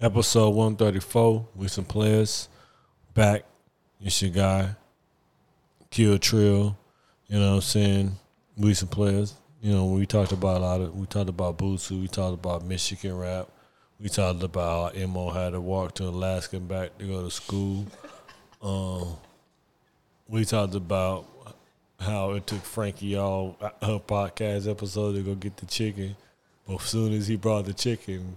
Episode 134. We some players back. It's your guy, Kill Trill. You know what I'm saying? We some players. You know, we talked about a lot of, we talked about Bootsy, we talked about Michigan rap. We talked about how Mo had to walk to Alaska and back to go to school. Um, we talked about how it took Frankie all her podcast episode to go get the chicken. But as soon as he brought the chicken,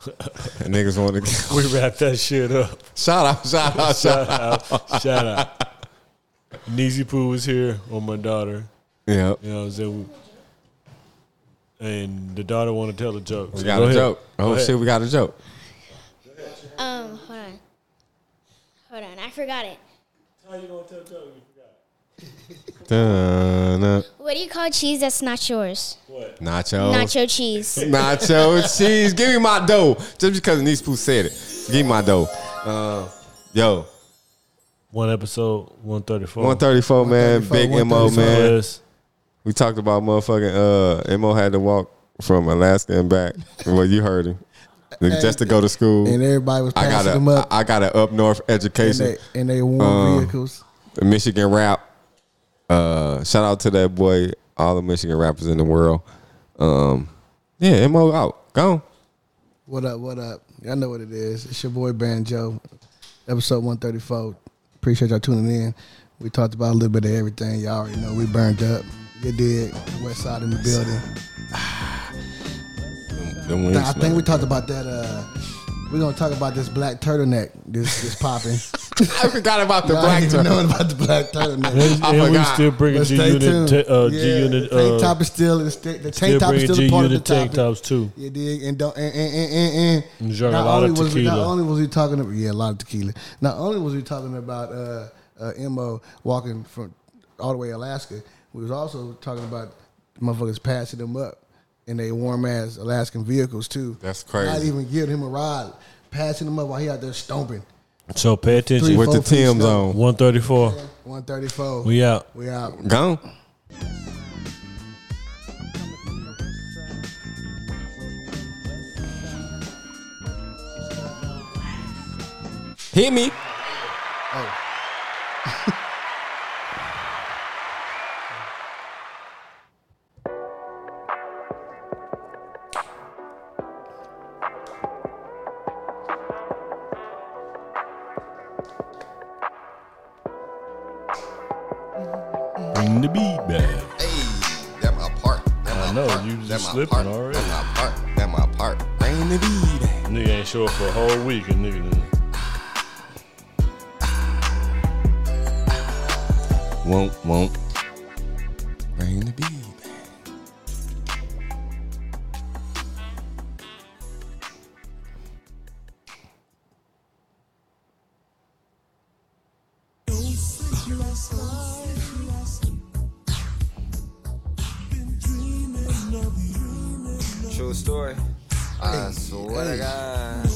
Niggas want to we wrapped that shit up. shout out, shout out, shout out. Shout out. Shout out. Neezy Poo was here on my daughter. Yeah, You know what I'm saying? We- And the daughter want to tell a joke. we So got go a ahead. joke. Go Oh ahead. shit, we got a joke. Um, hold on. Hold on, I forgot it. Dun, dun. What do you call cheese that's not yours? Nachos. Nacho cheese. Nacho cheese. Give me my dough. Just because Niece Poo said it. Give me my dough. Uh, yo, One episode, 134. 134, man. 134, Big MO, man. Yes. We talked about motherfucking uh, MO had to walk from Alaska and back. Well, you heard him. Just to go to school. And everybody was I got passing them a up I got an up north in education. they in their warm Um, vehicles. the Michigan rap. Uh, shout out to that boy, all the Michigan rappers in the world. Um, yeah, mo out, gone. What up? What up? Y'all know what it is. It's your boy Banjo, episode one thirty four. Appreciate y'all tuning in. We talked about a little bit of everything. Y'all already know we burned up. You did West Side in the building. Them wings, I think we man. talked about that. Uh, we're gonna talk about this black turtleneck. This this popping. I forgot about the Y'all black ain't even turtle. knowing about the black turtleneck. And, I and we forgot. still bringing But G stay Unit, tuned. t- uh, Yeah, G Unit, the tank uh, top is still the, sta- the tank still top is bringing still G a part of the Unit tank topic. tops too. You dig? And don't and and and and, and. And drink a lot of was we, not tequila. only was we talking about yeah, a lot of tequila. Not only was we talking about uh, uh, Mo walking from all the way Alaska, we was also talking about motherfuckers passing them up in their warm ass Alaskan vehicles too. That's crazy. Not even giving him a ride, passing him up while he out there stomping. So pay attention. Three- With the Four feet Tim's down. on, 134. One thirty four. We out. we out. gone. Hit me. Bring the beat back. Hey, that my part. That I my know, part. you that just my slipping part. already. That my part. That my part. Rain the beat. Nigga ain't show up for a whole week and nigga done- Won't, won't. Rain the beat. True story. I swear to God.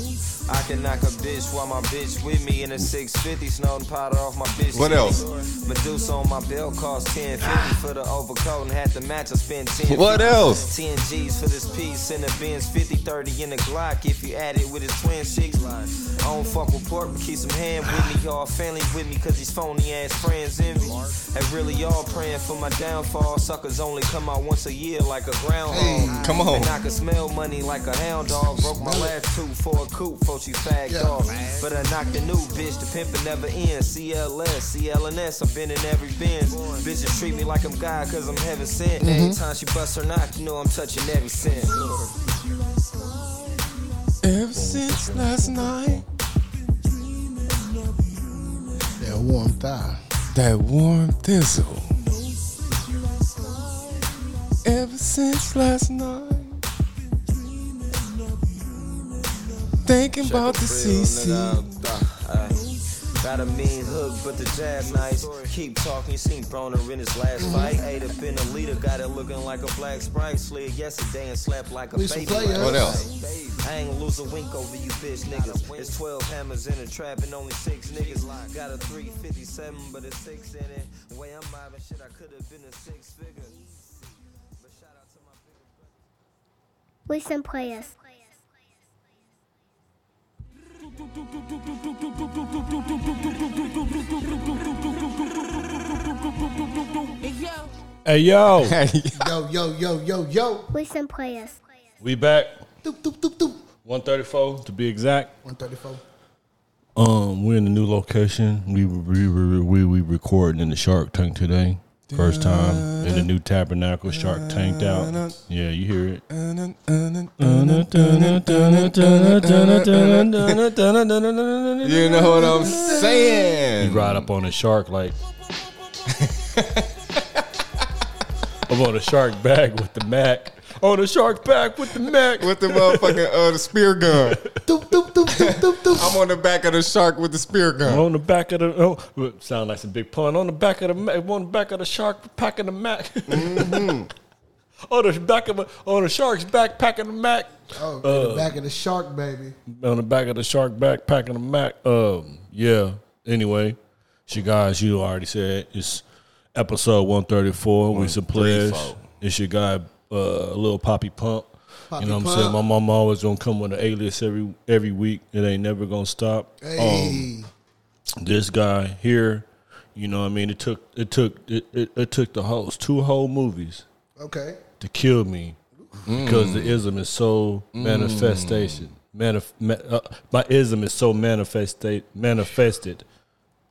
I can knock a bitch while my bitch with me in a 650 snowden powder off my bitch. What titty. else? Medusa on my bill cost 1050 for the overcoat and had to match. I spent 10. What else? 10 G's for this piece in the Benz 50 30 in the Glock if you add it with his twin six. I don't fuck with pork, but keep some hand with me. Y'all family with me cause these phony ass friends envy. And really y'all praying for my downfall. Suckers only come out once a year like a groundhog. come on. And I can smell money like a hound dog. Broke my last two for a coupe before she fagged off. But I knocked the new bitch, the pimpin' never ends. CLS, CLNS, I've been in every Benz. Bitches treat me like I'm God cause I'm heaven sent. Mm-hmm. Every time she busts her knock, you know I'm touching every cent. Ever since last night, That warm thigh. that warm thistle. Ever since last night, thinking about the CC. Got a mean hook, but the jab nice. Keep talking, you seen Broner in his last fight. Ate up in the leader, got it looking like a black sprite. Slid yesterday and slapped like a We some baby. players. What else? I ain't lose a wink over you bitch niggas. It's 12 hammers in a trap and only six niggas. Got a 357, but it's six in it. The way I'm vibing, shit, I could have been a six figure. But shout out to my bigger brother. We some players. Hey yo, Yo, yo, yo, yo, yo. We some players. we back. Doop, doop, doop, doop. One thirty four to be exact. 134. Um, we're in a new location. We we we we, we recording in the Shark Tank today. First time in the new tabernacle, Shark Tanked out. Yeah, you hear it. You you know what I'm saying? ride up on a shark like I'm on a shark back with the Mac. On a shark back with the Mac. With the motherfucking uh, the spear gun. Doop, doop, doop, doop, doop, doop. I'm on the back of the shark with the spear gun. on the back of the oh, sound like some big pun. On the back of the Mac, on the back of the shark packing the Mac. Mm-hmm. on the back of a, on the shark's back packing the Mac. Oh, in Uh. the back of the shark, baby. on the back of the shark back packing a Mac. Um, yeah. Anyway, she guys, you already said it's episode one thirty four. We some players. 134. It's your guy, uh, little Poppy Pump. Poppy you know what Pump. I'm saying? My mom always gonna come with an alias every every week. It ain't never gonna stop. Um, Hey. this guy here, you know what I mean? It took it took it, it, it took the host two whole movies okay. to kill me because Mm. the ism is so manifestation. Manif- ma- uh, my ism is so manifested. Manifested.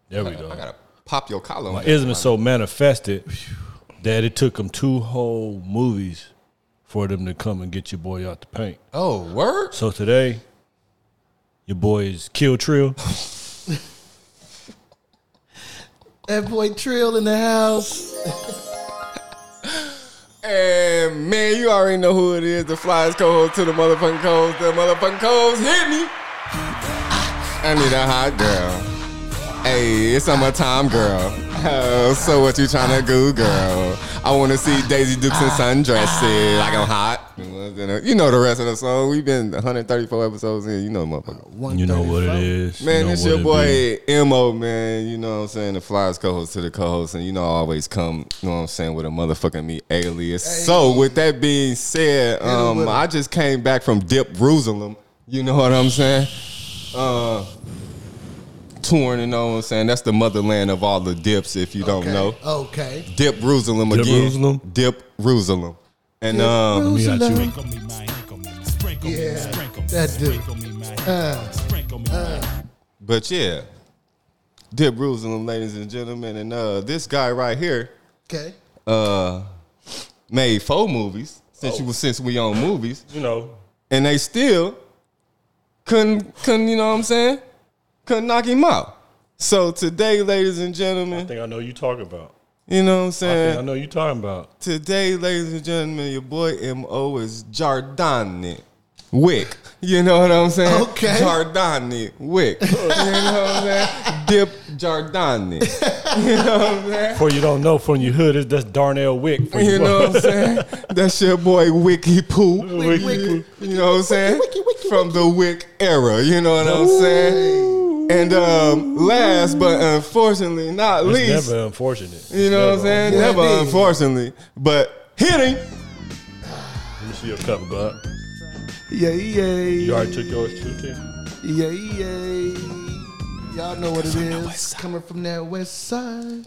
There we go. I gotta pop your collar. My ism is so manifested that it took them two whole movies for them to come and get your boy out the paint. Oh, word? So today, your boy is Kill Trill. That boy Trill in the house. And man, you already know who it is. The flies co-host to the motherfucking coast. The motherfucking coast hit me. I need a hot girl. Hey, it's summertime, girl. Oh, so what you tryna do, girl? I wanna see Daisy Dukes in sundresses. Like I'm hot. You know the rest of the song. We've been 134 episodes in. You know, motherfucker. You know what it 134. is. You Man, know it's what your it boy Mo, man. You know what I'm saying? The Flyers co-host to the co-host, and you know I always come, you know what I'm saying, with a motherfucking me alias. So with that being said, um, with it. I just came back from Dip Jerusalem. You know what I'm saying? Uh touring and know what I'm saying. That's the motherland of all the dips, if you don't Okay. know. Okay. Dip Jerusalem Dip again. Jerusalem? Dip Jerusalem. And um be. We got you. Jerusalem. Yeah, that dude. Uh, But yeah, Dip Jerusalem, ladies and gentlemen, and uh, this guy right here okay. uh, made four movies since Oh. you was since we own movies, You know, and they still couldn't couldn't you know what I'm saying? Couldn't knock him out. So today, ladies and I gentlemen, think I know you talking about. you know what I'm I think I saying? know you talking about. Today, ladies and gentlemen, your boy Mo is Jardani Wick. You know what I'm saying? Okay. Jardani Wick. You know what I'm saying? Dip Jardani. You know what I'm saying? For you don't know from your hood, it's that's Darnell Wick. For You know what I'm saying? That's your boy Wiki Poo. Wick, You know what I'm saying? From the Wick era. You know what I'm saying? And um, last but unfortunately not It's least, never unfortunate. It's you know what I'm never saying? Yeah, Never it is. unfortunately, but hitting. unfortunate. Let me see your cup, bud. Yeah, yeah. You already took yours too, too. Yeah, yeah. Y'all know what it is. Coming from that west side.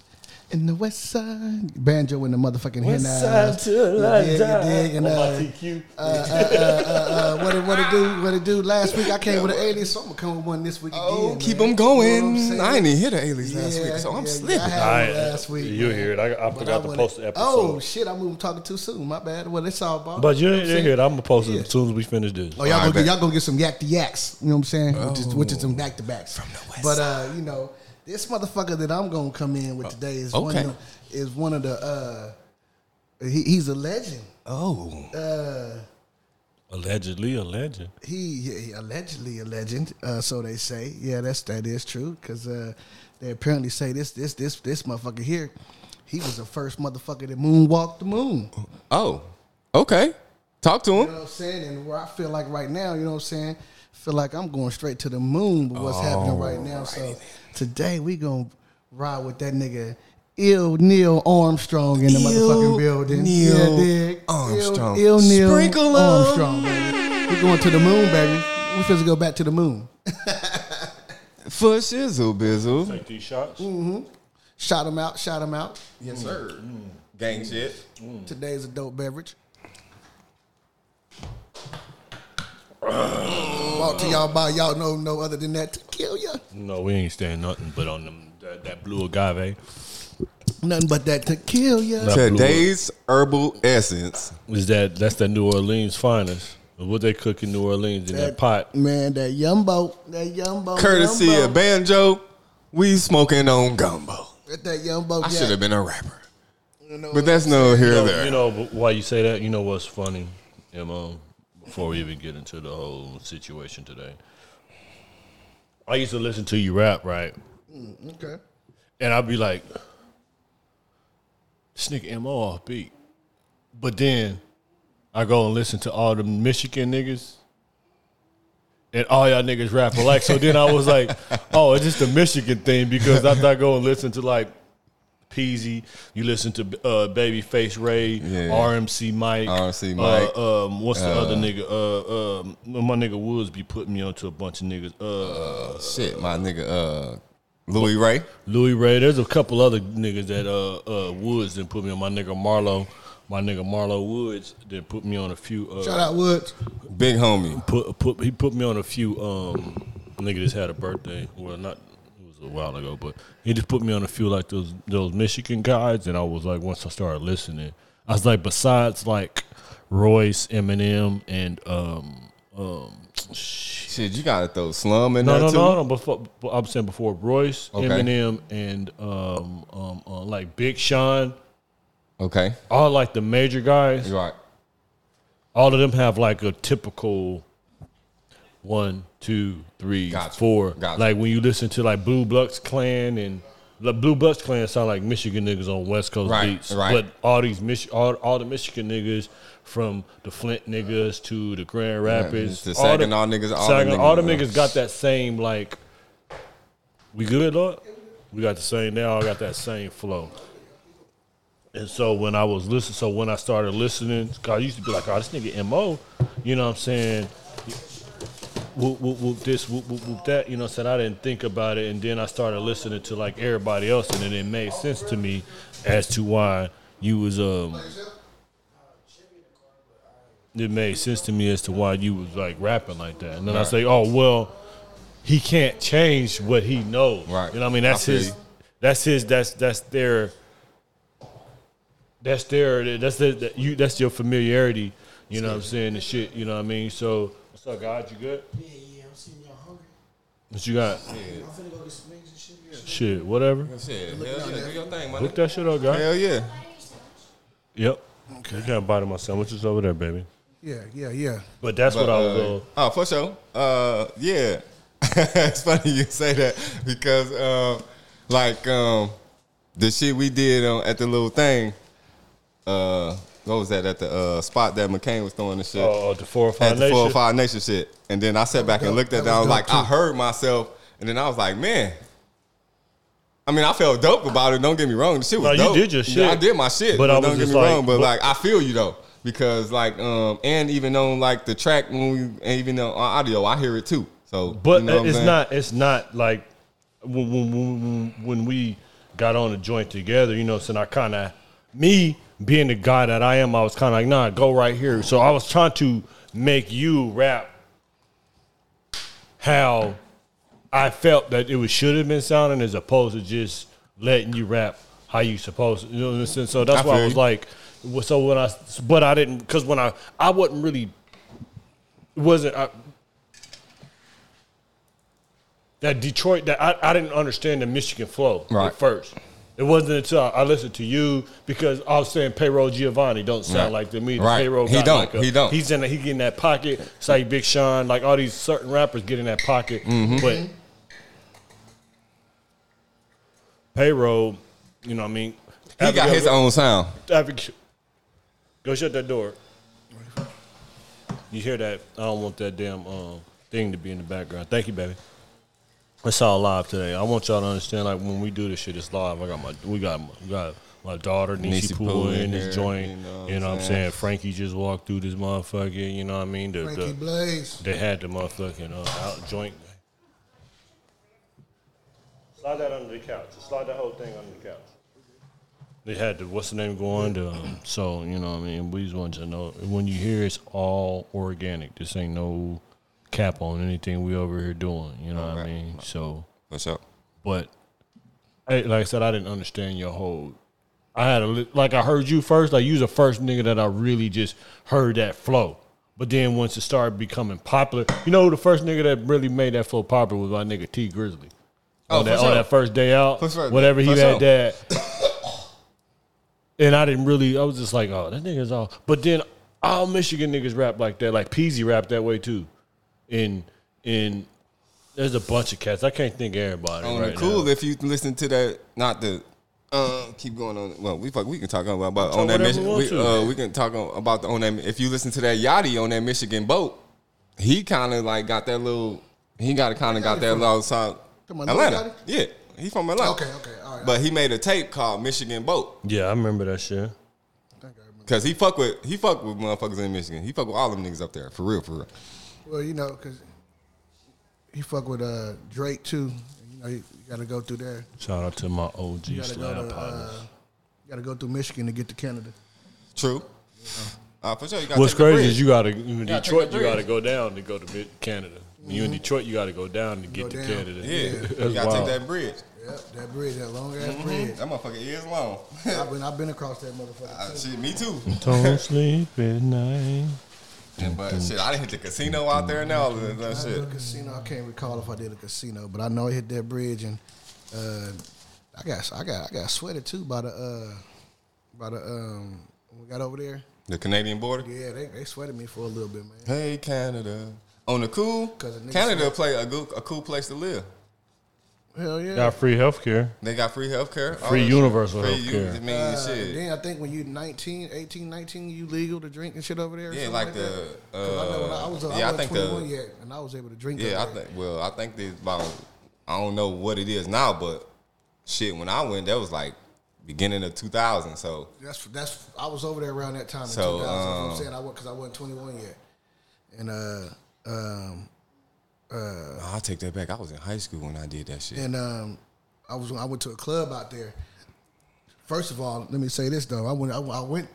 In the west side. Banjo in the motherfucking hand. yeah, you dig? And, On my uh, TQ. uh, what, it, what it do? What it do? Last week I came with an alias, so I'm gonna come with one this week Oh, again. keep man. them going. You know what I'm saying? I ain't even hit the aliens last Yeah, week, so I'm yeah, yeah, slipping. I had I, one last week. you man. hear it. I, I But forgot to wanna- post the episode. Oh shit! I'm even talking too soon. My bad. Well, it's all about. but you didn't hear it. I'm going to post it Yeah. as soon as we finish this. Oh, y'all I gonna bet. get, y'all gonna get some yak to yaks. You know what I'm saying? Which is which is Oh. some back to backs. From the west. But uh, you know, this motherfucker that I'm gonna come in with today is one Oh, okay. of, the- is one of the uh, he, he's a legend. Uh, Oh, Allegedly a legend. He, he allegedly a legend. Uh, so they say. Yeah, that's that is true because uh, they apparently say this this this this motherfucker here. He was the first motherfucker that moonwalked the moon. oh, okay. Talk to You know him. what I'm saying? And where I feel like right now, you know what I'm saying? feel like I'm going straight to the moon with what's Oh, happening right now. So today we gonna ride with that nigga ill Neil Armstrong in the motherfucking building. Neil yeah, dig? Armstrong. Ill, Ill Neil Sprinkle 'em. Armstrong. Baby. We going to the moon, baby. We finna go back to the moon. For shizzle bizzle. Take these shots. Shout him out. Shout him out. Yes, sir. Mm. Gang shit. Today's adult beverage. Brought to y'all by y'all know no other than that tequila. No, we ain't staying nothing but on them that, that blue agave. Nothing but that tequila. Nah. Today's herbal essence. Is that that's the New Orleans finest? What they cook in New Orleans in that, pot? Man, that yumbo. That yumbo. Courtesy yumbo. of banjo, we smoking on gumbo. That, that yumbo. I yeah. should have been a rapper. You know, But that's no You here or know, you there. know but why you say that? You know what's funny, Mo? Before we even get into the whole situation today, I used to listen to you rap, right? okay. And I'd be like, this nigga MO off beat. But then I go and listen to all the Michigan niggas. And all y'all niggas rap alike. So then I was like, oh, it's just the Michigan thing because after I go and listen to like Peasy, you listen to uh, Babyface Ray, Yeah. RMC Mike. RMC Mike. Uh, um, what's the other nigga? Uh, um, my nigga Woods be putting me onto a bunch of niggas. Uh, Shit, my nigga, uh, Louis Ray. Louis Ray. There's a couple other niggas that uh, uh Woods didn't put me on. My nigga Marlo, my nigga Marlo Woods did put me on a few. Uh, Shout out Woods. Big homie. Put put he put me on a few. Um, nigga just had a birthday. Well, not it was a while ago, but he just put me on a few like those those Michigan guys, and I was like, once I started listening, I was like, besides like Royce, Eminem, and um um. Shit. Shit, you gotta throw slum in No, there no, too. no, no. Before I'm saying before Royce, Okay. Eminem, and um, um, uh, like Big Sean, Okay, all like the major guys. you're right. All of them have like a typical one, two, three, four. Gotcha. Gotcha. Like when you listen to like Blue Bloods Clan and the Blue Bloods Clan sound like Michigan niggas on West Coast Right, beats, right. but all these Mich- all, all the Michigan niggas from the Flint niggas to the Grand Rapids, the all the- Saginaw niggas, all the Saginaw- all the niggas. niggas got that same like. We good, Lord? We got the same. They all got that same flow. And so when I was listening, so when I started listening, 'cause I used to be like, "Oh, this nigga mo," you know what I'm saying? Whoop whoop whoop this, whoop whoop whoop that. You know, what I'm saying I didn't think about it, and then I started listening to like everybody else, and then it made sense to me as to why you was um. It made sense to me as to why you was like rapping like that, and then I Right. say, "Oh well, he can't change what he knows." Right. You know, what I mean, I that's feel his. you. That's his. That's that's their that's their that's their, that you that's your familiarity. You know what I'm saying? And shit. You know what I mean? So what's up, God? You good? Yeah, yeah, I'm seeing y'all hungry. What you got? I'm finna go get some wings and shit. Shit, whatever. Shit, hell yeah, do your thing, my Look nigga. that shit up, God. Hell yeah. Yep. Okay. I got a bite of my sandwiches over there, baby. Yeah, yeah, yeah. But that's what I was. uh, Uh, Oh, for sure. Uh, yeah. it's funny you say that because, um, like, um, the shit we did on, at the little thing, uh, what was that at the uh, spot that McCain was throwing the shit? oh, the four or at five the nation. four or five nation shit. And then I sat back and looked at that. That I was was like, dope, I too. heard myself. And then I was like, man. I mean, I felt dope about it. Don't get me wrong. The shit was No, you dope. did your shit. Yeah, I did my shit. But, But I was don't get just me wrong. like- But, but- like, I feel you though. Because like, um, and even on like the track when we, and even on audio, I hear it too. So, But you know what I'm it's saying? not. It's not like when when, when, when we got on the joint together. You know, so I kind of me being the guy that I am, I was kind of like, nah, go right here. So I was trying to make you rap how I felt that it was, should have been sounding, as opposed to just letting you rap how you supposed to. You know what I'm saying? So that's I why feel I was you. like, well, so when I, but I didn't, because when I, I wasn't really, it wasn't. I, that Detroit that I, I didn't understand the Michigan flow Right. at first. It wasn't until I, I listened to you because I was saying payroll Giovanni don't sound Right. like them either. Right. Payroll He got don't. like a- He don't. He's in. A, he getting that pocket. It's like Big Sean. Like all these certain rappers get in that pocket, Mm-hmm. but payroll, you know, what I mean, He got his own sound. Traffic. Go shut that door. You hear that? I don't want that damn um, thing to be in the background. Thank you, baby. It's all live today. I want y'all to understand, like when we do this shit, it's live. I got my, we got, my, we got my daughter Nisi Niecy Pool Poole in in here, this joint. You know, what I'm saying? Frankie just walked through this motherfucker. You know what I mean? The, Frankie the, Blaze. they had the motherfucking uh, out joint. Slide that under the couch. Slide that whole thing under the couch. They had the what's the name going to um, so you know what I mean we just wanted to know when you hear it's all organic. This ain't no cap on anything we over here doing. You know what I Right. mean? So What's up? but I, like I said, I didn't understand your whole. I had a li- like I heard you first. Like you was the first nigga that I really just heard that flow. But then once it started becoming popular, you know who the first nigga that really made that flow popular was my nigga T Grizzly. Oh, on that, for on sure. that first day out, For sure. whatever he For had sure. that. And I didn't really. I was just like, oh, that nigga's all. But then all Michigan niggas rap like that. Like Peasy rap that way too. And and there's a bunch of cats. I can't think of everybody. On right the cool, now. if you listen to that, not the. Um, keep going on. Well, we fuck. We can talk about, about on that whatever we mission. want We, to. uh, we can talk on, about the on that. If you listen to that Yachty on that Michigan boat, he kind of like got that little. He got to kind of got Yachty that from- little side. Come on, Yachty? Atlanta. Yeah, he from Atlanta. Okay, okay, all right. But he made a tape called Michigan Boat Yeah, I remember that shit. Thank God, man. because he fuck with he fuck with motherfuckers in Michigan. He fuck with all them niggas up there for real, for real. Well, you know, because he fuck with uh, Drake too. You know, you, got to go through there. Shout out to my OG You got to go slab to. partners. Uh, you got to go through Michigan to get to Canada. True. Uh, for sure. You gotta What's take the crazy bridge. is you gotta in take Detroit. the You gotta bridge. Mm-hmm. go down to go to mid- Canada. When you in Detroit, you gotta go down to get Go to down. Canada. Yeah, you that's gotta wild. take that bridge. Yep, that bridge, that long ass bridge. That motherfucker is long. I've been, I've been across that motherfucker. Uh, Too. shit, me too. Don't sleep at night. And, but shit, I done hit the casino out there and all of that I did a shit. casino. I can't recall if I did a casino, but I know I hit that bridge and uh, I got I got I got sweated too by the uh, by the um when we got over there. The Canadian border. Yeah, they, they sweated me for a little bit, man. Hey Canada, on the cool, 'Cause the niggas Canada play a good, a cool place to live. Hell yeah. Got free healthcare. They got free healthcare, all Free that shit. universal free healthcare. uni- I mean, Uh, shit. Then I think when you 19, 18, 19, you legal to drink and shit over there. or Yeah, something like that. the. 'Cause I know when I uh, was, uh, yeah, I I was think 21 the. yet, and I was able to drink. Yeah, I over there. think. Well, I think there's about. I don't know what it is now, but shit, when I went, that was like beginning of 2000. So That's that's. I was over there around that time. So, in 2000, you know what um, I'm saying I was because I wasn't 21 yet, and uh, um, I'll take that back. I was in high school when I did that shit. and um, I was I went to a club out there. First of all, let me say this though. I went I, I went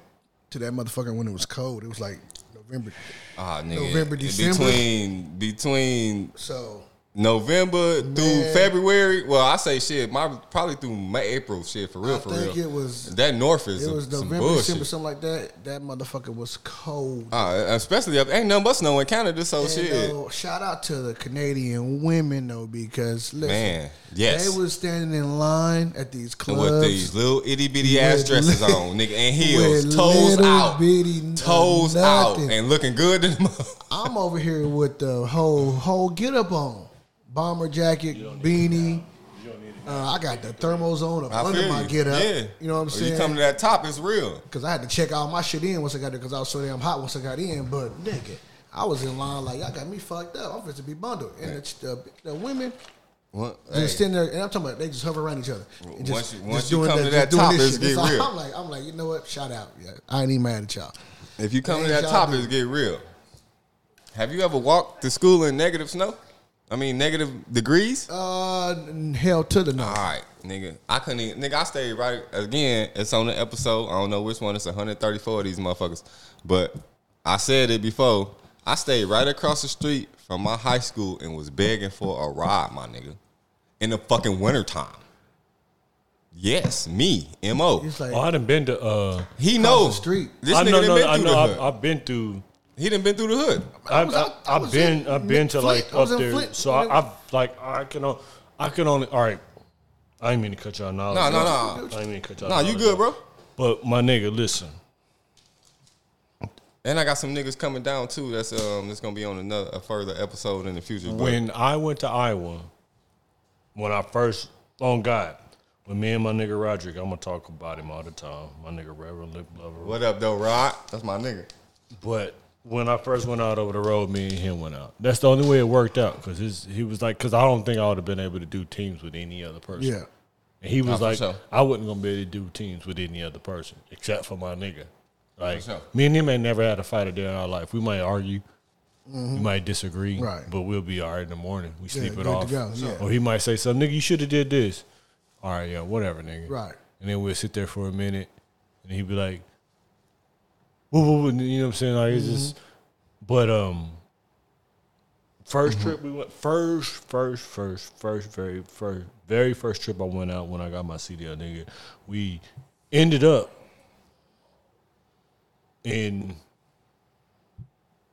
to that motherfucker when it was cold. It was like November, Ah, nigga. November, in December. Between between so November through Man. February. Well, I say shit. My probably through May, April. Shit for real, I for think real. it was- that North is it some, was some November, bullshit. December, something like that. That motherfucker was cold. Ah, especially up ain't nothing but snow in Canada. So And, shit, uh, shout out to the Canadian women though, because listen, man. Yes. they was standing in line at these clubs with these little itty bitty ass With dresses li- on, nigga, and heels, with toes little out, bitty n- toes out, nothing. and looking good. to the mother- I'm over here with the whole whole get up on. Bomber jacket, beanie. Uh, I got the thermos on up I under feel my you. get up. Yeah, You know what I'm When You come to saying? that top, it's real. Because I had to check all my shit in once I got there because I was so damn hot once I got in. But nigga, I was in line like, y'all got me fucked up. I'm supposed to be bundled. And the, the, the women What? just Hey. sitting there, and I'm talking about they just hover around each other. And Once just, you- just once you doing come to just that doing top, this it's shit. get So real. I'm like, I'm like, you know what? Shout out. Yeah, I ain't even mad at y'all. If you come to Man, that y'all top, do. it's get real. Have you ever walked to school in negative snow? I mean, negative degrees. Uh, n- hell to the no. All right, nigga. I couldn't. Even, nigga, I stayed right again. It's on the episode. I don't know which one. It's 134 of these motherfuckers. But I said it before. I stayed right across the street from my high school and was begging for a ride, my nigga, in the fucking wintertime. Yes, me, mo. It's like Oh, I done been to. Uh, He knows the street. This I nigga know, done no, been I through know. the hood. I, I've been through. he done been through the hood. I, was I, out- I I, have was been. in I've been to Flint. like I was up in there. Flint. So I, I've like I can. on- I can only. All right. I ain't mean to cut y'all Oh, knowledge. No, no, off. no. I ain't mean to cut y'all. Nah, you knowledge good, off. bro. But my nigga, listen. And I got some niggas coming down too. That's um, that's gonna be on another a further episode in the future. but- When I went to Iowa, when I first, on God, when me and my nigga Roderick, I'm gonna talk about him all the time. My nigga Reverend Lip Lover. what up, though, Rod? That's my nigga. But when I first went out over the road, me and him went out. That's the only way it worked out because he was like, because I don't think I would have been able to do teams with any other person. yeah. And he was for like, sure. I wasn't gonna be able to do teams with any other person except for my nigga. Like sure. me and him ain't never had a fight a day in our life. We might argue, we might disagree, Mm-hmm. Right. But we'll be all right in the morning. We sleep good it to off. go, yeah. Or he might say something, nigga, you should have did this. All right, yeah, whatever, nigga. Right. and then we'll sit there for a minute, and he'd be like, woo, woo, woo, and you know what I'm saying? Like it's just, but um, 1st trip we went first, first, first, first, very first, very first trip I went out when I got my CDL, nigga. We ended up in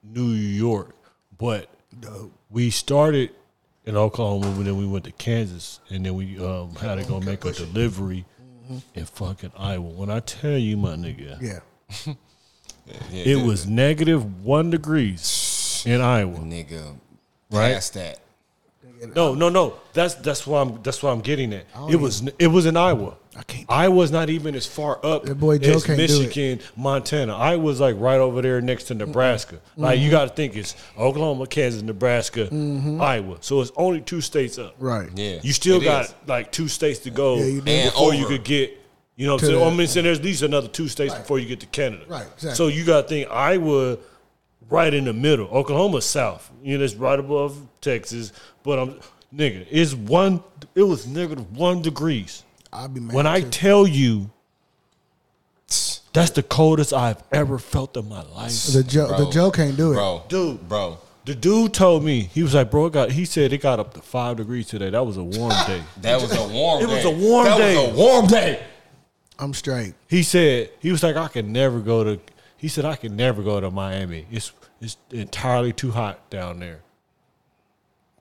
New York, but we started in Oklahoma, but then we went to Kansas, and then we um, had to go make a delivery in fucking Iowa. When I tell you, my nigga, Yeah. it was negative one degrees in Iowa. nigga. Right? Past that. No, no, no. That's that's why I'm that's why I'm getting at. don't It was it was in Iowa. I can't do Iowa's not even as far up That boy Joe as can't do it. Michigan, Montana. Iowa's like right over there next to Nebraska. Mm-hmm. Like you got to think it's Oklahoma, Kansas, Nebraska, Mm-hmm. Iowa. So it's only two states up. Right. Yeah. You still it got is. like two states to go Yeah, you do. And before you over. could get. You know, what To I'm saying? the- I mean, saying there's at least another two states before you get to Canada. Right, exactly. So you got to think Iowa, right in the middle. Oklahoma south. You know, it's right above Texas. But I'm nigga, it's one. It was negative one degrees. I'll be mad. When I too. tell you, that's the coldest I've ever felt in my life. the Joe Bro. the Joe can't do it. Bro. Dude. Bro. The dude told me he was like, bro, it got. He said it got up to five degrees today. That was a warm day. That was a warm It day. was a warm that day. was a warm day. I'm straight. He said he was like, I can never go to. He said I can never go to Miami. It's it's entirely too hot down there.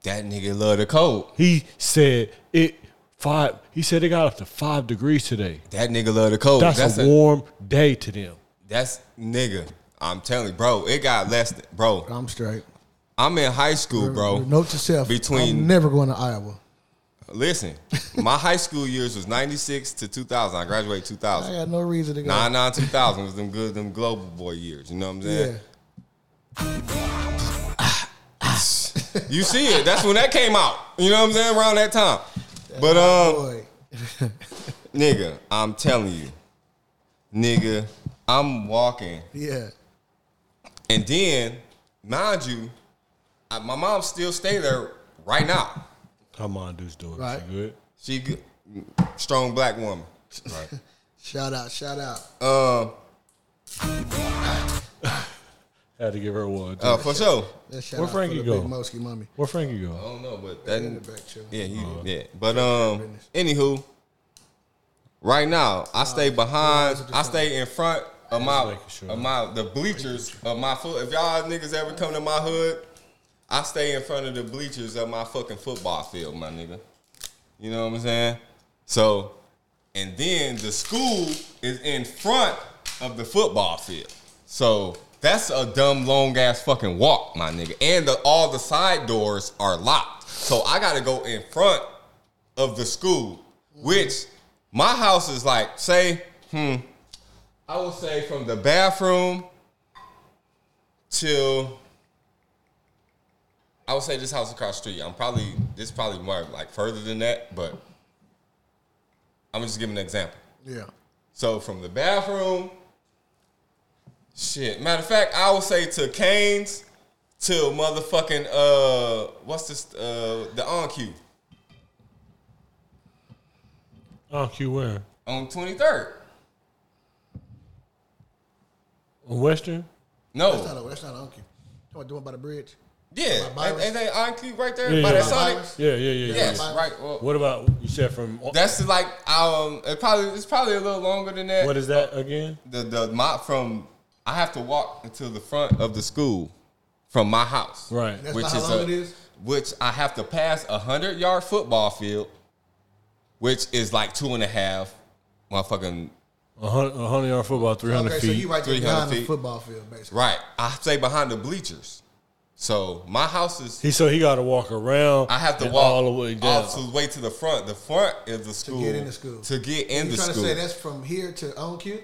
That nigga love the cold. He said it five. He said it got up to five degrees today. That nigga love the cold. That's, a, warm day to them. That's nigga. I'm telling you, bro. It got less than bro. I'm straight. I'm in high school, bro. Note to self. Between- I'm never going to Iowa. Listen, my high school years was '96 to 2000. I graduated I 2000. got no reason to go. Nine nine 2000 was them good, them global boy years. You know what I'm yeah. saying? You see it. That's when that came out. You know what I'm saying? Around that time. But um, Oh, Boy. nigga, I'm telling you, nigga, I'm walking Yeah. And then, mind you, I, my mom still stay there right now. How my dude's doing? Right. She good? She g- strong black woman. Right. Shout out, shout out. Um, Had to give her one. too. uh, for sure. That shout Where out Frankie for the go? Big Mosky mummy. Where Frankie go? I don't know, but In the that, back, chill. yeah, you, yeah. But um, anywho, right now I stay behind. I stay in front of my making sure. of my the bleachers of my foot. If y'all niggas ever come to my hood, I stay in front of the bleachers of my fucking football field, my nigga. You know what I'm saying? So, and then the school is in front of the football field. So that's a dumb long ass fucking walk, my nigga. And the, all the side doors are locked. So I gotta go in front of the school, which my house is like, say, hmm, I would say from the bathroom till I would say this house across the street. I'm probably this probably more like further than that, but I'm just giving an example. Yeah. So from the bathroom, shit. Matter of fact, I would say to Canes till motherfucking uh, what's this uh the on cue Oh, Q where? on 23rd. Western. That's No, not, that's not uncle. Come on, doing by the bridge. yeah, by ain't, Byron. ain't they on cue right there Yeah, by yeah. that Sonic? Byron. Yeah, yeah, yeah, yeah. Yes, yeah. right. Well, What about you said from? That's like um, it probably it's probably a little longer than that. what is that again? the the my from I have to walk until the front of the school from my house. Right. That's not how long it is? Which I have to pass a hundred yard football field, which is like two and a half motherfucking A hundred, a hundred yard football, three hundred Okay, so feet. you right there 300 behind the feet. football field, basically. right. I stay behind the bleachers. So my house is He so he got to walk around. I have to and walk all the way down. all the way to the front. The front is the school get in the school. To get in You the trying school. to say that's from here to on cue?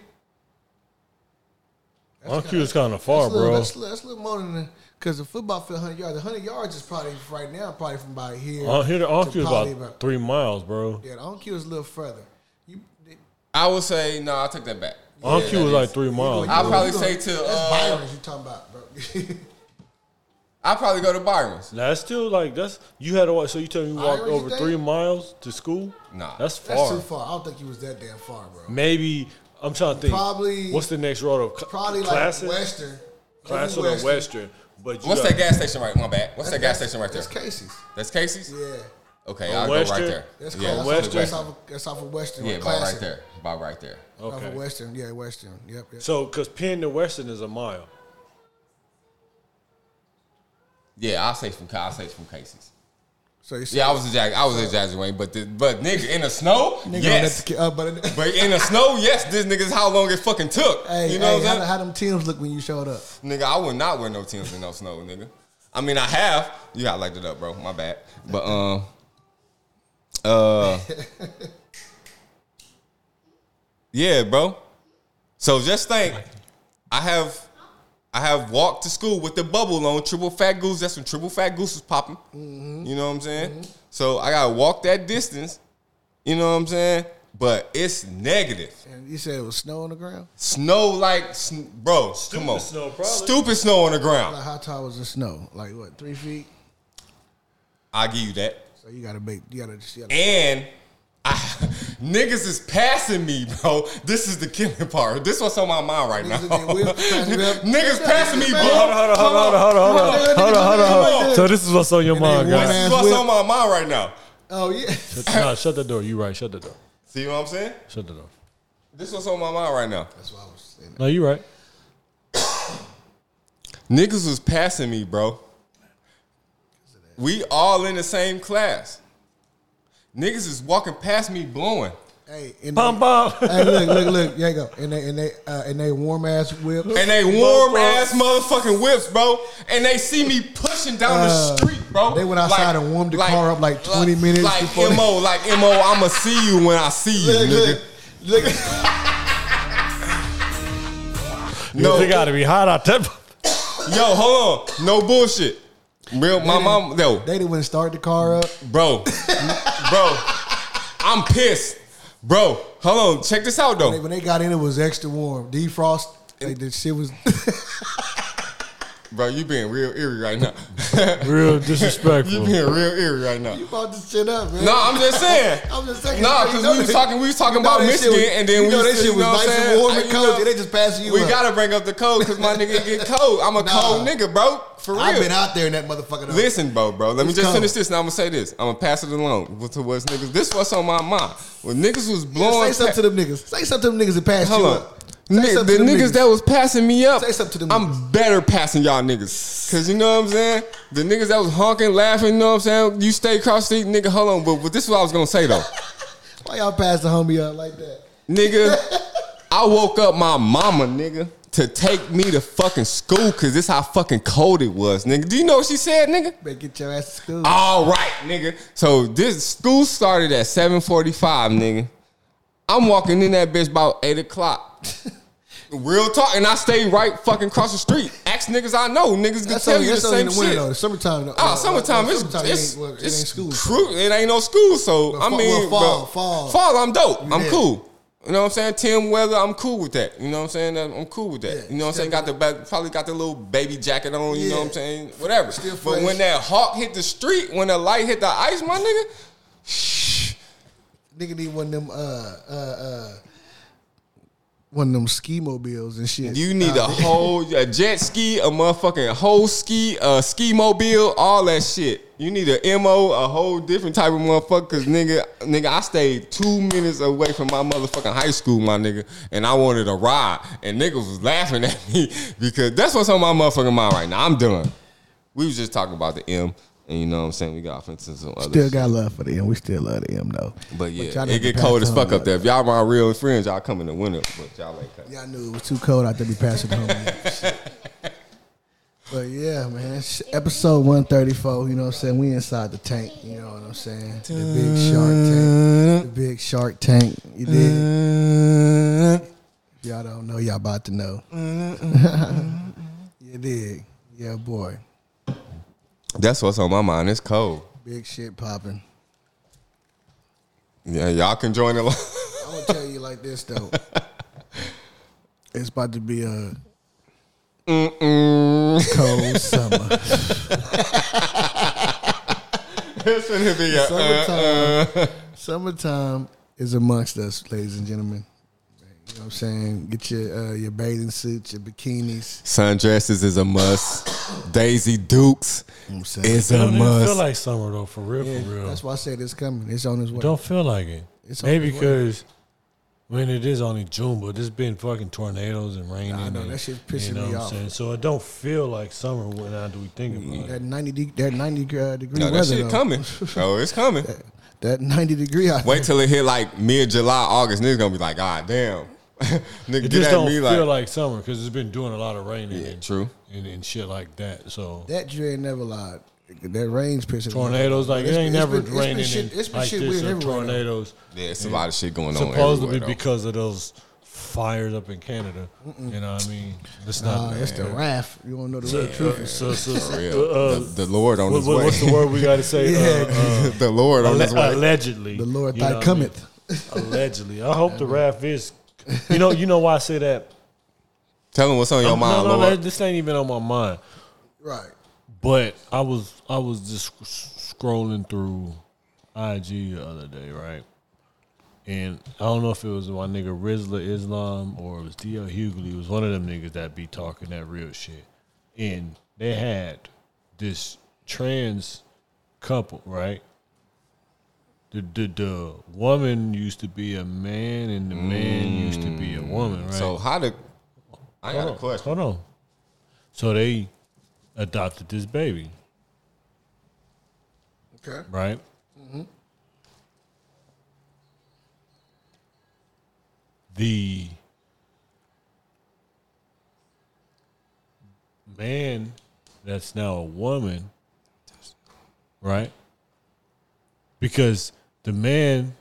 On cue is kind of far, that's a little, bro. That's, a little- that's a little more than because the football field hundred yards. The hundred yards is probably right now probably from by here. On Uh, here, on to cue is probably about three miles, bro. Yeah, the on cue is a little further. You, you I would say no. I take that back. On Yeah, cue that was like is- three miles. going- I'll you probably going- say to, that's uh, Byron's you talking about, bro. I probably go to Byron's. That's still like that's you had to walk. So you tell me you I walked heard what you over think. three miles to school? Nah. that's far. That's too far. I don't think he was that damn far, bro. Maybe I'm trying to think. Probably- what's the next road of Probably Classic? like Western. Classic Maybe or Western? But you What's got- that gas station right? My bad. What's that gas station right there? That's Casey's. That's Casey's. Yeah. Okay, On I'll Western? go right there. That's yeah, close. Western. That's off, of, that's off of Western. Yeah, about Classic. right there. About right there. Off of Okay. Western. Yeah, Western. Yep. yep. So because Penn to Western is a mile. Yeah, I'll say from Ca- I'll say from Casey's. So you see, Yeah, I was exag- I was exaggerating, but the, but nigga in the snow, nigga, yes. that's the ki- uh, but it, But in the snow, yes, this nigga's how long it fucking took. hey, you know hey, what I'm how, saying? how them teams look when you showed up? Nigga, I would not wear no Tim's in no snow, nigga. I mean, I have. You got light it up, bro. My bad. But um, uh, yeah, bro. So just think, I have, I have walked to school with the bubble on triple fat goose. That's when triple fat goose was popping. You know what I'm saying? So I gotta walk that distance. You know what I'm saying? But it's negative. And you said it was snow on the ground. Snow like, sn- bro. come on, snow, probably. stupid snow on the ground. Like how tall was the snow? Like what? Three feet. I give you that. So you gotta make. You gotta. You gotta And I, niggas is passing me, bro. This is the killing part. This what's on my mind right now. Niggas that whip, pass me up. niggas passing me, bro. Hold on, hold on, hold on, hold on, hold on, hold on, hold on, hold on. So this is what's on your mind, they guys. went This is Ass what's whip. on my mind right now. oh yeah. No, shut the door. You right. Shut the door. See what I'm saying? Shut the door. This what's on my mind right now. That's why I was saying. No, you right. Niggas was passing me, bro. We all in the same class. Niggas is walking past me, blowing. That. Hey, and Pom they, pom. hey, look, look, look. There you go. And they and they uh, and they warm ass whip. And they warm ass motherfucking whips, bro. And they see me pushing down the Uh, street, bro. they went outside and warmed the car up like 20 minutes Like before they- mo, like mo, I'ma see you when I see you, Look, nigga. look, look. No, No. they gotta be hot out there. Yo, hold on, no bullshit. Real, my mom, yo, They didn't wouldn't start the car up. bro, bro, I'm pissed, bro. Hold on, check this out They, though, when they got in, it was extra warm. Defrost. Like the shit was. bro. You being real eerie right now. Real you disrespectful. being real eerie right now. you brought this shit up, man. No, I'm just saying. I'm just saying. Nah, You 'cause know we was that- talking- we was talking you know about that shit Michigan, and then you we know that was- shit you was know what nice I'm saying? and warm and You cozy. know- they just passing you. We up. gotta bring up the code because my nigga get cold. I'm a Nah. cold nigga, bro. For real. I've been out there in that motherfucker. Though. Listen, bro, bro. Let me It's just cold. finish this, and I'm gonna say this. I'm gonna pass it along with- to what's niggas. This what's on my mind. When niggas was blowing, Say something pa- to them niggas. Say something to them niggas that passed hold you on. up. Say Ni- the something to them niggas, that was passing me up, Say something to them I'm better passing y'all niggas. Cause you know what I'm saying? The niggas that was honking, laughing, you know what I'm saying? You stay cross street, nigga, hold on. But, but this is what I was gonna say though. Why y'all pass the homie up like that? nigga. I woke up my mama, nigga, to take me to fucking school because this how fucking cold it was, nigga. Do you know what she said, nigga? Better get your ass to school. All right, nigga. So this school started at seven forty-five, nigga. I'm walking in that bitch about eight o'clock. Real talk, and I stay right fucking across the street. Ask niggas I know, niggas can that's tell only, you the that's only in same the winter shit. though. The summertime. Though. Oh, summertime, it's, it it's, ain't, well, it ain't it's school. cru- it ain't no school, so Well, I fa- mean, well, fall, bro, fall. I'm dope. I'm there. cool. You know what I'm saying? Tim weather, I'm cool with that. You know what I'm saying? I'm I'm cool with that. Yeah, you know what I'm saying? Got the ba- probably got the little baby jacket on. You know Yeah. what I'm saying? Whatever. Still But fresh. when that hawk hit the street, when the light hit the ice, my nigga, Nigga need one of them. Uh, uh, uh, one of them ski mobiles and shit. you need a whole a jet ski, a motherfucking whole ski, a ski mobile, all that shit. You need a mo, a whole different type of motherfucker. Cause nigga, nigga, I stayed two minutes away from my motherfucking high school, my nigga, and I wanted a ride, and niggas was laughing at me because that's what's on my motherfucking mind right now. I'm done. We was just talking about the M, and you know what I'm saying. We got offenses some other Still got love for the M. We still love the M though. But yeah, y'all need it to get pass cold as on fuck up that. there. If y'all my real friends, y'all come in the winter, but y'all ain't coming. Y'all knew it was too cold out there to be passing home. but yeah, man, sh- episode one thirty four. You know what I'm saying? We inside the tank. You know what I'm saying? The big shark tank. The big shark tank. You did. Y'all don't know. Y'all about to know. you dig? Yeah, boy. That's what's on my mind. It's cold. Big shit popping. Yeah, y'all can join along. I'm gonna tell you like this though. It's about to be a. Mm-mm. cold summer. It's gonna be a, uh, summertime, summertime is amongst us, ladies and gentlemen. You know what I'm saying? Get your uh, your bathing suits, your bikinis. sundresses is a must. Daisy Dukes You know what I'm saying? is It a don't even feel must. like summer though, for real, for real. That's why I said it's coming. It's on its way. Don't feel like it. It's on Maybe its way. because when it is only June, but it's been fucking tornadoes and raining. I know, and, that shit's pissing you know me what I'm off. saying? So it don't feel like summer when I do we think about it. That 90 de- that 90 uh, degree No, that weather shit though. coming. Oh, it's coming. That 90 degree out Wait till it hit like mid July, August. Niggas gonna be like, God damn. Nigga, It get just at don't me feel like, like, summer because it's been doing a lot of rain Yeah, and, true. and and shit like that. So That you ain't never lied. That rain's pissing. me tornadoes, off. like it It's been- ain't it's never been- it's been raining shit- and it's been like shit this weird and everywhere, though. tornadoes. yeah, it's a lot of shit going on. Supposedly everywhere, though. because of those fires up in Canada. You know what I mean? It's not. Uh, it's the wrath. You want to know the real so, truth? uh, so, so, For uh, real. uh, the, the Lord on what, his what- what's the way. word uh, we got to say? Yeah. Uh, uh, the Lord on Alle- his way. allegedly, The Lord You thy know what I mean? cometh. Allegedly, I hope the wrath is. You know, you know why I say that. Tell him what's on your Um, mind, no, no, Lord. that- this ain't even on my mind. Right. But I was, I was just sc- scrolling through IG the other day, right? And I don't know if it was my nigga Rizla Islam or it was DL Hughley. It was one of them niggas that be talking that real shit. And they had this trans couple, right? The, the, the woman used to be a man and the man used to be a woman, right? So how the I got a Hold on, question. Hold on. So they adopted this baby, Okay. right? The man that's now a woman, right? Because the man,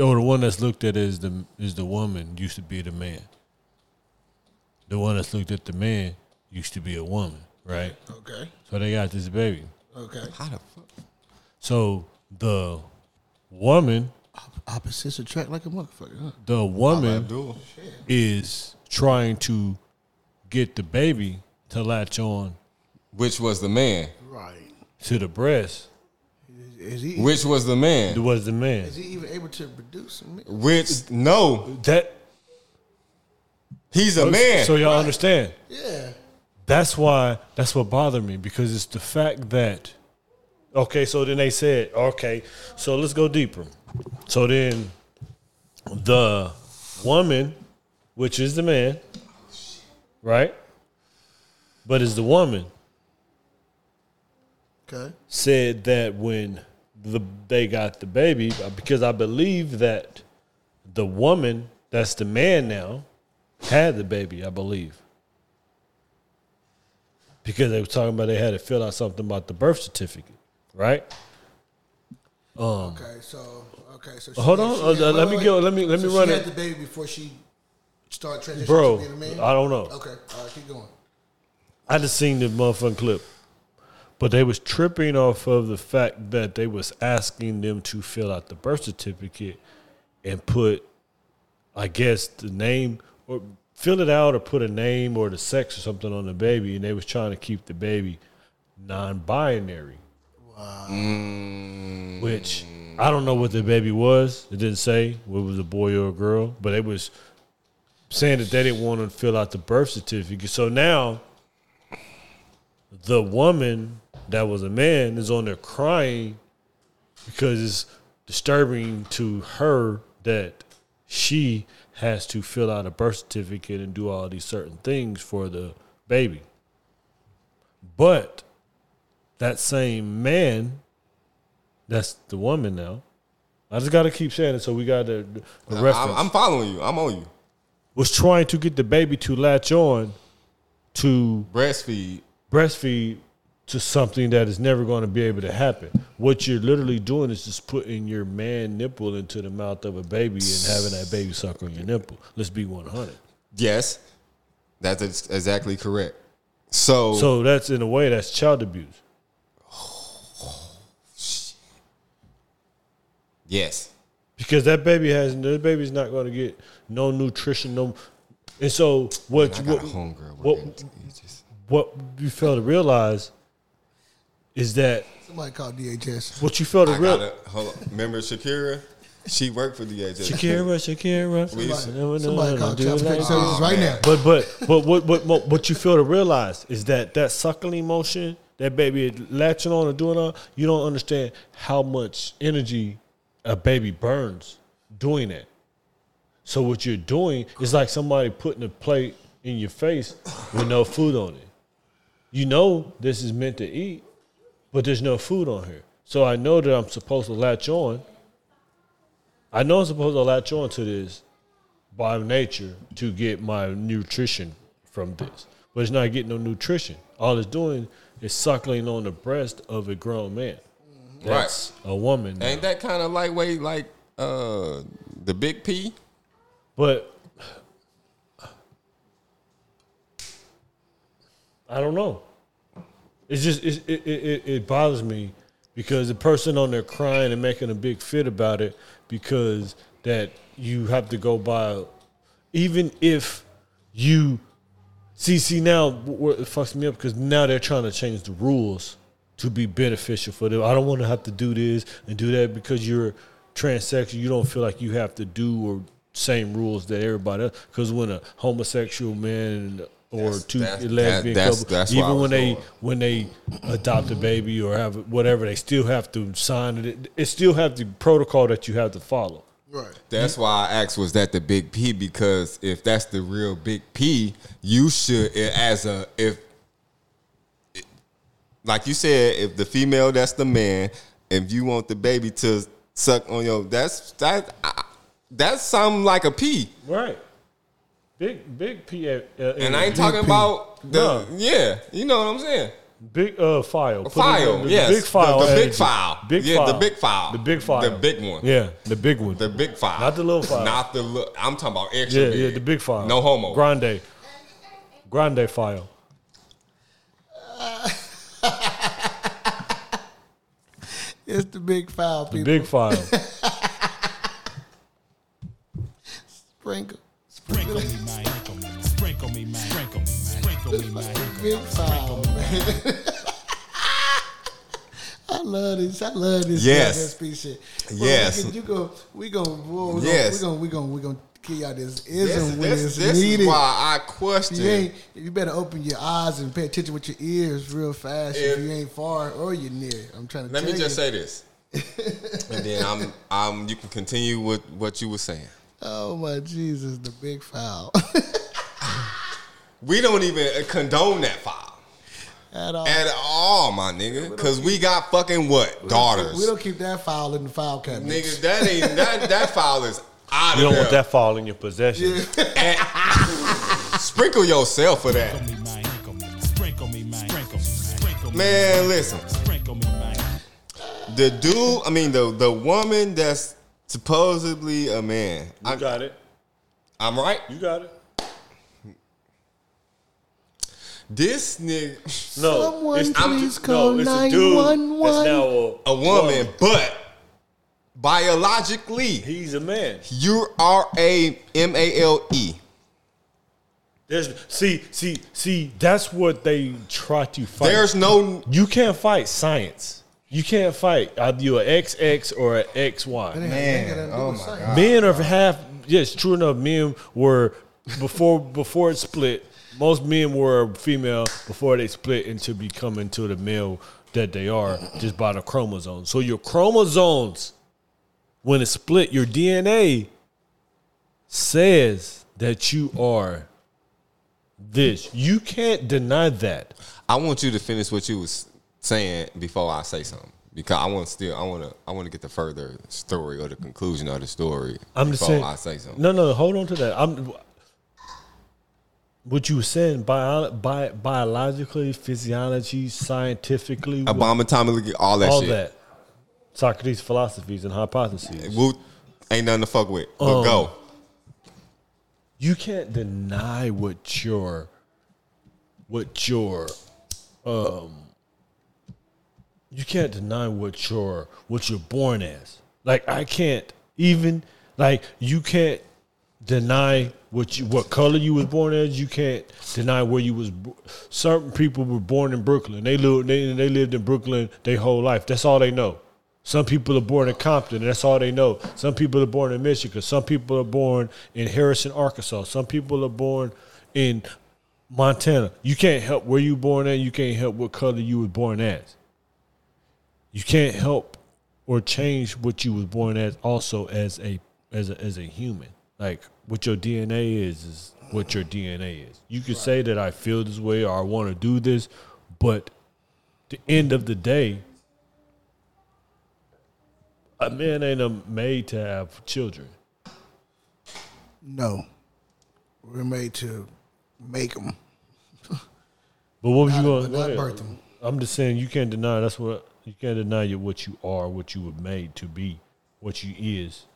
or the one that's looked at as the is the woman, used to be the man. The one that's looked at the man used to be a woman, right? Okay. So they got this baby. Okay. How the fuck? So the woman, Opposites attract like a motherfucker. Huh? the woman Abdul. is trying to get the baby to latch on Which was the man? Right. to the breast. Is he? Which was the It man? was the man. Is he even able to produce? a mi- Which no, That he's a man. Oh, so y'all understand. Yeah. That's why that's what bothered me because it's the fact that okay, so then they said, okay, so let's go deeper. So then the woman, which is the man, right? But is the woman Okay. said that when the they got the baby uh, because I believe that the woman that's the man now had the baby, I believe. Because they were talking about they had to fill out something about the birth certificate, right? Okay. So. Okay. So. she- Hold on, she uh, let wait, me wait, go- wait. let me- let me So run she it. Had the baby before she started transitioning Bro, to being a man. I don't know. Okay. All right. Keep going. I just seen the motherfucking clip. But they was tripping off of the fact that they was asking them to fill out the birth certificate and put I guess the name or fill it out or put a name or the sex or something on the baby and they was trying to keep the baby non binary. Wow. Which I don't know what the baby was. It didn't say whether it was a boy or a girl, but it was saying that they didn't want to fill out the birth certificate. So now the woman that was a man is on there crying because it's disturbing to her that she has to fill out a birth certificate and do all these certain things for the baby. But that same man, that's the woman now. I just got to keep saying it, so we got the, the reference I'm, I'm following you. I'm on you. was trying to get the baby to latch on to Breastfeed. breastfeed to something that is never going to be able to happen. What you're literally doing is just putting your man nipple into the mouth of a baby and having that baby suck on your nipple. Let's be 100. Yes, that's ex- exactly correct. So, So that's in a way that's child abuse. yes, because that baby has that baby's not going to get no nutrition no and so what I what, got a homegirl. what working t- it's just- what you fail to realize is that Somebody called DHS. what you fail to I got realize. it. Hold on. Remember Shakira? She worked for DHS. Shakira, Shakira, Somebody- Somebody called Transportation oh, Services right now. But but but what what what- what you feel to realize is that that suckling motion, that baby latching on and doing all, you don't understand how much energy a baby burns doing that. So what you're doing is like somebody putting a plate in your face with no food on it. You know this is meant to eat, but there's no food on here. So I know that I'm supposed to latch on. I know I'm supposed to latch on to this by nature to get my nutrition from this. But it's not getting no nutrition. All it's doing is suckling on the breast of a grown man. That's a woman. now. Ain't that kind of lightweight like uh the big P? But I don't know. It's just it's, it, it it- it bothers me because the person on there crying and making a big fit about it because that you have to go by, even if you see see now where it fucks me up because now they're trying to change the rules to be beneficial for them. I don't want to have to do this and do that because you're transsexual. You don't feel like you have to do or same rules that everybody else. Because when a homosexual man or That's- two that's- lesbian that- that's- couple, that's where I even was when they going. when they adopt a baby or have whatever, they still have to sign it. It still have the protocol that you have to follow. Right. That's why I asked was that the big P because if that's the real big P, you should i- as a if like you said, if the female that's the man, if you want the baby to suck on your that's that I, that sound like a P. Right. Big big P uh, And I ain't talking about No. the yeah, you know what I'm saying. Big uh, file. Put it File, in the yes. Big file. The- the big energy. file. Big Yeah, file. the big file. The big file. The big one. Yeah, the big one. The big five, Not the little five. Not the little. I'm talking about extra. yeah, big. yeah, the big file. No homo. Grande. Grande file. It's the big foul The people. big file. Sprinkle. Sprinkle me, man. Sprinkle me, man. Sprinkle me, man. Sprinkle me, man. Big foul, man. I love this. I love this. Yes. LSP shit. Yes. nigga, You go. We go. Boy, we Yes. Gonna, we gonna. We gonna. We gonna kill y'all this This, ism when this- it's this needed. is why I you question. ain't. You better open your eyes and pay attention with your ears real fast. If, If- you ain't far or you're near, I'm trying to. Let me tell just you. say this, and then I'm, I'm. You can continue with what you were saying. Oh my Jesus, the big foul. We don't even uh, condone that file At all. at all, my nigga, because we got fucking what daughters, We don't keep that foul in the foul cabinet. nigga. That ain't that. That file is out You of don't there. want that file in your possession. Sprinkle yourself for that, Sprinkle me, man. Sprinkle me, man. Sprinkle me, man. Sprinkle me, man. man. Listen, Sprinkle me, man. the dude. I mean, the the woman that's supposedly a man. You I, got it. I'm right. You got it. This nigga. No, Someone it's, I'm please ju- call no, it's a dude that's 911. now a, a woman, but biologically, He's a man. you are a M A L E. There's see, see, see. That's what they try to fight. There's no you can't fight science. You can't fight either you're an XX or an XY. Man, oh my God. men are half yes true enough men were before before it split most men were female before they split into becoming to the male that they are just by the chromosomes so your chromosomes when it's split your dna says that you are this you can't deny that I want you to finish what you was saying before I say something because I want to still I want to I want to get the further story or the conclusion of the story I'm just before saying. I say something. No, no, hold on to that. I'm. What you were saying, bio, bi, biologically, physiology, scientifically, all Abominatomically, all that shit. that. Socrates' philosophies and hypotheses. Woo, ain't nothing to fuck with. But Um, go. You can't deny what your, what your, um, you can't deny what your what you're born as. Like I can't even like you can't deny what you what color you was born as. You can't deny where you was. bo- Certain people were born in Brooklyn. They lived they, they lived in Brooklyn their whole life. That's all they know. Some people are born in Compton, and that's all they know. Some people are born in Michigan. Some people are born in Harrison, Arkansas. Some people are born in Montana. You can't help where you born at. You can't help what color you was born as. You can't help or change what you was born as. Also, as a as a, as a human, like what your DNA is is what your DNA is. You could say that I feel this way or I want to do this, but the end of the day, a man ain't a made to have children. No, we're made to make them. But what was you Not- going not to birth 'em. I'm just saying you can't deny. That's what you can't deny you what you are, what you were made to be, what you is.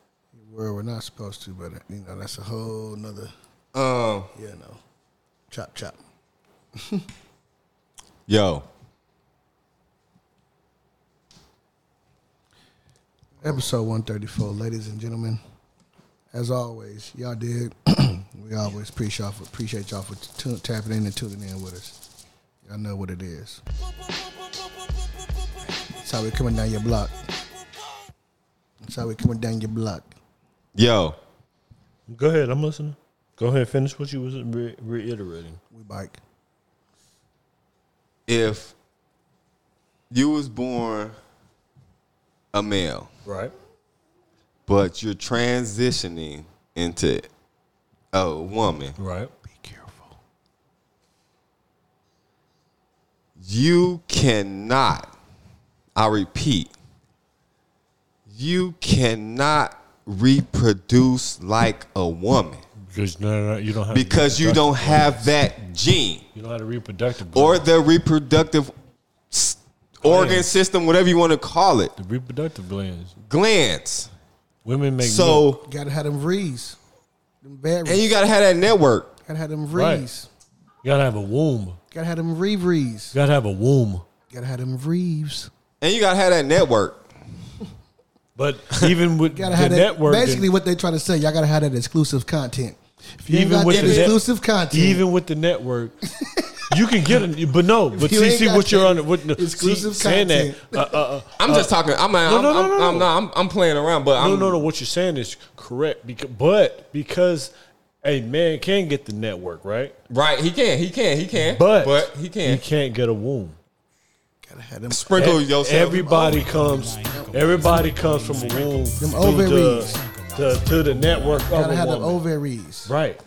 Where we're not supposed to, but you know that's a whole nother. Um, You know, chop chop. yo, Episode one thirty four, ladies and gentlemen. As always, y'all did. we always appreciate y'all for appreciate y'all for tu- tapping in and tuning in with us. Y'all know what it is. That's how we coming down your block. That's how we coming down your block. yo, Go ahead, I'm listening. Go ahead, finish what you was re- reiterating. We bike. if you was born a male, Right. but you're transitioning into a woman, Right. you cannot, I repeat, you cannot reproduce like a woman Because no, no, no, you don't have because you don't have that gene you don't have a reproductive or the reproductive s- organ Glands. system, whatever you want to call it, the reproductive glands. glands. Women make milk. So, Gotta have them V's. Them bad and you got to have that network. Gotta have them Right. V's. you gotta have a womb. You Gotta have them Reeves. gotta have a womb. Gotta have them Reeves. And you got to have that network. But even with Gotta the have that. network, basically, what they trying to say, y'all gotta have that exclusive content. If you even got with that the net- exclusive content, even with the network, you can get it. But no, but you see, ain't see got what you're that on. What, no, see, exclusive saying that, content. uh, uh, uh, I'm just talking. I'm, I'm, no, I'm, no, no, I'm, no. I'm, I'm playing around, but no, I'm, no, no. What you're saying is correct. Because, but because a man can get the network, right? right. He can, he can, he can, But but he can. He can't get a womb. gotta have them Sprinkle yourself. Everybody Oh, comes. Everybody comes from a womb. Them ovaries. The, to, to the network of gotta a have them woman. ovaries. Right.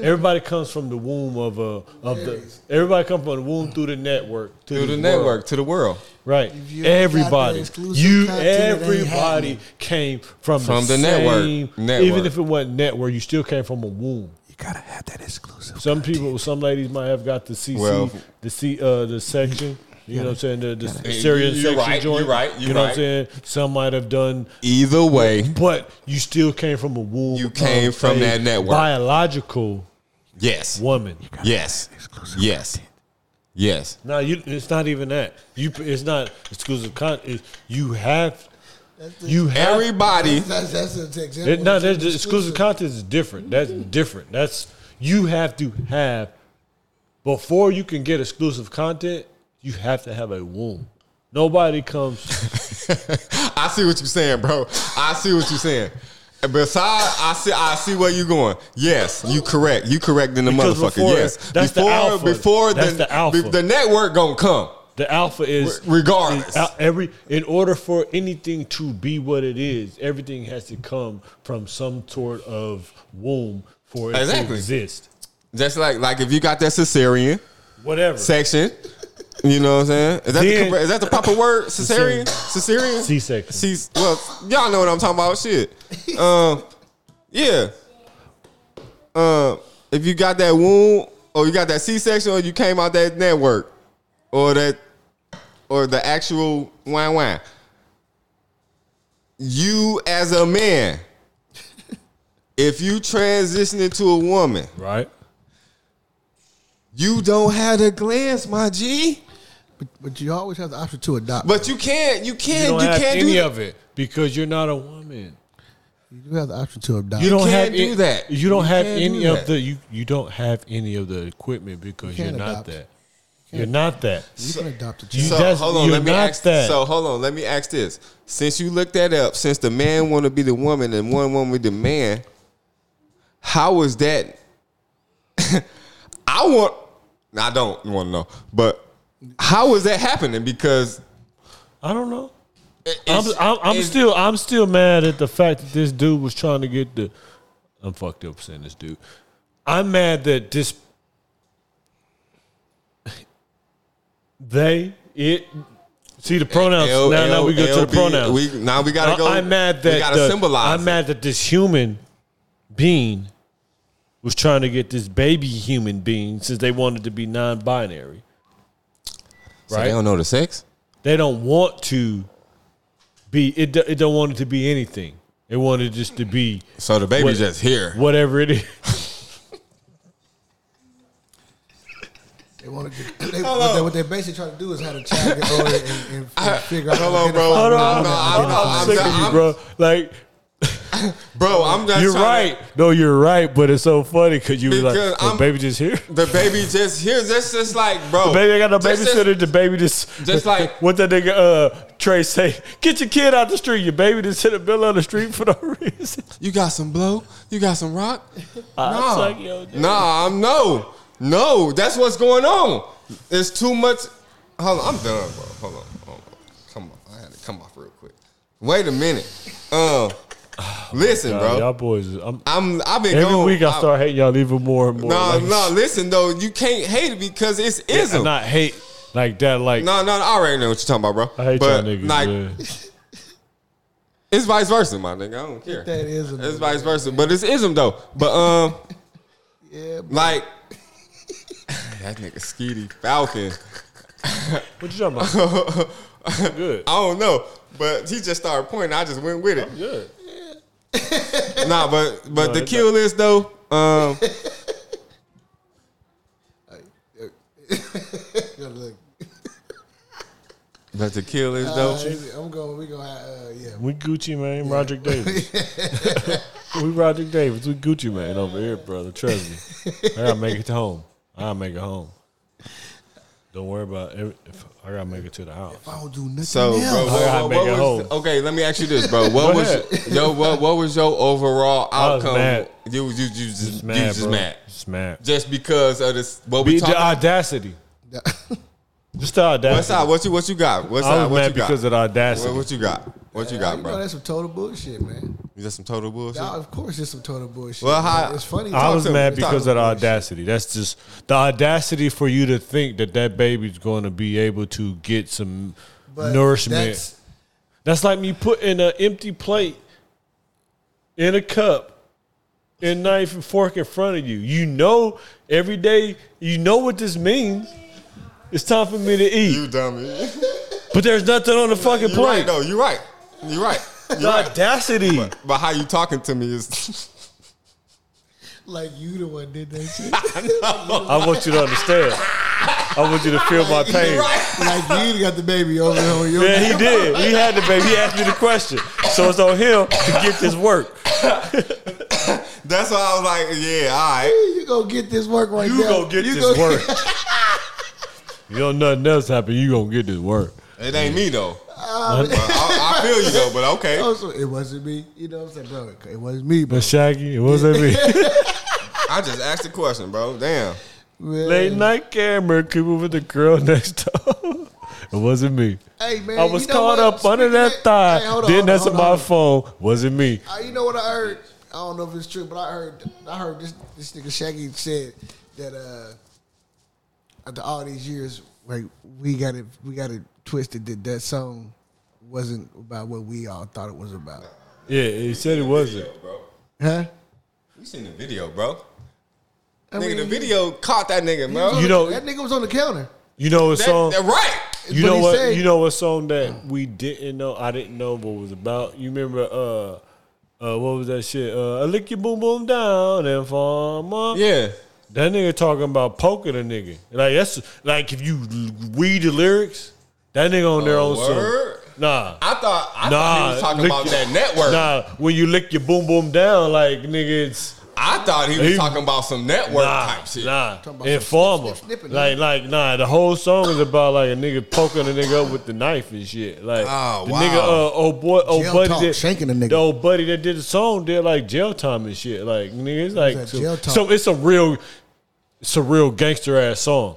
Everybody comes from the womb of a of the. Everybody comes from the womb through the network to through the this network world. to the world. Right. you ain't got the Everybody. exclusive You content, it ain't everybody happening. came from, From the, the network. same, Network. Even if it wasn't network, you still came from a womb. You gotta have that exclusive. Some people some ladies might have got the CC Well- the C uh the section. You know what I'm saying? The, the Hey, Syrian Eh, you're section right, you're joint. right, you you're know what right. I'm saying? Some might have done Either way, but you still came from a womb. You came of from a that network. Biological yes, woman. yes, yes, yes. No, you. It's not even that. You. It's not exclusive content. You have. You have. Everybody, That's that's an example. It, no, of that's just, exclusive content is different. That's Mm-hmm. different. That's you have to have before you can get exclusive content. You have to have a womb. Nobody comes. I see what you're saying, bro. I see what you're saying. And Besides, I see, I see where you're going. Yes, you correct. You correct in the Because motherfucker. before- yes, that's the before, alpha. before That's the the alpha. be- the network gonna come. The alpha is Re- regardless. is out- every in order for anything to be what it is, everything has to come from some sort of womb for it to Exactly. exist. Just like like if you got that cesarean Whatever. section, you know what I'm saying? Is that, Then- the, correct- is that the proper word? Cesarean, cesarean, C-section. Cease- well, y'all know what I'm talking about. Shit. Um, yeah. Uh, if you got that wound, or you got that C-section, or you came out that network, or that, or the actual wine wine. You as a man, if you transition into a woman, Right. you don't have the glands, my G. But, but you always have the option to adopt. But you can't, you You can't, you, don't have can't any do of it because you're not a woman. You do have the option to adopt. You don't can't have do any- that. You don't You have can't any do of that. the you, you don't have any of the equipment because You you are can't not adopt. that. You're not that. You can adopt a You child. just- you're not ask that. So hold on, let me ask this. Since you looked that up, since the man want to be the woman and one woman with the man, how was that? I want. I don't want to know, but how was that happening? Because I don't know. it- I'm, it's- I'm, I'm it's- still I'm still mad at the fact that this dude was trying to get the. I'm fucked up saying this dude. I'm mad that this. They it. See the pronouns. L- now, now we go to the LB, pronouns. we- now we gotta I- go. Uh, I'm mad we that gotta the- symbolize. I'm mad that this human being was trying to get this baby human being since they wanted to be non-binary. it. So they don't know the sex. They don't want to be. It do- it don't want it to be anything. They want it just to be So the baby's What- just here. whatever it is. They want to. They, what, they, what they basically try to do is have a child get older and, and, and figure out. Hold how on, to bro. identify Hold on, with how to I'm- identify. I'm- Sick of you, I'm- bro. Like Bro, I'm just you're trying right. to- No, you're right. But it's so funny because you were like, Because "Oh, I'm- "Baby, just here." the baby just here. That's just like, bro. Baby, I got no That's just- babysitter. The baby just Just like- what that nigga uh, Trey say. Get your kid out the street. Your baby just hit a bill on the street for no reason. You got some blow. You got some rock. I was Nah. Uh, like, yo, dude. Nah, I'm no, no. That's what's going on. It's too much. Hold on, I'm done, bro. Hold on, hold on. come on. I had to come off real quick. Wait a minute. Um, listen, Y'all bro. boys, I'm, I'm. I've been every going, week I start hating y'all even more and more. No, Like, no. Listen though, you can't hate it because it's I'm ism. not hate like that. Like No, no. I already know what you're talking about, bro. I hate but y'all niggas. like, man. it's vice versa, my nigga. I don't care. That is. a- It's vice versa, but it's ism though. But um, Yeah, bro. like that nigga Skeety Falcon. What you talking about? I Good. don't know, but he just started pointing. I just went with it. Good. Nah, but but the it's kill list though. Um, Look, but the kill list though. I'm going. We gonna have. Uh, yeah. We Gucci man, Roger Davis. we Roger Davis. We Gucci man over here, brother. Trust me. I gotta make it to home. I gotta make it home. Don't worry about every, if I gotta make it to the house. I don't do nothing So, else. bro, I gotta what, what, make it was, whole. okay, let me ask you this, bro. What Go was ahead. yo? What, what was your overall I was outcome? mad. You you you just, you just bro. mad Just mad. just because of this. What Be we the talking? audacity. Just the What audacity. side? What you what you got? What I side? was What mad you got? because of the audacity. What, what you got? What you Yeah, got, you know bro? that's some total bullshit, man. Is that some total bullshit? Nah, of course, it's some total bullshit. Well, how- But it's funny. I talk was to mad me. Talk because to of the me. audacity. That's just the audacity for you to think that that baby's going to be able to get some But nourishment. that's- That's, like me putting an empty plate in a cup and knife and fork in front of you. You know, every day, you know what this means. It's time for me to eat, You dummy. but there's nothing on the fucking You right plate. though. You right. You right. You the right. audacity. But how you talking to me is Like you the one did that shit. I want you to understand. I want you to feel my pain. like you got the baby over there on your Yeah, he did. He had the baby. He asked me the question. So it's on him to get this work. that's why I was like, yeah, all right. You go get this work right You now. gonna get this go- work. you don't nothing else happen, you gonna get this work. It ain't me though. But I, I feel you though, but okay. Oh, so it wasn't me. You know what I'm saying, bro? It wasn't me, bro. But Shaggy, it wasn't me. I just asked a question, bro. Damn. Man. Late night camera creeping with the girl next door. It wasn't me. Hey, man, I was you know caught what? up under Speaking that of- thigh. Hey, hold on, then hold on, that's hold my on. phone. Wasn't me. Uh, you know what I heard? I don't know if it's true, but I heard I heard this this nigga Shaggy said that uh after all these years, like we got it we got it twisted that that song wasn't about what we all thought it was about. Yeah, he said it wasn't. bro. Huh? You seen the video, bro. I nigga, the mean, video caught that nigga, he was bro. on You the- know- that nigga was on the counter. You know what That, song? that- right. You But know he what? said- you know what song that we didn't know? I didn't know what it was about. You remember? Uh, uh, what was that shit? Uh, I lick your boom boom down and farm up. Yeah. That nigga talking about poking a Oh, nigga. Like that's like if you read the lyrics, that nigga on their own song. Word. Nah. I thought I thought nah. he was talking lick about your- that network. Nah, when you lick your boom boom down, like nigga, it's I thought he was He- talking about some network nah, type shit. nah, about some informal. snip- snipping, like, like, nah. The whole song is about like a nigga poking a nigga up with the knife and shit. Like, Oh, the wow. nigga, uh, old boy, old Ah, Jail buddy, talk, that, shanking a nigga. The old buddy that did the song did like jail time and shit. Like, nigga, it's like that so, jail talk? so It's a real, it's a real gangster ass song.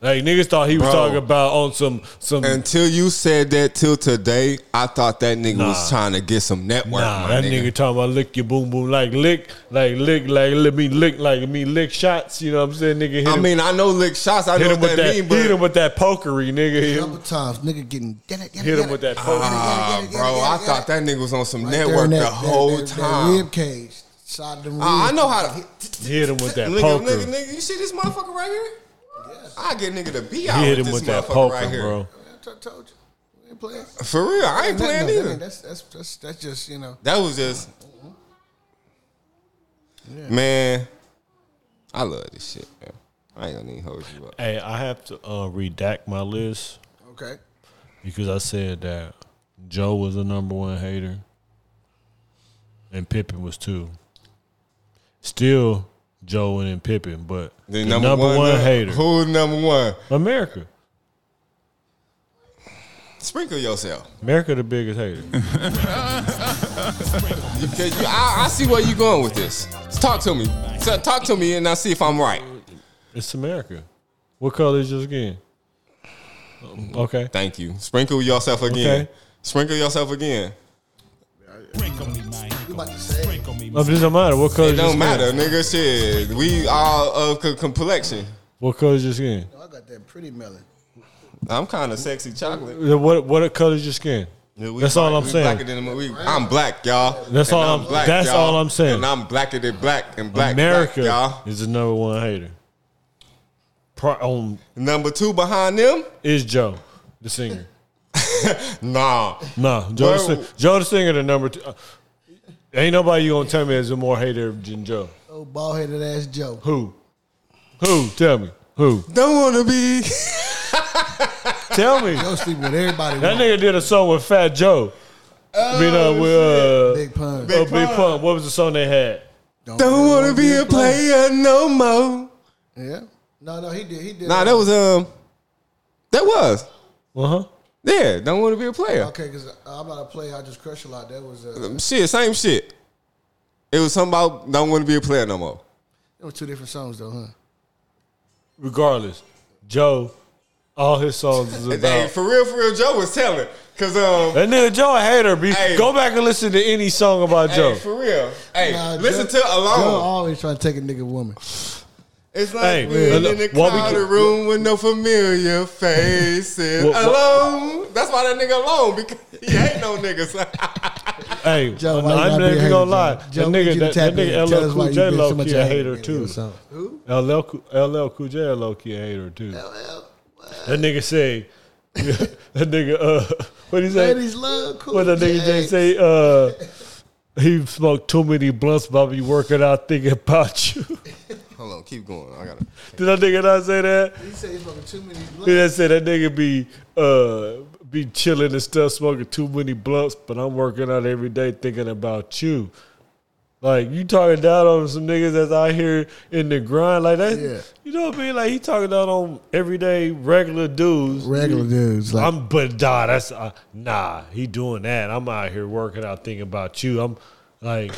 Like niggas thought he was Bro. talking about on some some Until you said that till today, I thought that nigga was trying to get some network. Nah, my that nigga. nigga. talking about lick your boom boom like lick, like lick, like let me lick, like me lick shots. You know what I'm saying, nigga? Hit I him, mean, I know lick shots. I hit know him what with that, that, mean, hit him but with that pokery, nigga. Hit Couple him, times, nigga getting yada, yada, hit him yada. with that pokery. ah, bro, I thought that nigga was on some Right there network in that- the that- whole that- that time. rib cage, shot them. Ah, I ribs. know how to hit him with that nigga, poker. nigga, nigga. You see this motherfucker right here? I get nigga to be out hit with him this with motherfucker that poker, right here. bro. I t- told you, we ain't playing. For real, I ain't No, playing no, I mean, either. That's Mm-hmm. that's that's that's just you know. That was just man. I love this shit, man. I ain't gonna even hold you up. Hey, I have to uh, redact my list Okay, because I said that Joe was the number one hater and Pippen was two. Still, Joe and then Pippen, but the, number, one, uh, hater, Who's number one? America. Sprinkle yourself. America the biggest hater. You- you- I, I see where you going with this. Talk to me. So, talk to me, and I see if I'm right. It's America. What color is your skin? Um, Okay. Thank you. Sprinkle yourself again. Okay. Sprinkle yourself again. Sprinkle me, man. you about to say Sprinkle me, No, man. it doesn't matter. What color It is your skin? don't matter, nigga. Shit, we all of co- complexion. What color is your skin? I got that pretty melon. I'm kind of sexy chocolate. Uh, What what color is your skin? Yeah, we That's black- all I'm we saying. blacker than the- we- I'm black, y'all. That's And all I'm- that's all I'm saying. And I'm blacker than black and black. America America, y'all. is the number one hater. Pro, um, Number two behind them. is Joe the singer? Nah, Nah, Joe, the, Well- sing- Joe the singer the number two. uh, ain't nobody you gonna tell me is a more hater than Joe. Oh, bald headed ass Joe. Who? Who? Tell me. Who? don't wanna be. Tell me. Joe sleep with everybody. That wants. nigga did a song with Fat Joe. Oh, I mean, uh, with, uh, big pun. Oh, Big Pun. What was the song they had? Don't wanna wanna be a player no more. Yeah. No, no, he did. He did. Nah, that was um, that was Uh Uh-huh. huh. yeah. Don't wanna be a player. okay. Because I'm not a player. I just crush a lot. That was uh, Um, Shit, same shit. It was something about don't wanna be a player no more. It was two different songs though, huh? Regardless, Joe, all his songs is Hey, about. for real, for real, Joe was telling cause um. That nigga Joe a hater. Be Hey. go back and listen to any song about Hey, Joe. for real. Hey, Nah, listen to Joe- Joe alone. always trying to take a nigga woman. It's like Hey, being look, in the while we crowded can- room with no familiar faces. Wha- wha- alone. That's why that nigga alone because he ain't no niggas. Hey, Joe, no, why you I'm gotta not be a even hater, gonna Joe? lie. Joe, that we need nigga, you to that, tap that in nigga and tell LL us why Cool you J been so low much key of a a hater hater in your too. song. LL Cool- LL Cool J a low key a hater too. That nigga say. that nigga, uh, what he say? Ladies love cool. What that nigga J. Jay say? Uh, he smoked too many blunts, Bobby. Working out, thinking about you. Hold on, keep going. I gotta. Did that nigga not say that? He said he's fucking too many He blunts. done said that nigga be uh be chilling and stuff, smoking too many blunts, but I'm working out every day thinking about you. Like you talking down on some niggas that's out here in the grind like that. Yeah. You know what I mean? Like he talking down on everyday regular dudes. Regular dudes, like I'm but nah, that's uh, nah. He doing that. I'm out here working out, thinking about you. I'm like.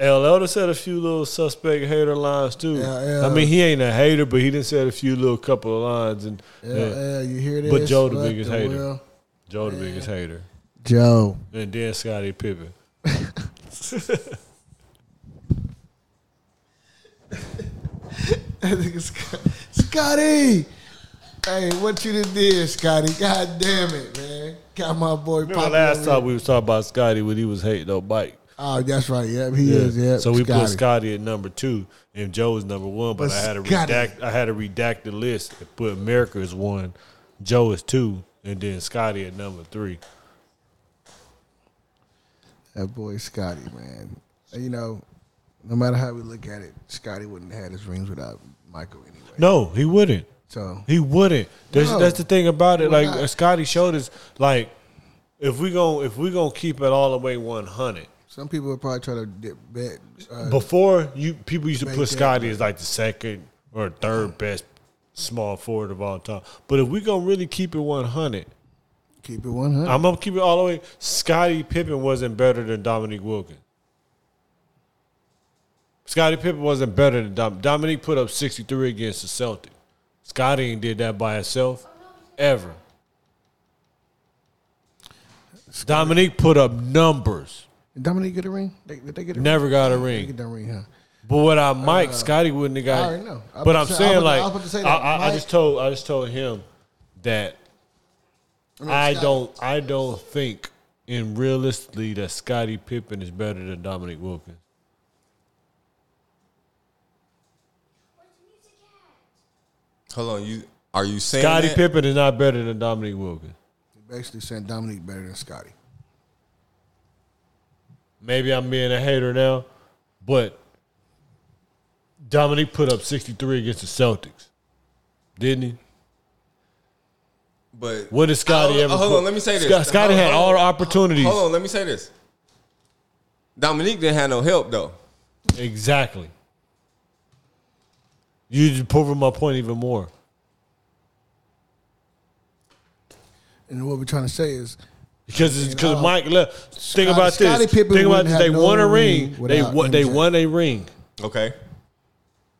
LL done said a few little suspect hater lines too. LL. I mean, he ain't a hater, but he done said a few little couple of lines, and and LL, you hear this? But Joe the What biggest hater. world? Joe the biggest hater, Joe. and then Scottie Pippen. That nigga Scott- Scotty. Hey, what you done did, Scotty? God damn it, man. Got my boy Remember Poppy last over here. time we was talking about Scotty when he was hating on Mike. Oh, that's right. Yep, he is. Yep. so we put Scotty. Scotty at number two, and Joe was number one. But, But I had to Scotty- redact. I had to redact the list and put America as one, Joe is two, and then Scotty at number three. That boy Scotty, man. And, You know, no matter how we look at it, Scotty wouldn't have had his rings without Michael anyway. No, he wouldn't. So He wouldn't. That's No. that's the thing about it. Why like not? Scotty showed us, like if we going if we gonna keep it all the way one hundred. Some people would probably try to dip bet. Uh, Before you people used to put Make Scotty as like the second or third best small forward of all time. But if we gonna really keep it one hundred, keep it 100. I'm gonna keep it all the way. Scottie Pippen wasn't better than Dominique Wilkins. Scottie Pippen wasn't better than Dom- Dominique. Put up 63 against the Celtics. Scottie ain't did that by himself ever. Dominique put up numbers. Did Dominique get a ring? They, did they get a Never got a ring? They ring. get that ring, huh? But what I might, Scotty wouldn't have got. I already know. I was But about I'm to say- I saying was- I like was about to say I, that I- I Mike- just told I just told him that mean, I Scotty- don't I don't think in realistically that Scottie Pippen is better than Dominic Wilkins. Hold on, you are you saying Scottie that? Pippen is not better than Dominic Wilkins. Basically saying Dominique better than Scotty. Maybe I'm being a hater now, but Dominic put up 63 against the Celtics, didn't he? But What did Scotty Oh, ever? Hold put- on, let me say this. Scott- Scotty Hold on, had hold all on. the opportunities. Hold on, let me say this. Dominique didn't have no help though. Exactly. You just proving my point even more. And what we're trying to say is, Because it's because uh, Mike left. Think Scottie- about Scottie this. Pippen Think about wouldn't this. have They no won a ring ring. They without won. They MJ. won a ring. Okay.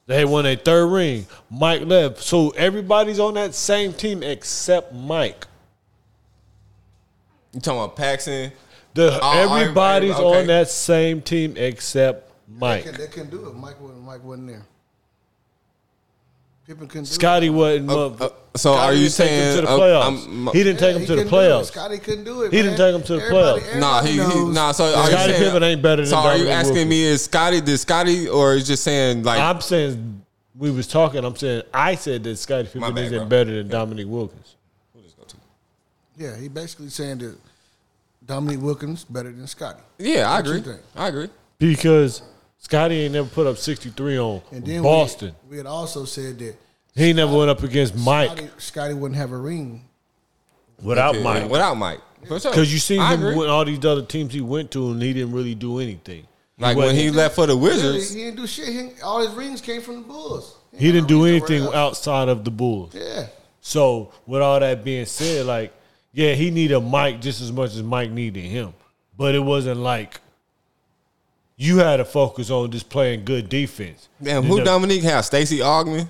They won a third ring. Mike left. So everybody's on that same team except Mike. You talking about Paxson? The Oh, every- everybody's okay. on that same team except they Mike. couldn't- they couldn't do it. Mike wasn't, Mike wasn't there. Pippen couldn't do Scotty wasn't. Uh, up- uh, so Scotty are you didn't take him saying to the uh, playoffs? I'm- my- he didn't it. take him to the playoffs. Scotty couldn't do it. He didn't man. take him to the Everybody- playoffs. Nah, everybody he, he knows- nah. So are you Scottie saying, Pippen ain't better than So are you Dominique asking Wilkins. me is Scotty did Scotty or is just saying like I'm saying we was talking. I'm saying I said that Scotty Pippen bad, isn't bro. better than Dominique Wilkins. Yeah, he basically saying that Dominique Wilkins better than Scotty. yeah, I What you agree. think? I agree. because Scotty ain't never put up 63 on And then we- Boston. We, had also said that he ain't never went up against Mike Scotty, Scotty wouldn't have a ring. without Yeah, Mike. Without Mike. For sure. Because you seen uh, I him agree. with all these other teams he went to, and he didn't really do anything. He like when wasn't- he left for the Really, Wizards. he didn't do shit. He- all his rings came from the Bulls. he didn't do anything else. outside of the Bulls. Yeah, So with all that being said, like yeah, he needed Mike just as much as Mike needed him, but it wasn't like. You had to focus on just playing good defense. Damn, The- who the Dominique have? Stacy Ogman,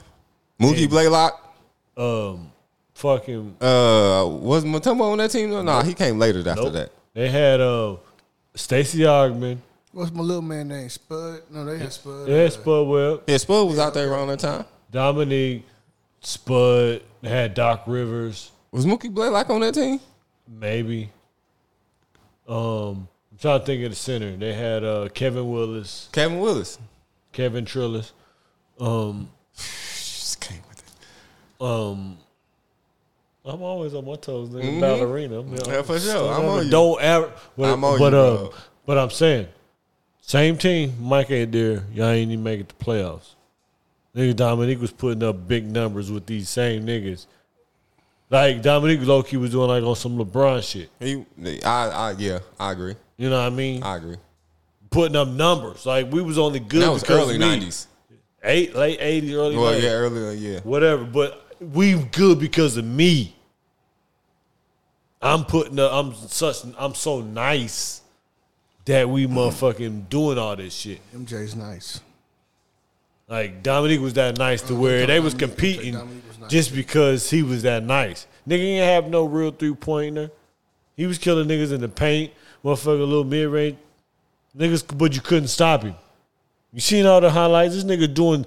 Mookie Blaylock. Um, Fucking Uh, was Matumbo on that team? No, nah, he came later after nope. that. They had uh, Stacy Ogman, what's my little man name? Spud? No, they had Spud. they had Uh, Spud Webb, Yeah, Spud was out there around that time. Dominique, Spud, they had Doc Rivers, Was Mookie Blaylock on that team? maybe. Um, I'm trying to think of the center. They had uh, Kevin Willis, Kevin Willis. Kevin Trillis. Just came with it. I'm always on my toes, nigga. Ballerina. I'm, Yeah, for sure. don't I'm ever- on you. Don't ever. But, I'm on but, you, uh, bro. but I'm saying, same team. Mike ain't there. Y'all ain't even make it to playoffs. Nigga Dominique was putting up big numbers with these same niggas. Like Dominique Loki was doing like on some LeBron shit. He, I, I, yeah, I agree. You know what I mean? I agree. Putting up numbers. Like we was only good. That was because early we- '90s. Eight, late eighties, early Well, 90s. yeah, earlier, yeah. whatever. But we good because of me. I'm putting. Up, I'm such. I'm so nice that we motherfucking doing all this shit. MJ's nice. Like Dominique was that nice to where they was Mm-hmm. Dominique- competing Dominique was nice. just because he was that nice. Nigga ain't have no real three pointer. He was killing niggas in the paint, motherfucker, little mid range niggas, but you couldn't stop him. You seen all the highlights? This nigga doing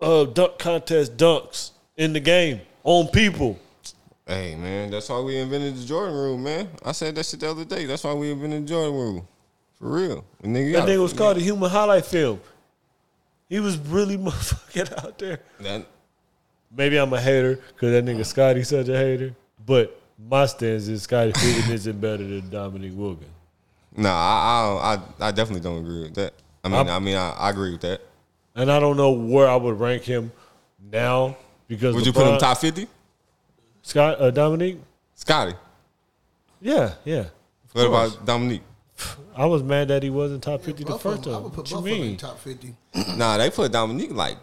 uh dunk contest dunks in the game on people. Hey man, that's why we invented the Jordan rule, man. I said that shit the other day. That's why we invented the Jordan rule. For real. And nigga, That nigga was called a human highlight film. He was really motherfucking out there. That, maybe I'm a hater because that nigga Scotty such a hater. But my stance is Scotty Pippen isn't better than Dominique Wilkins. nah, I, I, don't- I, I definitely don't agree with that. I mean, I'm- i mean, I, I agree with that. And I don't know where I would rank him now because Would you put him LeBron- top fifty? Scott uh, Dominique? Scotty. Yeah, yeah. What about Dominique? I was mad that he wasn't top fifty the Both of first them. I time. would put What both you of them in mean? top fifty. Nah, they put Dominique like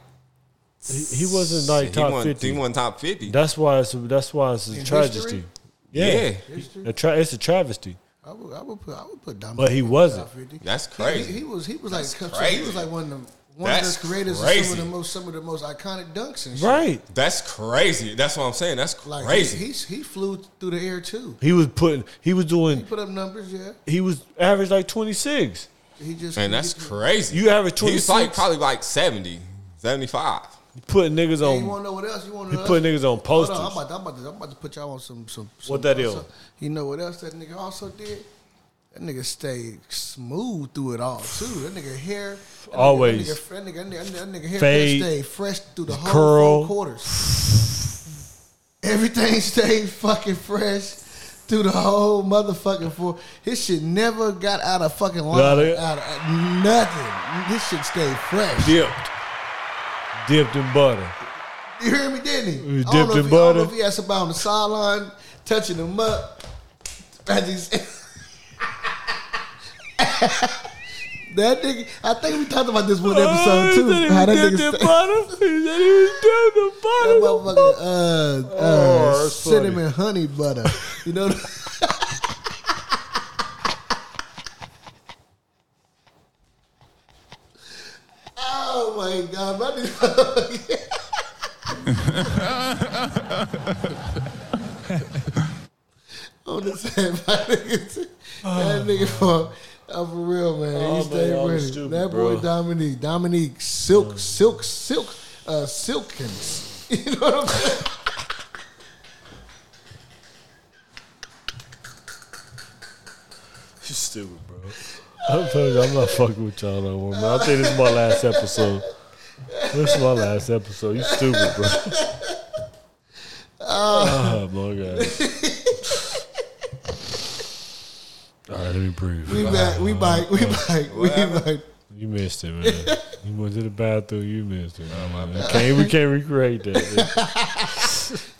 He, he wasn't like he top won, fifty. He won top fifty. That's why it's that's why it's a In tragedy. history? Yeah, History? A tra- it's a travesty. I would, I would put, I would put Dominic. But he in the wasn't. top 50. That's He- crazy. He, was, he was like, he crazy. was like one of the one That's of the creators of crazy. some of the most, some of the most iconic dunks and shit. Right. That's crazy. That's what I'm saying. That's Like crazy. He, he he flew through the air too. He was putting. He was He doing. put up numbers, yeah. He was average like twenty six. He just Man, that's he- crazy. You average He's like 26? probably like 70, 75. Putting niggas You on. want to know what else? You want He to know? put else? niggas on Hold posters. on, I'm, about to, I'm, about to, I'm about to put y'all on some some. some What that some- is? You know what else that nigga also did? That nigga stayed smooth through it all too. That nigga hair that nigga- Always. That nigga, that nigga, that nigga, that nigga hair Fade. stayed fresh through the whole Curl. four quarters. Everything stayed fucking fresh through the whole motherfucking four. His shit never got out of fucking line. Got it. Out of, nothing. This shit stayed fresh. dipped. Dipped in butter. You hear me, didn't he? He I don't know dipped if in he- I don't know butter. if he had somebody on the sideline touching him up. I just- that nigga, I think we talked about this one Oh, episode too. How that nigga dipped in stay- butter. He said he was that dipped in butter. motherfucker, uh, uh, Oh, that's funny. cinnamon honey butter. You know. oh my god, my nigga- I'm just saying, my nigga, that nigga for. I'm for real, Oh, man. Oh, he stayed man, I'm ready. stupid, that bro. boy Dominique, Dominique, silk, silk, silk, uh, silkins. You know what I'm saying? You stupid, bro. I'm, telling you, I'm not fucking with y'all no more, man. I think this is my last episode. This is my last episode. You stupid, bro. Uh. Oh, my God. All right, let me breathe. We back, we back, we back, we back. You missed it, man. you went to the bathroom. You missed it. Oh, Man. We can't, we can't recreate that. man.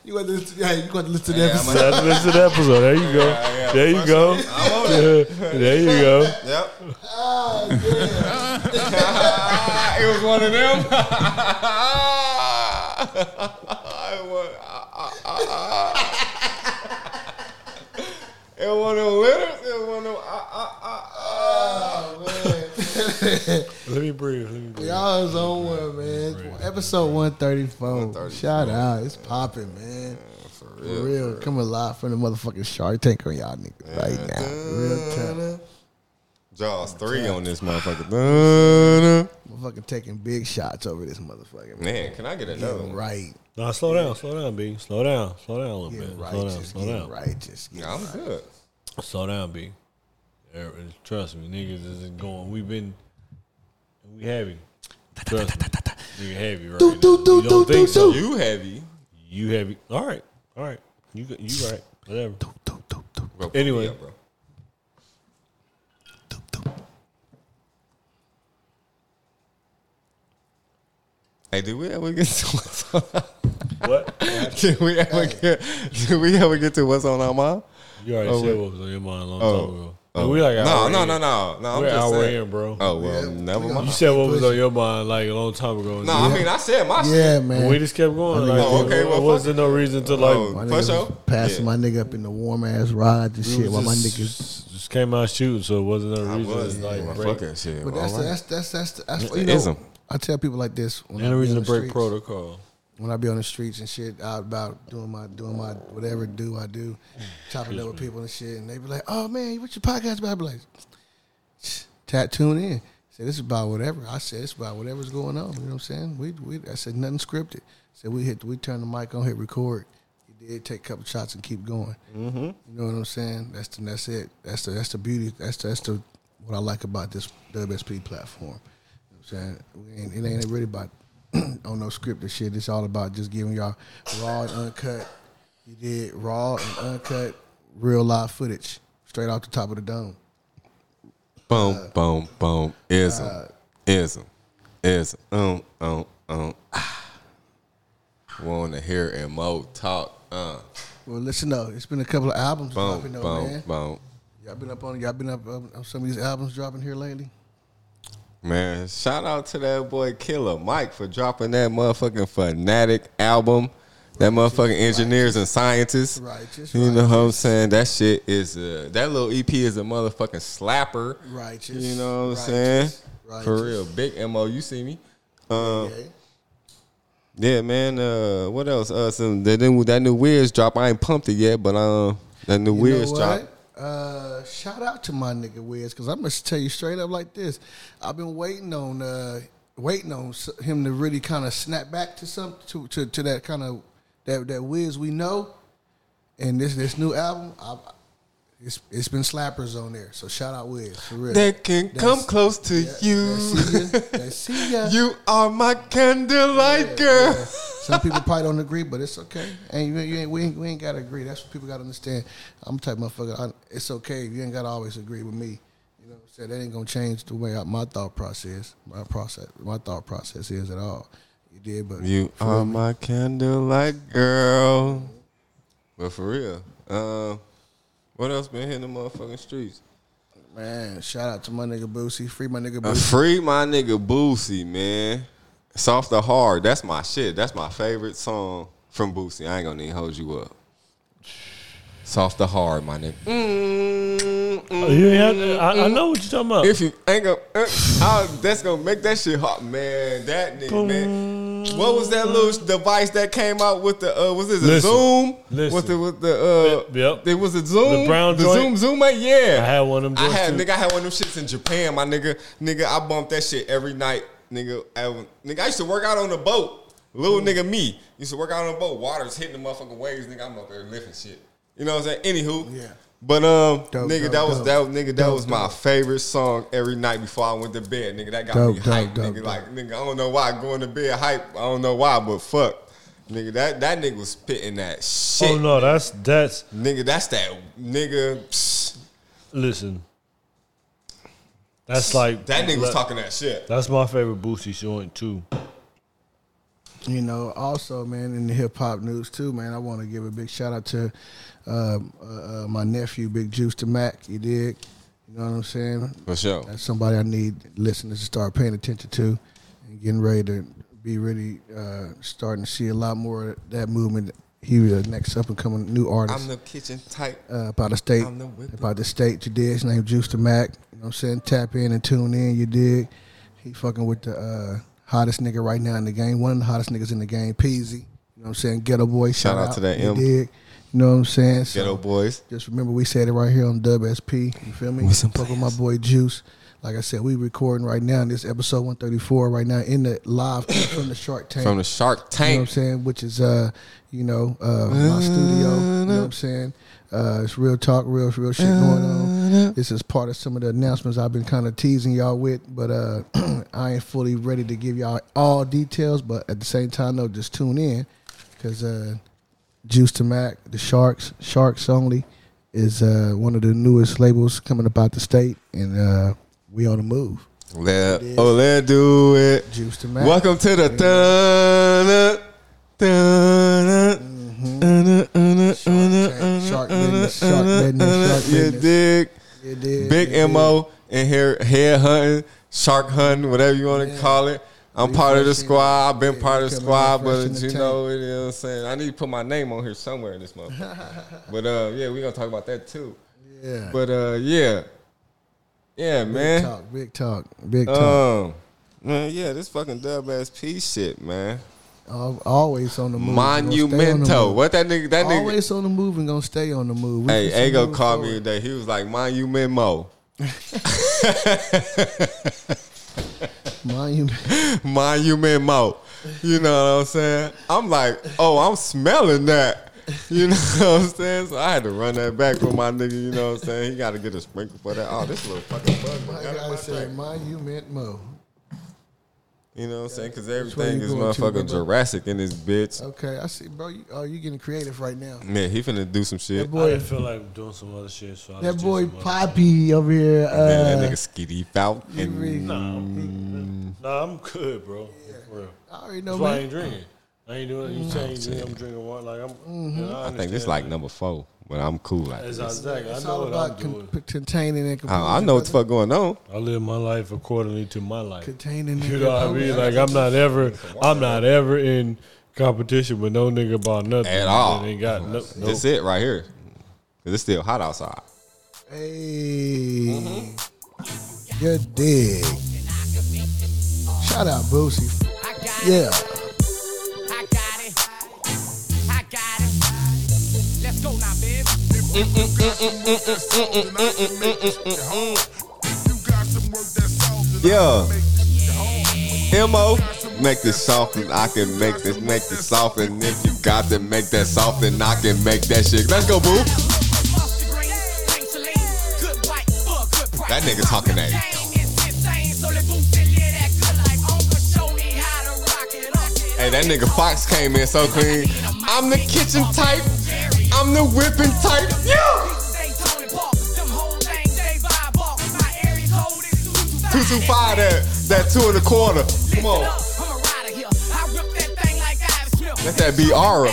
You got to listen, hey, you got to listen to Yeah, that I'm episode. That's missed an episode. There you go. Yeah, yeah. There you go. Yeah, there you go. Yep. Oh, it was one of them. it was it was one of them letters. It was one of them. ah, Oh, man. Let me breathe. Let me breathe. Y'all is on one, man. Episode 134. Shout out. It's popping, man. for real. Come a lot from the motherfucking Shark Tank on y'all niggas right now. Real time. Jaws three on this motherfucker. Motherfucking taking big shots over this motherfucker. Man. Man, can I get another Getting one? right. Nah, slow down, slow down, B. Slow down, slow down a little bit. Getting Slow down, righteous. slow Getting down, righteous. Getting I'm good. slow down, B. Er, Trust me, niggas isn't going. We've been, we heavy. Trust me, nigga heavy right Do, now. do, do, you don't do, think do, so? do. You heavy? You heavy? All right, all right. You go- you right? Whatever. Doop, doop, doop, Bro, Anyway. yeah, bro. doop, doop. Hey, did we ever get to what's on? What? Did we ever get? Did we ever get to what's on our mind? You already Oh, said wait. what was on your mind a long Oh, time ago. oh. We like no, hour no, in. no, no, no. I'm We're just hour saying. in, bro. Oh well, Yeah, never we mind. You said what was pushing. on your mind like a long time ago. No, I mean I said my shit. Yeah, man. we just kept going. Like, Oh, okay, there well, fuck wasn't no reason to like. Oh, My for niggas sure. passing Yeah. my nigga up in the warm ass rods and We shit was while my just, niggas. just came out shooting, so it wasn't no I reason. was to, like yeah, break. fuck that shit. But that's, All right. that's that's that's that's, you It's know, a- I tell people like this when Ain't no I be reason on to the break streets. protocol. when I be on the streets and shit, out about doing my doing my whatever do I do, chopping up with people and shit, and they be like, "Oh man, what your podcast about?" I be like, "Tap tune in." Said this is about whatever. I said it's about whatever's going on. You know what I'm saying? We we I said nothing scripted. Said we hit we turn the mic on, hit record. He did take a couple shots and keep going. Mm-hmm. You know what I'm saying? That's the, that's it. That's the that's the beauty. That's the, that's the what I like about this WSP platform. You know what I'm saying? It ain't, it ain't really about on no scripted shit. It's all about just giving y'all raw and uncut. You did raw and uncut, real live footage straight off the top of the dome. Boom, boom, boom. Ism, ism, ism. Um, um, um. Ah. Want to hear Mo talk? Uh. Well, let you know. It's been a couple of albums Boom, dropping though, boom, man. boom. Y'all been up on y'all been up um, on some of these albums dropping here lately. Man, shout out to that boy Killer Mike for dropping that motherfucking fanatic album. That motherfucking engineers and scientists. Righteous, You know what I'm saying? That shit is a, that little EP is a motherfucking slapper. Righteous. You know what I'm Righteous. saying? For Righteous. real. Big MO, you see me. Um, Okay. yeah, man. Uh, what else? Uh, some that new that new Wiz drop. I ain't pumped it yet, but um, that new You Wiz know drop. what? Uh, shout out to my nigga Wiz because I'm gonna tell you straight up like this. I've been waiting on uh, waiting on s- him to really kind of snap back to some to, to, to that kind of that that Wiz we know, and this this new album. I, it's it's been slappers on there, so shout out Wiz for real. That can come That's- close to you. That see ya, that see ya. You are my candlelight girl. Some people probably don't agree, but it's okay. And you, you ain't, we ain't, we ain't gotta agree. That's what people gotta understand. I'm the type of motherfucker. I, it's okay. You ain't gotta always agree with me. You know what I'm saying? That ain't gonna change the way I, my thought process, my process, my thought process is at all. You did, but You are my candlelight girl. But for real, uh, what else been hitting the motherfucking streets? man, shout out to my nigga Boosie. Free my nigga Uh, Boosie. free my nigga Boosie, man. Soft the hard. That's my shit. That's my favorite song from Boosie. I ain't gonna need to hold you up. Soft the hard, my nigga. Oh, You ain't have- I, I Mm. know what you're talking about. If you ain't gonna, uh, I'll- that's gonna make that shit hot, man. That nigga, man. What was that little device that came out with the? Uh, was this a Listen, Zoom? listen. With the with the? Uh, Yep. It was a Zoom. The brown the Zoom joint? Zoom. uh, Yeah. I had one of them. I joints, had too. nigga. I had one of them shits in Japan, my nigga. Nigga, I bumped that shit every night, nigga. I, nigga, I used to work out on the boat. Mm. Little nigga, me used to work out on the boat. Water's hitting the motherfucking waves, nigga. I'm up there lifting shit. You know what I'm saying? Anywho, Yeah. But um, Dope, nigga, dope, that was dope. that was nigga. That Dope, was my dope. favorite song every night before I went to bed, nigga. That got Dope, me dope, hyped, dope, nigga. dope. Like nigga, I don't know why going to bed hype. I don't know why, but fuck, nigga. That that nigga was spitting that shit, Oh no, that's that's. nigga. That's that nigga. psst. Listen, that's like That nigga was le- talking that shit. That's my favorite Boosie joint too. You know, also, man, in the hip hop news too, man, I want to give a big shout out to um, uh, uh, my nephew, Big Juice to Mac. You dig? You know what I'm saying? For sure. That's somebody I need listeners to start paying attention to and getting ready to be really uh, starting to see a lot more of that movement. He was the next up and coming new I'm artist the kitchen type. uh, about the state. I'm the whip. About the state, you dig? His name Juice to Mac. You know what I'm saying? Tap in and tune in, you dig? He fucking with the uh, hottest nigga right now in the game. One of the hottest niggas in the game, Peasy. You know what I'm saying? Ghetto Boy. Shout, out to that you M. dig? You know what I'm saying? So- Ghetto boys. just remember, we said it right here on Dub SP. You feel me? We some Fuck with my players. boy Juice. Like I said, we recording right now. This episode 134 right now in the live from the Shark Tank. From the Shark you know what I'm Tank. saying? Which is, uh, you know, uh, my studio. You know what I'm saying? Uh, it's real talk, real, real shit going on. This is part of some of the announcements I've been kind of teasing y'all with, but uh, I ain't fully ready to give y'all all details. But at the same time, though, just tune in because uh, Juice to Mac, the Sharks, Sharks Only is uh, one of the newest labels coming about the state, and uh, we on the move. Let, oh, let do it. Juice to Mac. Welcome to the uh, thunder. Thunder. Thunder, thunder, uh, Tank, Mm-hmm. Shark business, shark business, shark You business. uh, dig? You dig, Big you dig. MO and hair, hair hunting, shark hunting, whatever you want to call it. I'm part of the Refreshing. squad. I've been Yeah, part of the coming squad, but refreshing the you tank. know, you know what I'm saying? I need to put my name on here somewhere in this motherfucker. but uh, yeah, we're going to talk about that too. Yeah. But uh, yeah, yeah, Big man. talk, big talk, big talk. Um, man, yeah, this fucking dub ass P shit, man. Al- always on the move. and gonna stay on the Monumento. move. What that nigga? That nigga. Always on the move and gonna stay on the move. We hey, just Ego move called me forward. today. He was like, Monumento, Monument. Monumento. You know what I'm saying? I'm like, oh, I'm smelling that. You know what I'm saying? So I had to run that back for my nigga. You know what I'm saying? He got to get a sprinkle for that. Oh, this little fucking bug. My got in guy my said drink. monument mo. You know what I'm saying? Because one everything you is going to, motherfucking Bubba? Jurassic in this bitch. Okay, I see, bro. You, oh, you getting creative right now? Man, he finna do some shit. That I boy, didn't feel like doing some other shit, so I that just boy did some other- Poppy over here. Uh, Man, that nigga skitty out. you And really- Nah, I'm, nah, I'm good, bro. For real. I already know, That's why I man. ain't drinking. I ain't doing Mm. it. You change it. I'm drinking water. Like I'm. you know, I, I think this like number four, but I'm cool after As this. I, exactly. I Mm-hmm. It's know all what I'm about doing. con- containing and composing. I, I know what the brother. fuck going on. I live my life accordingly to my life. Containing You and know what I mean? Like I'm not ever, I'm not ever in competition with no nigga about nothing At all. It ain't got no. no. That's it right here. 'Cause it's still hot outside. Hey, you dig? Shout out Boosie. Yeah, I got it. I got it. Let's go now, babe. Yeah. Mo, make this soft and I can make this, make this soft and if you got to make that soft and I can make that shit. Let's go, boo. That That nigga talking that. Hey, that nigga Fox came in so clean. I'm the kitchen type. I'm the whipping type. Yeah. Two two five that that two and a quarter. Come on. Let that be Aura.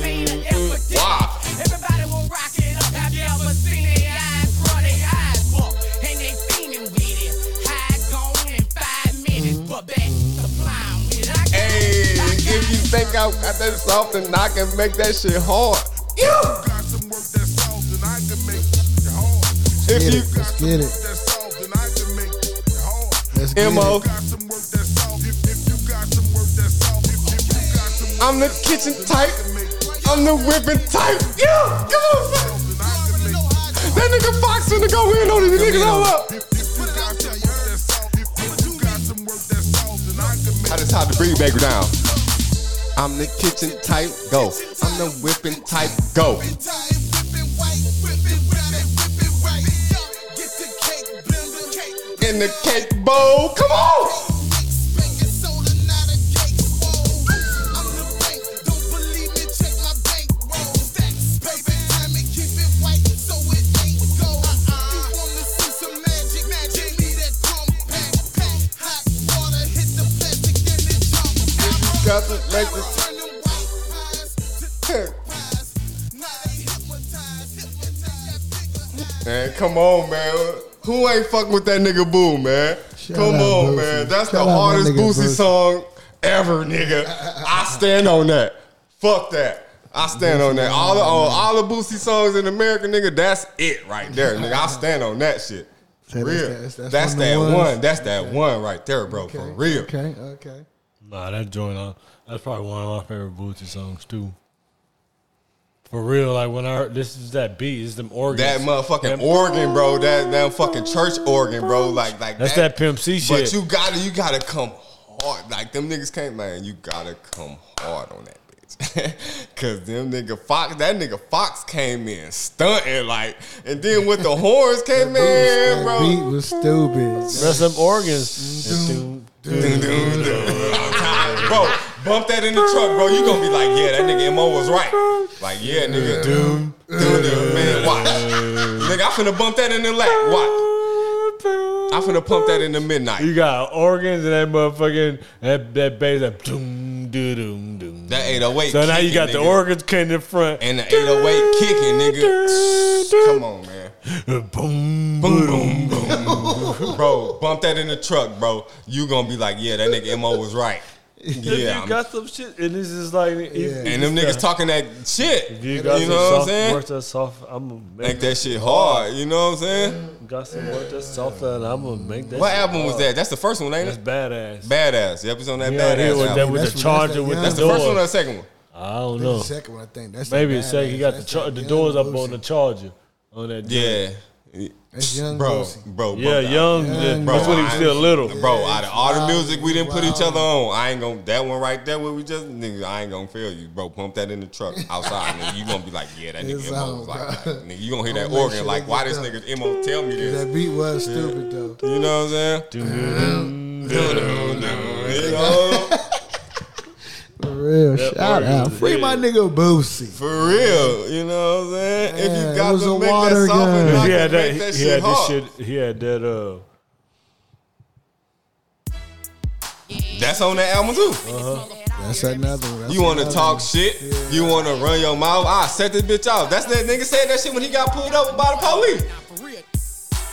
Wow. Everybody will rock it up. Have you ever seen their eyes grow? Their eyes walk and they fiending with it. High gone in five minutes, but back to flying with it. I got Hey, if you think I got that soft and I can make that shit hard. Yeah. If get you it. Let's get it. Let's get Mo, it. I'm the kitchen type. I'm the whipping type. Yeah, come on. That nigga Fox finna go in on these niggas all up. I just had to bring baby down. I'm the kitchen type, go. I'm the whipping type, go. In the cake bowl, come on! Got to make this. Man, come on, man. Who ain't fucking with that nigga Boo, man? Shout come out on, Boosie. man. That's Shout out the my hardest nigga Boosie Boosie. song ever, nigga. I stand on that. Fuck that. I stand on that. All the all, all the Boosie songs in America, nigga, that's it right there, nigga. I stand on that shit. So Real. that's that- That's, that's- that's one that of the one. ones? That's that one right there, bro. For real. Okay, okay. Nah, that joint. Uh, that's probably one of my favorite Bootsy songs too. For real, like when I heard this is that beat, it's them organs. That motherfucking Them- organ, bro. That that fucking church organ, bro. Like like That's that Pimp C shit. But you gotta you gotta come hard. Like them niggas came, man. You gotta come hard on that bitch. Cause them nigga Fox, that nigga Fox came in stunting like, and then with the horns came in, That beat bro. was stupid. that's them organs. Doom, doom, doom. Bro, bump that in the truck, bro. You gonna be like, yeah, that nigga Mo was right. Like, yeah, nigga, doom, doom, doom, man. Watch, nigga, I finna bump that in the lap. Watch. I finna pump that in the midnight. You got organs and that motherfucking that that bass that doom doo doom doom. That 808. So now you kicking, got the nigga. organs cutting in front And the 808 kicking, nigga. Come on, man. Uh, boom Boom, boom, boom. bro, bump that in the truck, bro. You gonna be like, yeah, that nigga MO was right. Yeah. you I'm- got some shit, and this is like, and them niggas talking that shit. You You, got some know what I'm soft, saying? Work that's soft. I'm gonna make, Make that shit hard. You know what I'm saying? Got some work that's softer, and I'm gonna make that. What shit album was hard. that? That's the first one, ain't That's it? badass. Badass. Yep, it's on that You out here badass. with that album. with That's the from- charger that's with that the That's the first one or door. the second one? I don't The know. second one, I think. That's Maybe the the second. He got the char- the doors up on the charger on that. joint. Yeah. That's young Bro, Boosie. bro, Yeah, bro. young. Young that's when he was I- still little. Bro, out of all the Wow. music we didn't put each other on, I ain't gonna that one right there where we just nigga, I ain't gonna fail you, bro. Pump that in the truck outside, nigga. You gonna be like, yeah, that It's nigga on, Mo was like, bro. that. nigga, you gonna hear I'ma that make organ sure like, they why get this done. nigga Mo tell me this? That beat was stupid though. You know what I'm saying? Doom, doom, For real. Shout organ out. is Free my nigga Boosie. For real, you know what I'm saying? Yeah, if it you got was a to make water that song, gun. and I he had that. make that He shit had this hard. shit. He had that. Uh, That's on that album too. That's another one. That's You want to another talk one. shit? You want to run your mouth? I set this bitch off. That's that nigga said that shit when he got pulled over by the police.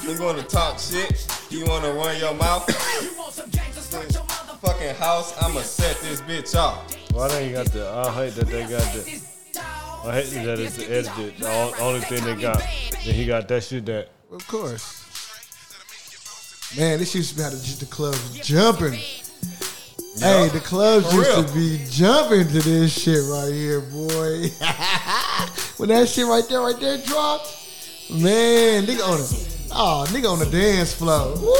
You want to talk shit? You want to run your mouth? Fucking house, I'ma set this bitch off. Why they ain't got the? I hate that they got the. I hate that it's edited. The on- only thing they got. Then he got that shit that. Of course. Man, this used to be how the, the clubs jumping. Hey, the clubs For used real. to be jumping to this shit right here, boy. when that shit right there, right there dropped, man, nigga on the, oh, nigga on the dance floor. Woo!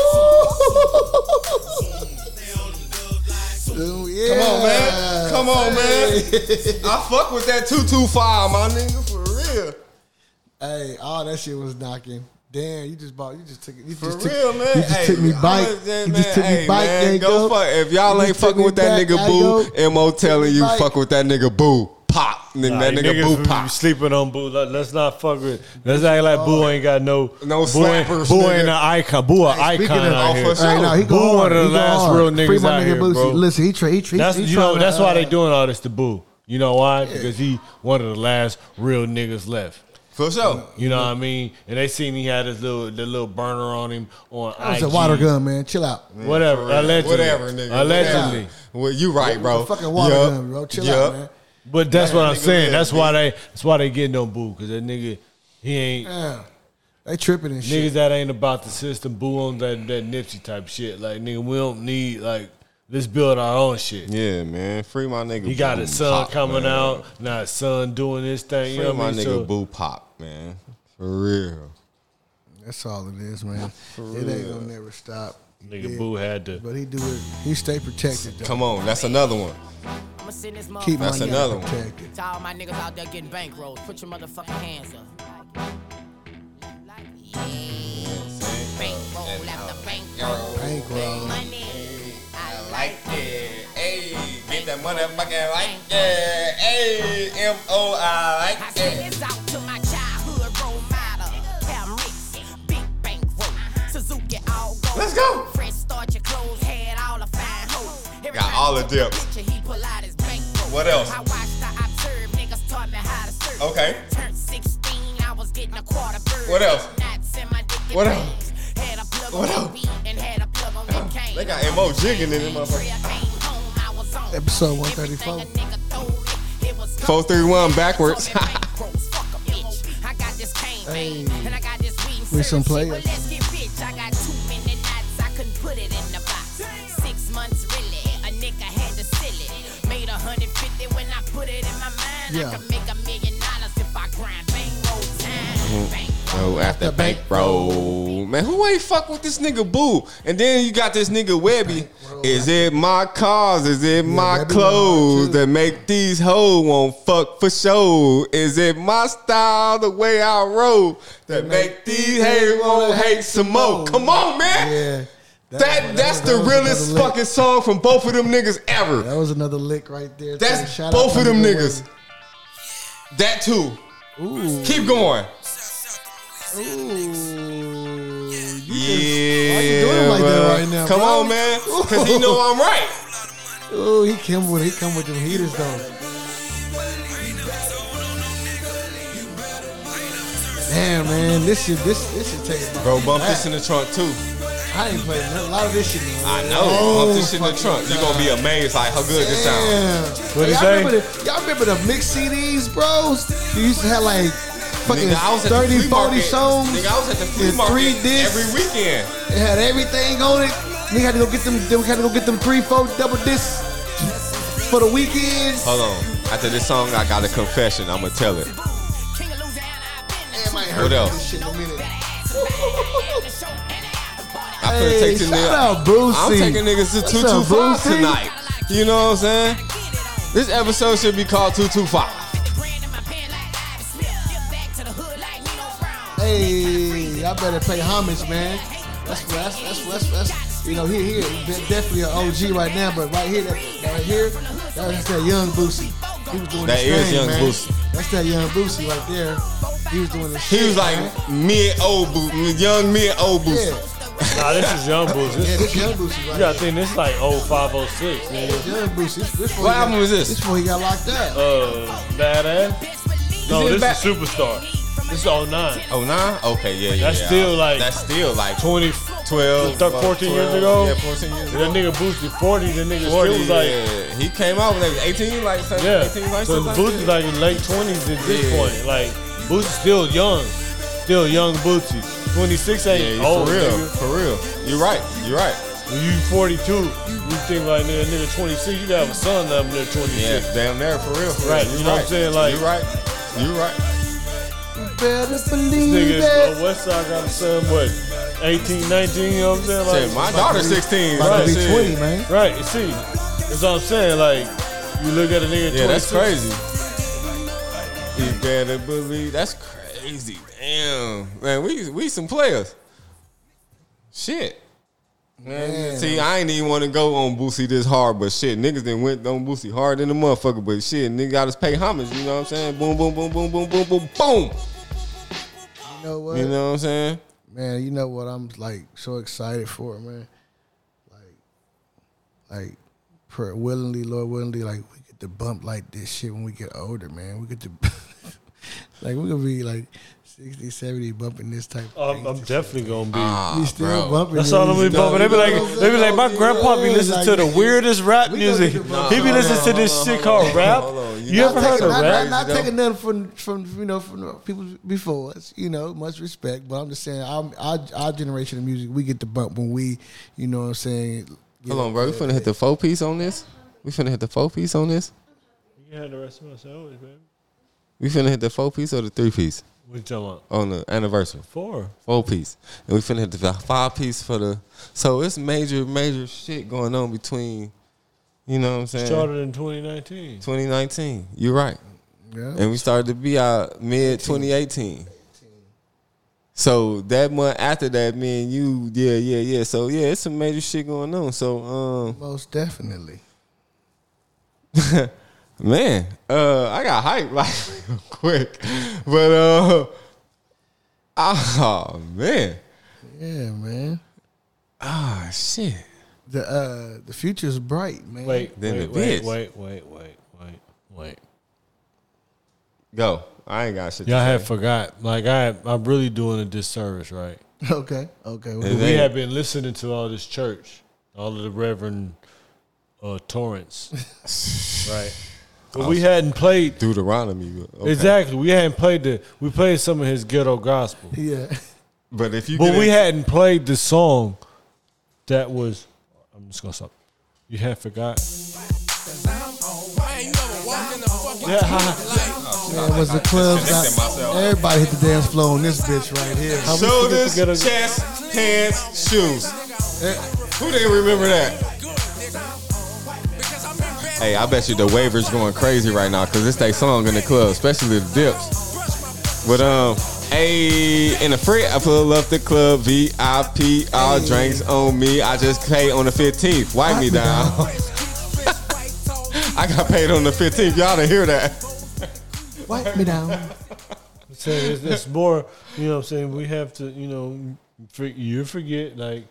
Ooh, yeah. Come on, man. Come on, man. Hey. I fuck with that 225, my nigga, for real. Hey, all that shit was knocking. Damn, you just bought, you just took it. You For just real, took, man. You just Hey, took me I'm bike. just saying, you just man, took me hey, bike. man, There go go. fuck. If y'all You ain't just took fucking me with that back. nigga I boo, go. Mo telling you Bike. fuck with that nigga boo. Pop. Nigga, that Like, nigga boo niggas pop. be sleeping on Boo. Let- Let's not fuck with. Let's act like Boo ain't got no. No Boo ain't, slappers, Boo nigga. ain't an icon. Boo an speaking icon of- out Oh, here. for sure. Hey, no, he Boo go one hard. of the He go last hard. real niggas Free my out nigga here, Boosie. bro. Listen, he tra- he tra- That's he you know. tryna, That's why they uh, doing all this to Boo. You know why? Because he one of the last real niggas left. For sure. You know what I mean? And they seen he had his little the little burner on him on It's IG. a water gun, man. Chill out. Whatever. Allegedly. Whatever, nigga. Allegedly. Whatever. Well, you right, bro. A fucking water Yup. gun, bro. Chill Yup. out, man. But that's what I'm nigga saying. live, That's why they that's why they getting on Boo because that nigga he ain't Damn. They tripping and Uh, shit. niggas that ain't about the system. Boo on that that Nipsey type shit. Like nigga, we don't need like let's build our own shit. Yeah, man. Free my nigga. He got Boo his son Pop, coming man. out. Now his son doing this thing. Free you know my what I mean? nigga So, Boo Pop, man. For real. That's all it is, man. It ain't gonna never stop. nigga Yeah. Boo had to. But he do it. He stay protected. Though. Come on, that's another one. I'ma send this Keep motherfucker That's my nigga another one. protected. to all my niggas out there getting bankrolls. Put your motherfucking hands up. Bankroll oh. after bankroll. Bankroll. Money. I like Hey, get that motherfucking like yeah. Hey, M O I I send this out to my childhood role model. Cam Ricks, Big Bank Road, Suzuki all gold. Uh-huh. Let's go. Fresh start your clothes, had all the fine hoes. Every Got time all he the took a dips. Picture, he pull out his bankroll. What else? I watched, I observed, niggas taught me how to serve. Okay. Turned 16, I was getting a quarter bird. What else? Knots in my dick and What else? rings. Had a plug What on else? that beat and had a plug on that cane. They got M.O. jigging in this motherfucker. Episode 134. Four three one backwards. Hey. We some players. Let's get rich. I got too many knots. I couldn't put it in the box. Six months really. A nigga had to sell it. Made 150 when I put it in my mind. Yeah. I could make a million dollars if I grind bankroll time. Bankroll. Oh, after bankroll, man, who ain't fuck with this nigga Boo? And then you got this nigga Webby. Is it my cars? Is it my Webby clothes went hard, too. that make these hoes won't fuck for show? Is it my style, the way I roll, that make these haters won't hate some more? Come on, man. Yeah. That, That was- that's that the was realest another lick. fucking song from both of them niggas ever. That was another lick right there. too. That's Shout out both to of them Lil niggas. That too. Wayne. Keep going. Ooh. Ooh. You Yeah, why you doing like that bruh. right now, Come bro? on, man, because he know I'm right. Ooh, he came with he come with them heaters though. Damn man, this should this this should take my Bro, bump back. this in the trunk too. I ain't playing a lot of this shit. Man. I know. Oh, bump this shit in the trunk. You gonna be amazed like how good this sound. Damn. What'd he y'all, say? remember the, y'all remember the mix CDs, bros? You used to have like fucking Nigga, I was at the 30, flea 40 market. songs. Nigga, I was at the flea It's three market discs. every weekend. It had everything on it. Nigga had to go get them. They had to go get them three, four double discs for the weekends. Hold on. After this song, I got a confession. I'ma tell it. King of Louisiana, I've been there. Damn, I ain't heard What of else? This shit in a minute. I'm Hey, finna take this shout nigga. out Boosie. I'm taking niggas to What's two up, two five Boosie? tonight. You know what I'm saying? This episode should be called two two five. Hey, y'all better pay homage, man. That's that's that's that's, that's You know, he here de- definitely an OG right now, but right here, that, that right here, that's that young Boosie. He was doing That his is thing, young man. Boosie. That's that young Boosie right there. He was doing his He shit, was like man. mid old boost, young mid old boost. yeah, Nah, this is Young Boots. This, yeah, this young Boosie right you gotta think this is like 0506, man. here. Young Boosie. This, this What album was this? This one he got locked up. Uh, badass. No, Is it this is superstar. This is 09. Oh nine? Okay, yeah, yeah. That's yeah. still like- that's still like 20. 12, thir- 14 years ago? Yeah, fourteen years That ago. nigga boosted 40. The nigga 40, still was like, yeah. yeah. he came out when they was eighteen, like 17, eighteen, like So something Bootsie's that. like in late 20s at this Yeah. point. Like, Bootsy's still young. Still young Bootsy. 26 yeah, ain't you- old, for real, oh, nigga. for real. You're right, you're right. When you 42, you think like nigga, nigga 26, you gotta have a son up near 26. Yeah, damn there, for real, for Right, real. you You're know what right. I'm saying, like- you're right, you're right. Better believe Nigga, it. uh, West Side got a son, what, 18, 19, you know what I'm saying? Like, Shit, my daughter's sixteen. About to be shit. 20, man. Right, you see, that's what I'm saying. Like, you look at a nigga. Yeah, that's 26, crazy. You better believe that's crazy. Damn, man, we we some players. Shit. Man, see, I ain't even want to go on Boosie this hard, but shit, niggas then went on Boosie hard in the motherfucker, but shit, nigga got us pay homage. You know what I'm saying? Boom, boom, boom, boom, boom, boom, boom, boom. You know what? You know what I'm saying? Man, you know what I'm like so excited for, man. Like, like, pray, willingly, Lord willingly, like we get to bump like this shit when we get older, man. We get to, like, we're gonna be like 60, 70 bumping this type. Of I'm, I'm definitely gonna be. Ah. oh, we still bumping. Oh, that's all I'm gonna be bumping. They be like, they be like, my grandpa be listening to the weirdest rap we gonna music. get the bump. He be Nah, listening to this shit called rap. Hold on, you You got ever heard of not, not, rap? not taking nothing from from you know from people before us, you know, much respect. But I'm just saying, our, our, our generation of music, we get the bump when we, you know, what I'm saying. get Hold on, bro. We finna hit the four piece on this. We finna hit the four piece on this. You had the rest of my sandwich, man. We finna hit the four piece or the three piece What you talking about? on the anniversary. Four. four piece, and we finna hit the five piece for the. So it's major, major shit going on between, you know what I'm saying? Started in 2019. 2019. You're right, Yeah. and we started to be out mid 2018. So that month after that, me and you, yeah, yeah, yeah. So yeah, it's some major shit going on. So um, Most definitely. man, uh, I got hype like real quick, but uh, oh man, Yeah, man. ah shit. The uh the future's bright, man. Wait, Then wait, the wait, bitch. wait, wait, wait, wait, wait. Go, I ain't got shit. to Y'all say. have forgot. Like I, I'm really doing a disservice, right? Okay. Okay. well, Is We Hey. have been listening to all this church, all of the Reverend uh, Torrance, right? But we hadn't played Deuteronomy. Okay. exactly. We hadn't played the. We played some of his ghetto gospel, yeah. But if you, but didn't- we hadn't played the song that was. I'm just gonna stop. You had forgot. Yeah, ha- Man, it was the club. Connecting myself. Everybody hit the dance floor on this bitch right here. How we- shoulders, Together. chest, hands, shoes. Who didn't remember that? Hey, I bet you the waivers going crazy right now because it's their song in the club, especially the dips. But um, hey, in the free, I pull up the club VIP, all drinks on me. I just paid on the 15th. Wipe me down. I got paid on the 15th. Y'all didn't hear that. Wipe me down. so it's, it's more. You know, what I'm saying we have to. You know, for, you forget like.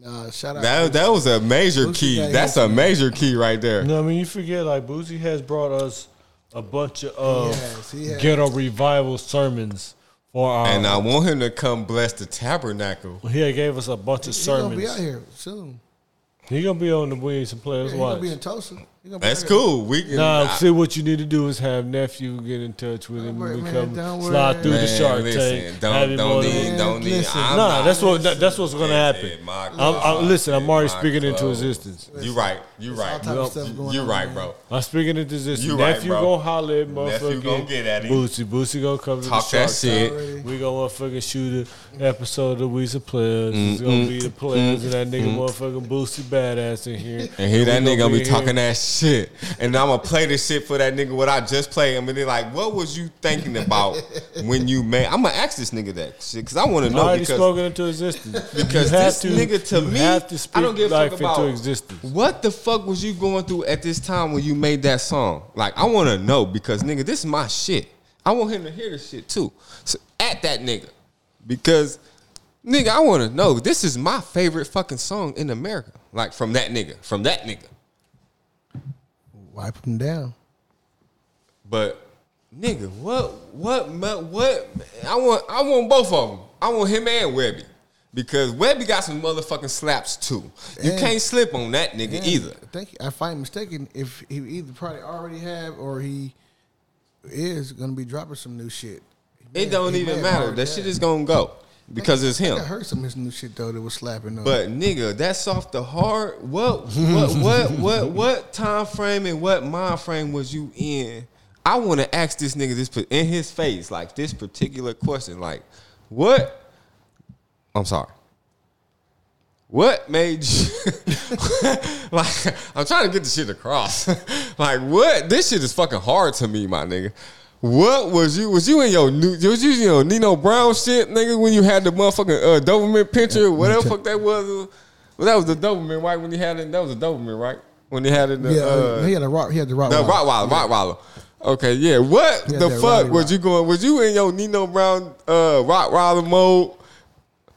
Nah, shout out. That that was a major Who's the key. guy That's a major key right there. No, I mean you forget like Boosie has brought us a bunch of uh, He has, he has. ghetto revival sermons for our. And uh, I want him to come bless the tabernacle. he had gave us a bunch of He's gonna sermons. be out here soon. He gonna be on the Williams and Players He's gonna Watch. be in Tulsa. He gonna be That's out here. cool. We can Nah, I- see what you need to do is have nephew get in touch with him. Don't worry, and we man, come don't slide worry. through the Man, shark listen, tank. don't- have him don't on the- need- don't need- Listen. I'm Nah, not- that's what that, that's what's gonna Yeah, happen. my I'm, I'm, God. listen, I'm already My speaking into God. existence. You right. You right. type of stuff going You on, right, man. bro. I'm speaking into existence. You right, nephew bro. gonna holler at motherfucker. Nephew gonna get at him. Boosie, Boosie gonna come to Talk the that shark shit. tank. We gonna motherfucking shoot an episode of Weezer Players. Mm-hmm. It's gonna be the players and that nigga motherfucking Boosie badass in here. And here that we nigga gonna be here. talking that shit, and I'm gonna play this shit for that nigga what I just played. I mean, they like, what was you thinking about when you made? I'm gonna ask this nigga that shit because I want to I know already because spoken into existence. because You have this nigga to you me, have to speak I don't give a life fuck about into existence. What the fuck was you going through at this time when you made that song? Like, I want to know because nigga, this is my shit. I want him to hear this shit too. So at that nigga, because nigga, I want to know. This is my favorite fucking song in America. Like from that nigga, from that nigga. Wipe them down. But nigga, what what ma- what I want I want both of them. I want him and Webby. Because Webby got some motherfucking slaps too. You And- can't slip on that nigga either. I think if I'm mistaken, if he either probably already have or he is gonna be dropping some new shit. It don't even matter. That shit is gonna go. Because it's him. I heard some of his new shit though that was slapping though. But nigga, that's off the heart. What what what what what time frame and what mind frame was you in? I want to ask this nigga this pa- in his face, like this particular question, like what? I'm sorry. What made you like? I'm trying to get the shit across. like what? This shit is fucking hard to me, my nigga. What was you? Was you in your new? Was you in your Nino Brown shit, nigga? When you had the motherfucking uh, Doberman picture, whatever the fuck that was. Well, that was the Doberman, right? When he had it, that was the Doberman, right? When he had it, in the, yeah, uh, he had a rock. He had the rock. no, Rottweiler, Rottweiler. Okay, yeah. What Yeah, the that fuck Rottweiler. was you going? Was you in your Nino Brown uh, Rottweiler mode?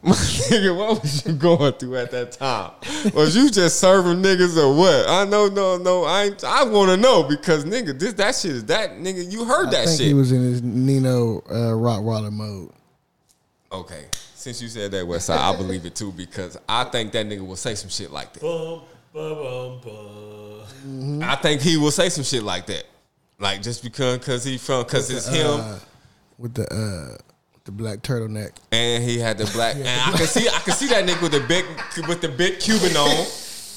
My nigga, what was you going through at that time? Was you just serving niggas or what? I know, no, no. I ain't, I want to know because nigga, this that shit is that nigga. You heard I that think shit. he was in his Nino uh, Rottweiler mode. okay, since you said that, Westside, I believe it too because I think that nigga will say some shit like that. Bum, bum, bum, bum. Mm-hmm. I think he will say some shit like that, like just because because he from because it's him. uh, with the uh with the black turtleneck. and he had the black. And I can see, I can see that nigga with the big, with the big Cuban on,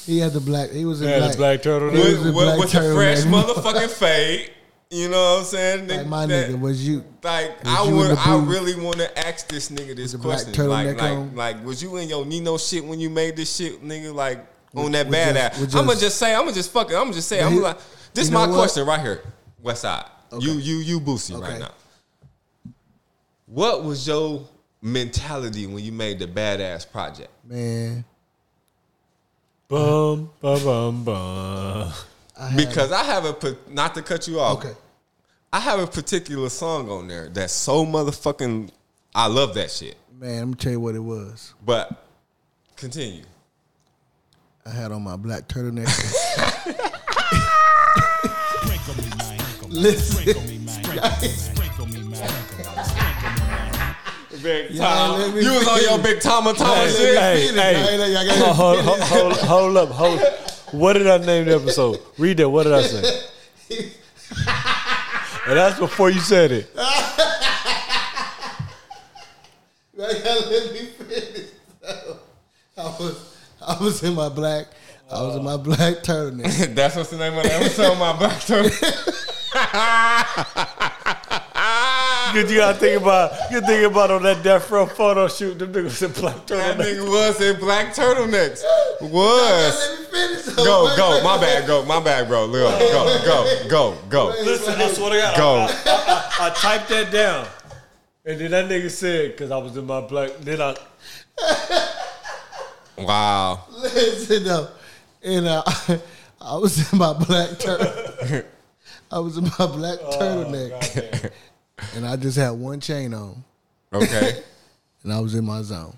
He had the black. He was in Yeah, black. the black turtle. He with, was a with, black with the turtle, fresh man. motherfucking fade. You know what I'm saying? Like my That- nigga was you. Like Was you I in would, the I booth? really want to ask this nigga this the black question. Like, turtleneck like, on? like, was you in your Nino shit when you made this shit, nigga? Like on With- that with bad just- ass. with I'm gonna just- just say, I'm gonna just fucking, I'm gonna just say, But I'm he- like, this is you know my what? question right here, West Side. You, you, you, Boosie, right Okay. now. What was your mentality when you made the badass project? Man, Bum, bum, bum, bum. I had, Because I have a pa- not to cut you off. okay, I have a particular song on there that's so motherfucking. I love that shit. man, I'm gonna tell you what it was. But continue. I had on my black turtleneck. Sprinkle me, man. Listen. Sprinkle me, man. Sprinkle me, man. Big Tom. let me you was on your big Tama Tama Hey, shit. hey, Y'all ain't hey. let- y'all ain't Hold, Uh-huh. hold, hold, hold, hold up, hold up. What did I name the episode? Read that. What did I say? And that's before you said it. Y'all gotta let me finish. I was I was in my black. I was in my black turtleneck. That's what's the name of the episode, my black turtle. Cause you gotta think about you think about on that death row photo shoot. Them niggas in black That turtleneck. nigga was in black turtlenecks. Was. Let me finish. Go, go. My bad, go. My bad, bro. Go, go, go, go, go. Listen, I swear to God, Go. I, I, I typed that down, and then that nigga said, "Cause I was in my black." Then I Wow. Listen up. And uh, I was in my black turtle. I was in my black Oh, turtleneck. and I just had one chain on. Okay. And I was in my zone.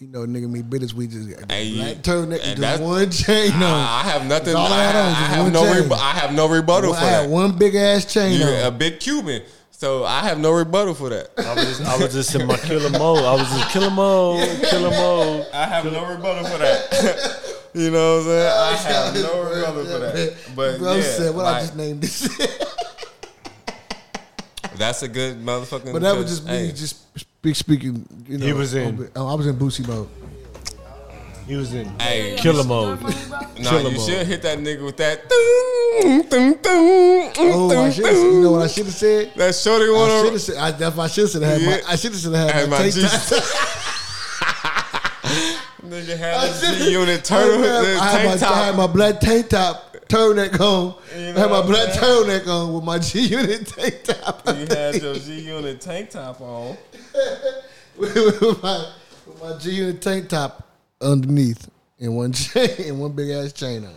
You know, nigga, me bitters, we just got Hey, black you- turtleneck and and that's- just one chain on. I I have nothing. I, That's all I had I on, just have one no. chain. Reb- I have no rebuttal Well, for I had that. one big ass chain You're a on. big Cuban, so I have no rebuttal for that. I was just, I was just in my killer mode. I was just killer mode, killer mode. I have no rebuttal for that. you know what I'm saying? I have no rebuttal for that. But Bro yeah, said, what I like, just named this. that's a good motherfucking. but that was just me hey. just speak, speaking, you know. He was in- open- oh, I was in Boosie mode. He was in Hey, killer mode. nah, killer you mode. should hit that nigga with that. Dun, dun, dun, Oh, I dun, should have. You know what I dun. should have said? That shorty I should wanna have said. I, that's what I should have had. Yeah. My, I should have had Had my, my taste juice. test. Nigga had I a unit turtle the I had my, tank I had top. my black tank top turtleneck on. You I had my know black that? turtleneck on with my G Unit tank top. You had your G unit tank top on. with my, with my G Unit tank top underneath and one chain and one big ass chain on.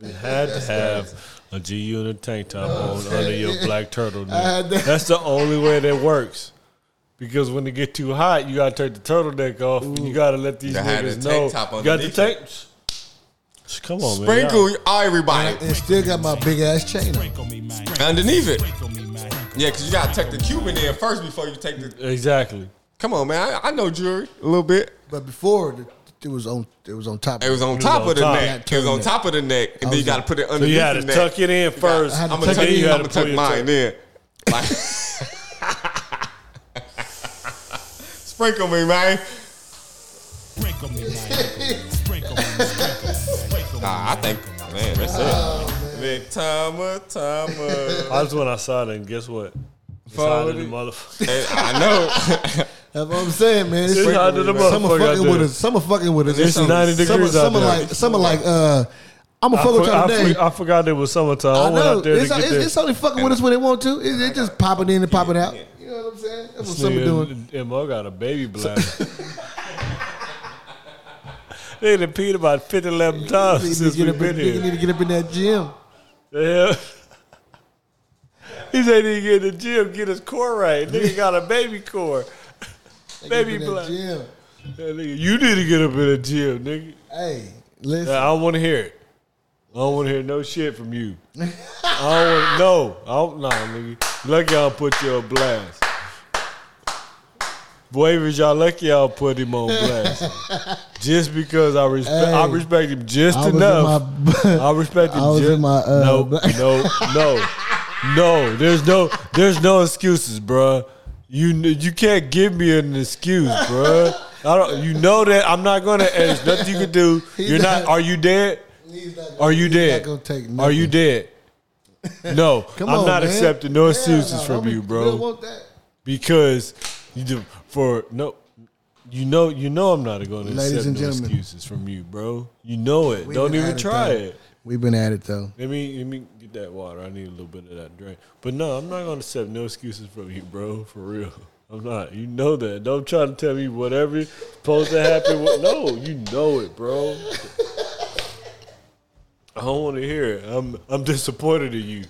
You had to have a G unit tank top on under your black turtleneck. I had that. That's the only way that works. Because when it get too hot, you gotta take the turtleneck off. and You gotta let these You had the niggas tank know. top you got the underneath tank. Shh, Come on, man. Sprinkle y'all- everybody And still got my big ass chain on. Sprinkle me, man. underneath it. Sprinkle me, man. Yeah, because you got to take the Cuban in first before you take the. Exactly. Come on, man. I, I know jewelry a little bit. But before the, it was on it was on top. It was on was top on of the top. neck. It was on turtleneck. top of the neck. And then you got to put it So underneath you had to the neck. tuck it in first. I had to I'm and gonna tuck tuck, then it you you. had I'm gonna to pull tuck your turtle- mine in. Like, sprinkle me, man. Sprinkle me, man. Sprinkle me, man. Sprinkle me, Nah, I think, man, that's Oh, it. Big timer, timer. I just went outside and guess what? It's hotter than motherfucker. Hey, I know. That's what I'm saying, man. It's It's hotter than Summer motherfucker. out fucking with there. us. Summer fucking with us. It's Summer- 90 degrees out Summer there. like summer like uh, I'm a I, fuck with for- y'all I today. for- I forgot it was summertime. I, I went know. out there It's, to get it's, there. it's only fucking with us when they want to. It, it just popping in and popping out. You know what I'm saying? That's what summer doing. And, and Mo got a baby bladder. they done peed about 50, 11 You times need, since to get we've up in, been you need here. to get up in that gym. Yeah. He said he get in the gym, get his core right. Nigga got a baby core. Get up Baby in that black. gym. That nigga, you need to get up in the gym, nigga. Hey, listen. I don't want to hear it. I don't want to hear no shit from you. I don't want no. I don't, nah, nigga. Lucky I'll put you on blast. Waivers, y'all lucky I'll put him on blast. just because I respect, I Hey, respect him just I was in enough. my- I respect him. I was ju- in my, uh, no, black- no, no, no. There's no, there's no excuses, bruh. You kn- you can't give me an excuse, bruh. I don't. You know that I'm not gonna. and There's nothing you can do. He's You're not. not- Are you dead? He's not gonna- Are you he's dead? Not gonna take Are you dead? No, Come I'm on, not man. accepting no Hell excuses no, from don't you, be- bro. don't want that. because you do for no. You know, you know, I'm not going to Ladies accept and no gentlemen. excuses from you, bro. You know it. We've Don't been even at try though. it. We've been at it though. Let me let me get that water. I need a little bit of that drink. But no, I'm not going to accept no excuses from you, bro. For real, I'm not. You know that. Don't try to tell me whatever is supposed to happen. What, no, you know it, bro. I don't want to hear it. I'm I'm disappointed in you.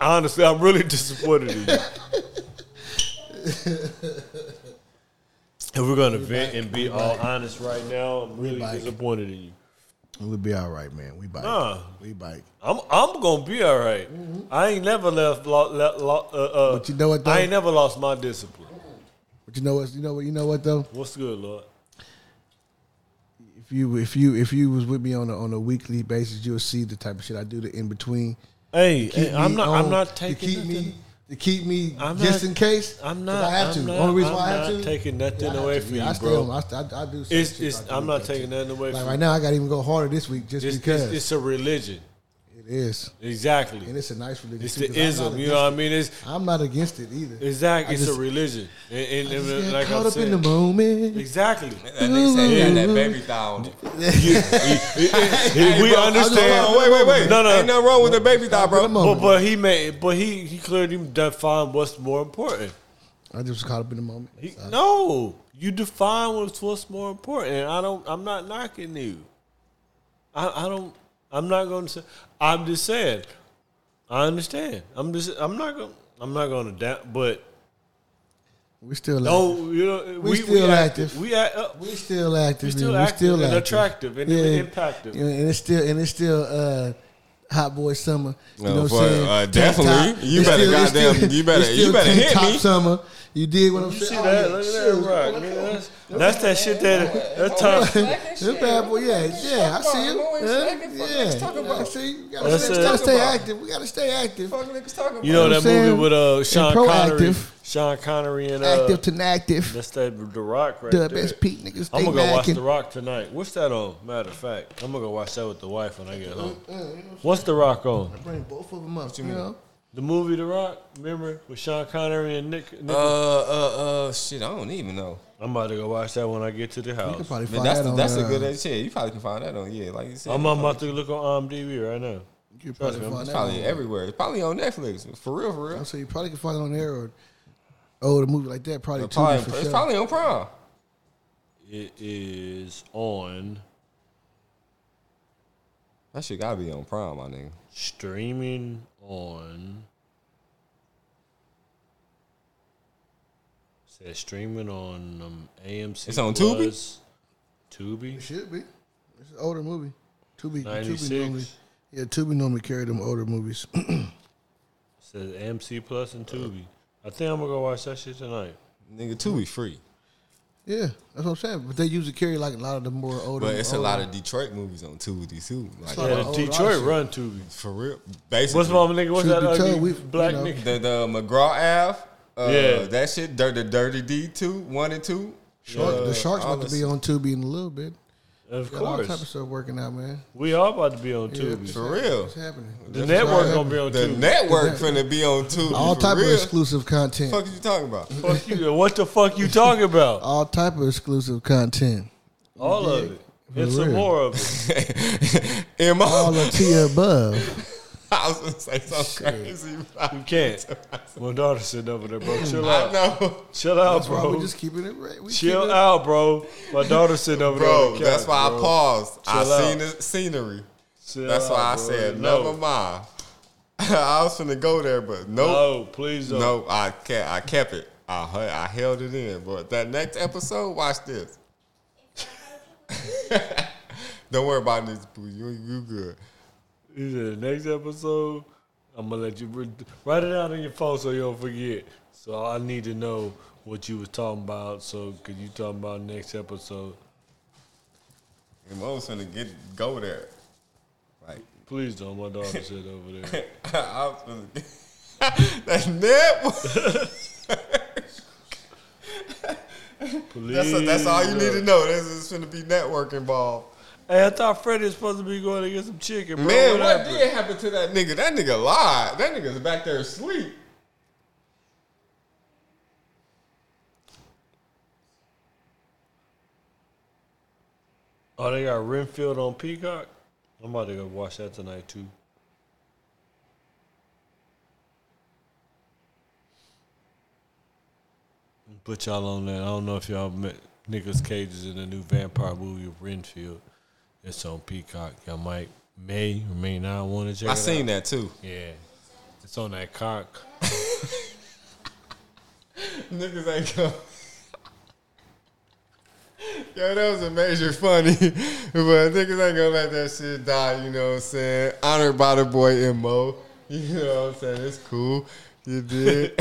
Honestly, I'm really disappointed in you. If we're gonna vent and be all honest right now, I'm really back. disappointed in you. We'll be all right, man. We bike. Nah. We bike. I'm I'm gonna be all right. I ain't never left. Lo, le- lo- uh, uh, Mm-hmm. But you know what, though? I ain't never lost my discipline. But you know what? You know what? You know what though? What's good, Lord? If you if you if you was with me on a on a weekly basis, you'll see the type of shit I do. The in between. Hey, Keep I'm me not. on- I'm not to taking keep nothing. me to keep me I'm just not- in case. I'm 'Cause not. I have to. I'm not, Only reason I'm why I have not to taking nothing I have away to. from Yeah, you, I stay bro. on- I, st- I, I do. certain It's shit it's. like I'm that, not though, taking too. nothing away Like from right you. now, I got to even go harder this week just It's, because it's, it's a religion. it is, Exactly. and it's a nice religion. It's the too, 'cause I'm ism. You not know against it. what I mean? It's I'm not against it either. exactly. I It's a just- religion. And, and, I just and get like caught I'm up saying, in the moment. exactly. That nigga said he had that baby thigh on. If we Bro, I'm just- understand. Wait, wait, wait. No, no. Ain't nothing wrong with the baby thigh, Come bro. on, But, but he made. But he he clearly defined what's more important. I just was caught up in the moment. He, So, no, you define what's what's more important. And I don't. I'm not knocking you. I, I don't. I'm not going to say. I'm just saying. I understand. I'm just. I'm not going. to I'm not going to doubt. But we still active. no, you know, we, still we act- active. We act up. we still active. We still man. active and attractive and impactive. Yeah, and it's still and it's still uh, hot boy summer. You No, know what for- I'm saying? uh, Tank definitely. top. You It's better it's goddamn- you better- it's you still better tank hit top me. Summer. You did what I'm You saying. see Oh, that? yeah, Look at shoot. that rock. nigga. That's, that's that shit that that time. This bad boy, yeah, yeah, I see you. Huh? Yeah, yeah, I see you. We gotta That's stay- it. we gotta stay active. We gotta stay active. You know You know that what I'm movie saying? with uh Sean And Connery, proactive. Sean Connery and uh, Active to inactive. that's that the Rock right The there. best peak niggas I'm stay gonna go watch back. The and- Rock tonight. What's that on? Matter of fact, Uh, I'm gonna go watch that with the wife when I get home. What's The Rock on? Bring both of them up. You know, The movie The Rock, remember with Sean Connery and Nick. Nick Uh, uh, uh, shit, I don't even know. I'm about to go watch that when I get to the You can house. probably Man, find that's that the, on, that's a uh, good ass shit. You probably can find that on yeah, like you said. I'm I'm about to look on IMDb right now. You can probably Trust me, find It's that. probably on- everywhere. It's probably on Netflix for real, for I'm real. saying you probably can find it on there or oh, the movie like that probably It's too probably, for it's sure. probably on Prime. It is on That shit gotta be on Prime, my nigga. streaming on. Says streaming on um, AMC. It's on Tubi? Plus, Tubi. It should be. It's an older movie. Tubi, Tubi 96. normally, yeah, Tubi normally carry them older movies. Says AMC Plus and Tubi. I think I'm gonna go watch that shit tonight. Nigga, two be free. yeah, that's what I'm saying. But they usually carry like a lot of the more older. But it's a older- lot of Detroit movies on Tubi too. Like like- Yeah, Oh, the oh, Detroit shit. run Tubi. for real. Basically. What's my nigga? What's Truth that be ugly told, we- black you know. nigga? the the McGraw Ave. Uh, Yeah. that shit. Dirt, the Dirty D two, one and two. Shark, Uh, the sharks all about to this- be on Tubi in a little bit. Of Got all type of course, stuff working out, man. we all about to be on Tubi. For real. It's happening. The network right. gonna be on The Tubi. network finna be on Tubi. All for type real. of exclusive content. Fuck is you talking about? Fuck you. What the fuck you talking about? All type of exclusive content. All of it. For And some real. more of it. In All my of T above. I was gonna say something crazy. You can't. My daughter sitting over there, bro. Chill I out. know, Chill out, That's why we bro. just keeping it. Right. We keeping Chill it- out, bro. My daughter sitting over there. on bro. the That's couch, why I bro. paused. I Chill out. seen the scenery. Chill That's why I out, bro. said no. never mind. I was finna go there, but nope, No, please no, don't. I kept, I kept it. I hu- I held it in. But that next episode, watch this. Don't worry about this, boo. You you good? He said, next episode, I'm gonna let you re- write it out on your phone so you don't forget. So I need to know what you was talking about. So could you talking about next episode? And I was finna get go there. Like Please don't. My daughter said over there. I was finna get that nip. Please. That's that's all you need to don't. know. This is finna be network involved. Hey, I thought Freddie was supposed to be going to get some chicken, bro. Man, what happened? did happen to that nigga? That nigga lied. That nigga's back there asleep. Oh, they got Renfield on Peacock. I'm about to go watch that tonight too. Put y'all on that. I don't know if y'all met Nicolas Cage is in the new vampire movie of Renfield. It's on Peacock. Y'all might may or may not want to check. I it seen out. that too. Yeah, it's on that cock. Niggas ain't come. Yo, that was a major funny. but niggas ain't gonna let that shit die, you know what I'm saying? Honored by the boy MO. You know what I'm saying? It's cool. You did.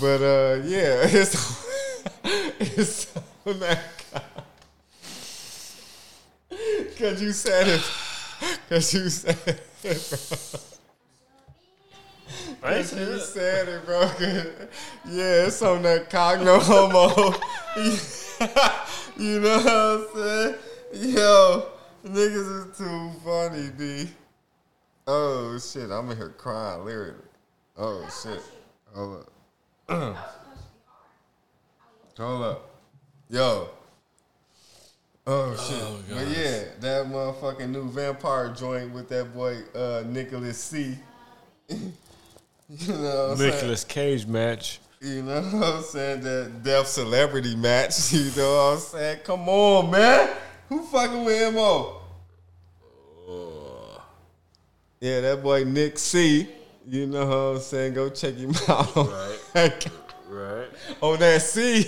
but uh yeah, it's it's on that guy. Cause you said it. Cause you said it. I ain't seen You it. said it, bro. yeah, it's on that cogno homo. you know what I'm saying? Yo, niggas is too funny, B. Oh shit, I'm in here crying literally. Oh shit. Hold up. Hold up. Yo. Oh shit. but yeah, that motherfucking new vampire joint with that boy uh Nicholas C. you know what I'm saying? Oh, Nicolas Cage match. You know what I'm saying? That deaf celebrity match. You know what I'm saying? Come on, man. Who fucking with MO? Uh. Yeah, that boy Nick C. You know what I'm saying? Go check him out. on- Right. on that C.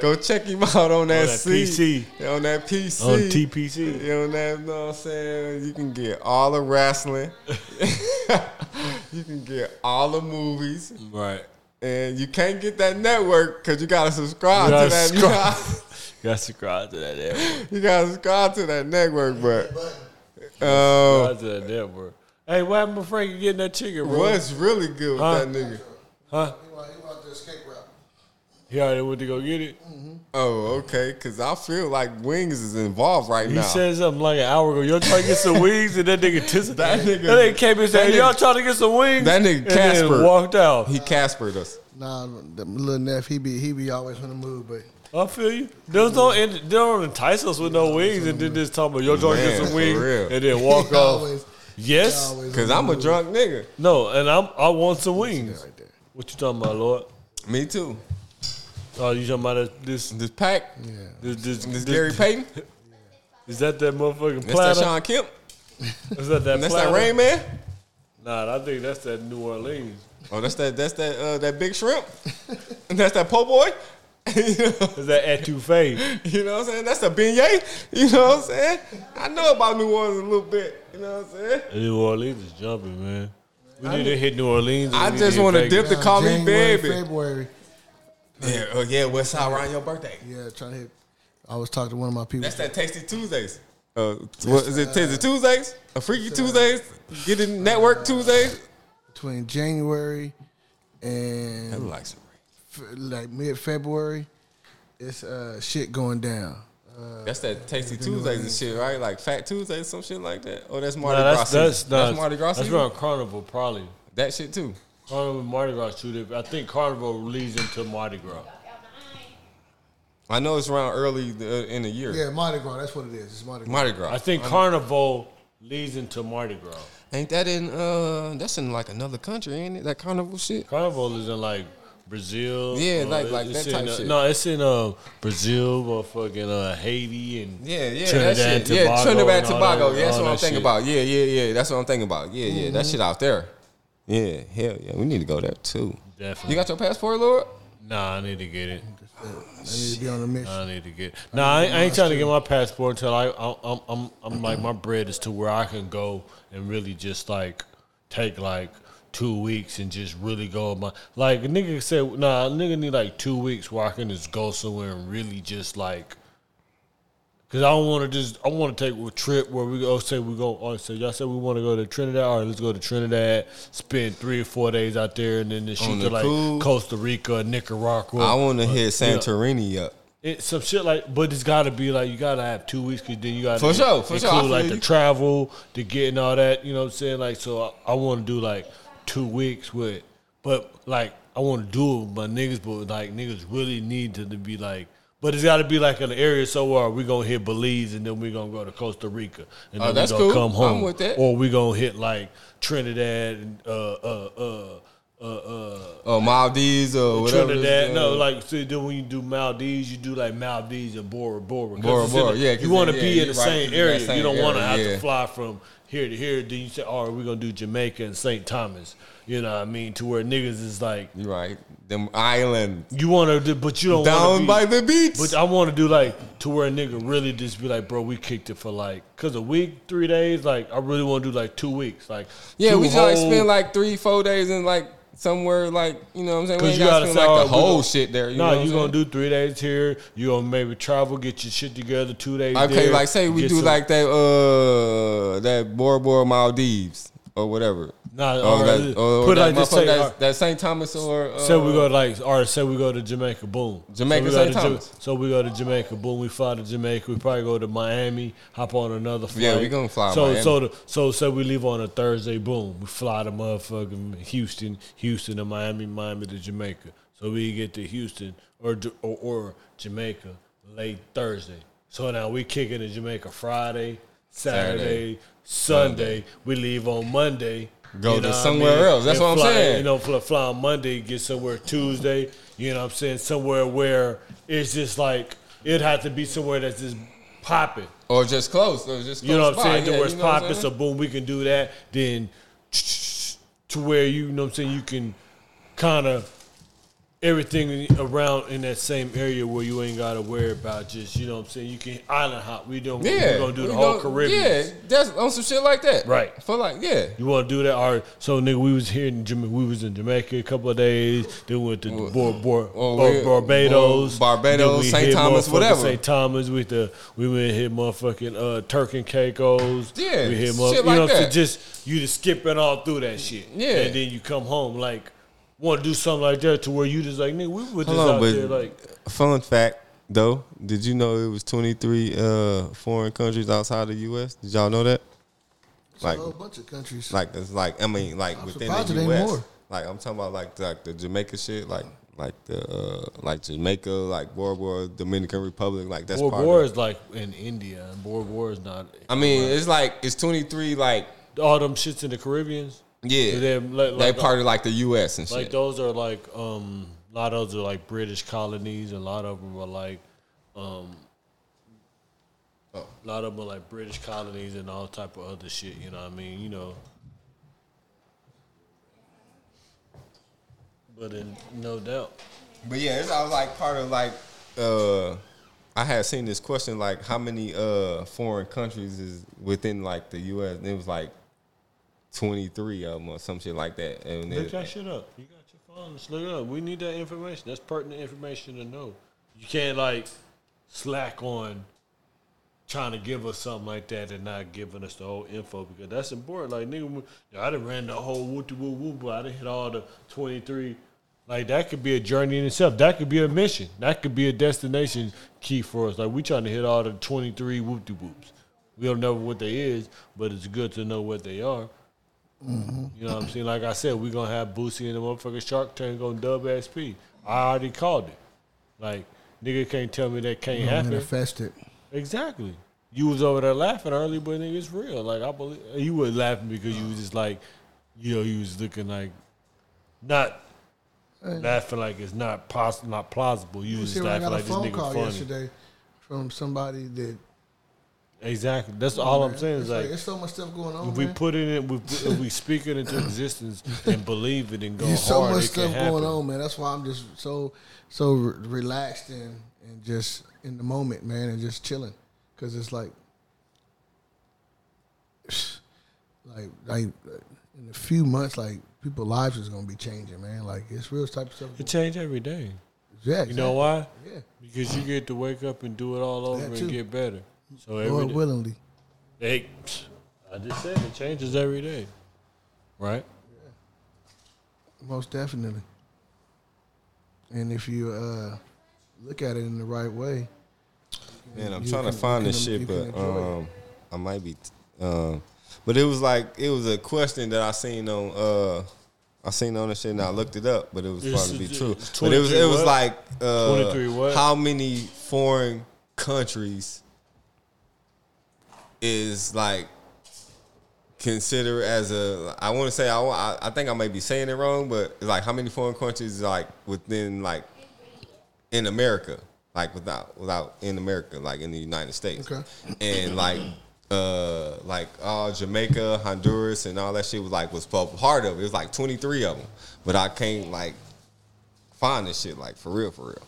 Go check him out on that, that C. PC. On that PC. On TPC. You know that- know what I'm saying? You can get all the wrestling. you can get all the movies. Right. And you can't get that network because you gotta subscribe You to gotta that. Got subscribe to that network. you gotta subscribe to that network, but uh, Subscribe to that network. Hey, what happened to Frankie getting that chicken, bro? what's really good with Huh? that nigga? Huh? He wants to escape route. He already went to go get it. Oh, okay. Because I feel like Wings is involved right He now. said something like an hour ago. Y'all trying to get some wings, and that nigga tis- that nigga, nigga- came and said, that nigga- "Y'all trying to get some wings." that nigga and then Casper. walked out. he Caspered us. Nah, the little Neff, he be he be always on the move, but I feel you. There's no, en- they don't entice us with no wings, and then just talk about y'all trying to get Man, some for wings, real. and then walk he off. always, he Yes, always on Because the I'm a move. drunk nigga. no, and I'm I want some wings. right there. What you talking about, Lord? Me too. Oh, you talking about this? This pack. Yeah, This, this, this, This Gary Payton. Is that that motherfucking That's that platter? Sean Kemp. Is that that That's platter? that Rain Man. Nah, I think that's that New Orleans. Oh, that's that. That's that. Uh, that big shrimp. and that's that po' boy. Is that etouffee? You know what I'm saying? That's a beignet. You know what I'm saying? I know about New Orleans a little bit. You know what I'm saying? New Orleans is jumping, man. We need to hit New Orleans. and I we need just hit wanna Vegas. dip the- They call me January, baby. February. Yeah. Oh yeah. What's out around your birthday? Yeah, trying to hit. I was talking to one of my people. That's that Tasty Tuesdays. Uh, what is it? Tasty Tuesdays? A Freaky Tuesdays? Get in Network Tuesdays? between January and Like some- f- like mid February, it's uh shit going down. Uh, That's that Tasty Tuesdays and shit, right? Like Fat Tuesdays, some shit like that. Oh, that's Mardi Nah, Gras. that's season. that's, That's, nah, Mardi Gras. That's season? around Carnival, probably. That shit too. Carnival and Mardi Gras two different. I think Carnival leads into Mardi Gras. I know it's around early uh, in the year. yeah, Mardi Gras. That's what it is. It's Mardi Gras. Mardi Gras. I think Carnival leads into Mardi Gras. Ain't that in? Uh, that's in like another country, ain't it? That carnival shit. Carnival is in like Brazil. Yeah, like- like it's that in, type uh, shit. No, it's in uh, Brazil, motherfucking uh, Haiti, and Yeah, yeah, Trinidad, that shit. Tobago, yeah, Trinidad, and all Tobago. that- yeah, that's all what I'm that thinking shit. Mm-hmm. about. Yeah, yeah, yeah. That's what I'm thinking about. Yeah, yeah. That shit out there. Yeah, hell yeah. We need to go there too. Definitely. You got your passport, Lord? Nah, I need to get it. I need to be on the mission. I need to get. Nah, I, I ain't trying to get my passport until I, I I'm, I'm, I'm like my bread is to where I can go and really just like take like two weeks and just really go. My like a nigga said, nah, a nigga need like two weeks where I can just go somewhere and really just like. Cause I don't want to just I want to take a trip where we go say we go oh so y'all said we want to go to Trinidad all right let's go to Trinidad spend three or four days out there and then just shoot On to the like cool. Costa Rica Nicaragua I want to hit Oh, yeah. Santorini up. it, some shit like, but it's got to be like you got to have two weeks because then you got For sure, for sure, I include feel like the you. travel, the getting all that. You know what I'm saying? Like, so I, I want to do like two weeks with, but like I want to do it with my niggas, but like niggas really need to, to be like. But it's got to be like an area so where we gonna hit Belize and then we gonna go to Costa Rica and Oh, then we that's gonna cool. come I'm home, with that. or we gonna hit like Trinidad and uh uh uh uh uh Uh, Maldives or whatever. Trinidad. Uh, no, like so then when you do Maldives, you do like Maldives and Bora Bora. 'Cause Bora it's in the- Bora, yeah, 'cause You want to then, be yeah, in the you right, same in that area. you same don't want to area, have to yeah. fly from here to here. Then you say, "All right, we're gonna do Jamaica and St. Thomas." You know, what I mean, to where niggas is like, you right. Them island you want to, do, but you don't wanna down be- by the beach. But I want to do like to where a nigga really just be like, bro, we kicked it for like, cause a week, three days. Like, I really want to do like two weeks. Like, yeah, two we just like whole- spend like three, four days in like somewhere like you know what I'm saying. We Cause ain't you gotta gotta say spend like the "All right, we whole gonna- shit there. You nah, know what you I'm gonna saying? do three days here. You gonna maybe travel, get your shit together, two days. Okay, there, like say we get do some- like that uh that Bora Bora Maldives or whatever. Nah, or all right. that, or Put it that like this, motherfucker say, all that, right. that St. Thomas or uh, Say we go to like, all right. Say we go to Jamaica, boom. so we Jamaica, go St. to Ja- Thomas. so we go to Jamaica, boom. We fly to Jamaica. We probably go to Miami. Hop on another flight. Yeah, we gonna fly So Miami. so the, so say we leave on a Thursday, boom. We fly to motherfucking Houston, Houston to Miami, Miami to Jamaica. So we get to Houston or Ja- or, or Jamaica late Thursday. So now we kicking in Jamaica Friday, Saturday, Saturday, Sunday. We leave on Monday. Go to what I somewhere else. That's And what I'm fly- saying. You know, know, fly, fly on Monday, get somewhere Tuesday. You know what I'm saying? Somewhere where it's just like it'd have to be somewhere that's just popping. or just close or just close You know what I'm by. saying? Yeah, to where it's you know what I'm popping. So saying? boom, we can do that. Then to where you, know what I'm saying? You can kind of everything around in that same area where you ain't gotta worry about just you know what I'm saying. You can island hop. We don't. yeah, we're gonna do the we whole gonna- Caribbean. Yeah, that's on some shit like that. Right. For like yeah. You want to do that? All right. So nigga, we was here in Jamaica. We was in Jamaica a couple of days. Then we went to Bor- Bor- Well, Bar- we- Barbados, Bar- Barbados, Then we St. hit Thomas, motherfucking whatever. St. Thomas, we the we went and hit motherfucking uh, Turk and Caicos. Yeah, we hit shit mother- like you know what I'm saying? that. Just you just skipping all through that shit. Yeah. and then you come home like. want to do something like that to where you just like, nigga, we were just Hold on, out but there like, fun fact though, did you know it was 23 uh, foreign countries outside the U.S.? Did y'all know that? Like, a whole bunch of countries. like it's like I mean, like within surprised it the ain't U.S. more. Like I'm talking about like like the Jamaica shit, like like the uh, like Jamaica, like Bora Bora, Dominican Republic, like that's Bora part Bora of. is like in India, and Bora Bora is not. I mean, it's like it's 23, like All them shits in the Caribbeans, yeah, They they have, like- like, part of like the U.S. and like shit. those are like um, a lot of those are like British colonies, and a lot of them are like, um, a lot of them are like British colonies and all type of other shit. You know what I mean? You know. But in, no doubt, But yeah, it's all like part of like uh I had seen this question like how many uh foreign countries is within like the US and it was like twenty three of them or some shit like that. And look it, that shit up. You got your phone. Just look it up. We need that information. That's pertinent information to know. You can't like slack on trying to give us something like that and not giving us the whole info because that's important. Like nigga, we- I done ran the whole woo woo woo, but I done hit all the twenty three. Like that could be a journey in itself. That could be a mission. That could be a destination key for us. Like we trying to hit all the twenty three whoop de whoops. We don't know what they is, but it's good to know what they are. You know what I'm saying? Like I said, we gonna have Boosie and the motherfucking Shark Tank on Dub SP. I already called it. Like nigga can't tell me that can't happen. Manifest it. Exactly. You was over there laughing early, but nigga, it's real. Like I believe you were laughing because you was just like, you know, you was looking like, not laughing like it's not possible, not plausible. You was See, just I laughing got a like this phone nigga call funny. yesterday from somebody that. Exactly. That's all I'm saying. Is It's like, like, there's so much stuff going on. if we man. put it in, if we, if we speak it into existence and believe it and go There's so hard, much it can stuff happen. going on, man. That's why I'm just so so re- relaxed and and just in the moment, man, and just chilling because it's like like like in a few months, like people's lives is gonna be changing, man. Like it's real type of stuff. It change every day. Yeah, You know why? Yeah, Because you get to wake up and do it all over too. and get better. So every Lord day. willingly. Hey, psh, I just said it changes every day, right? Most definitely. And if you uh, look at it in the right way, Man, I'm You trying can- to find you this can- shit, you can but enjoy it. um, I might be. Um, but it was like it was a question that I seen on. Uh, I seen on the shit and I looked it up, but it was It's- probably be it's- true. it's But it was it 23 was what? like uh, 23 what? how many foreign countries is like consider as a I want to say I, wa- I I think I may be saying it wrong, but like how many foreign countries is like within like in America, like without without in America, like in the United States, Okay. and like uh like all Jamaica, Honduras, and all that shit was like was part part of it. It was like twenty three of them, but I can't like find this shit like for real, for real.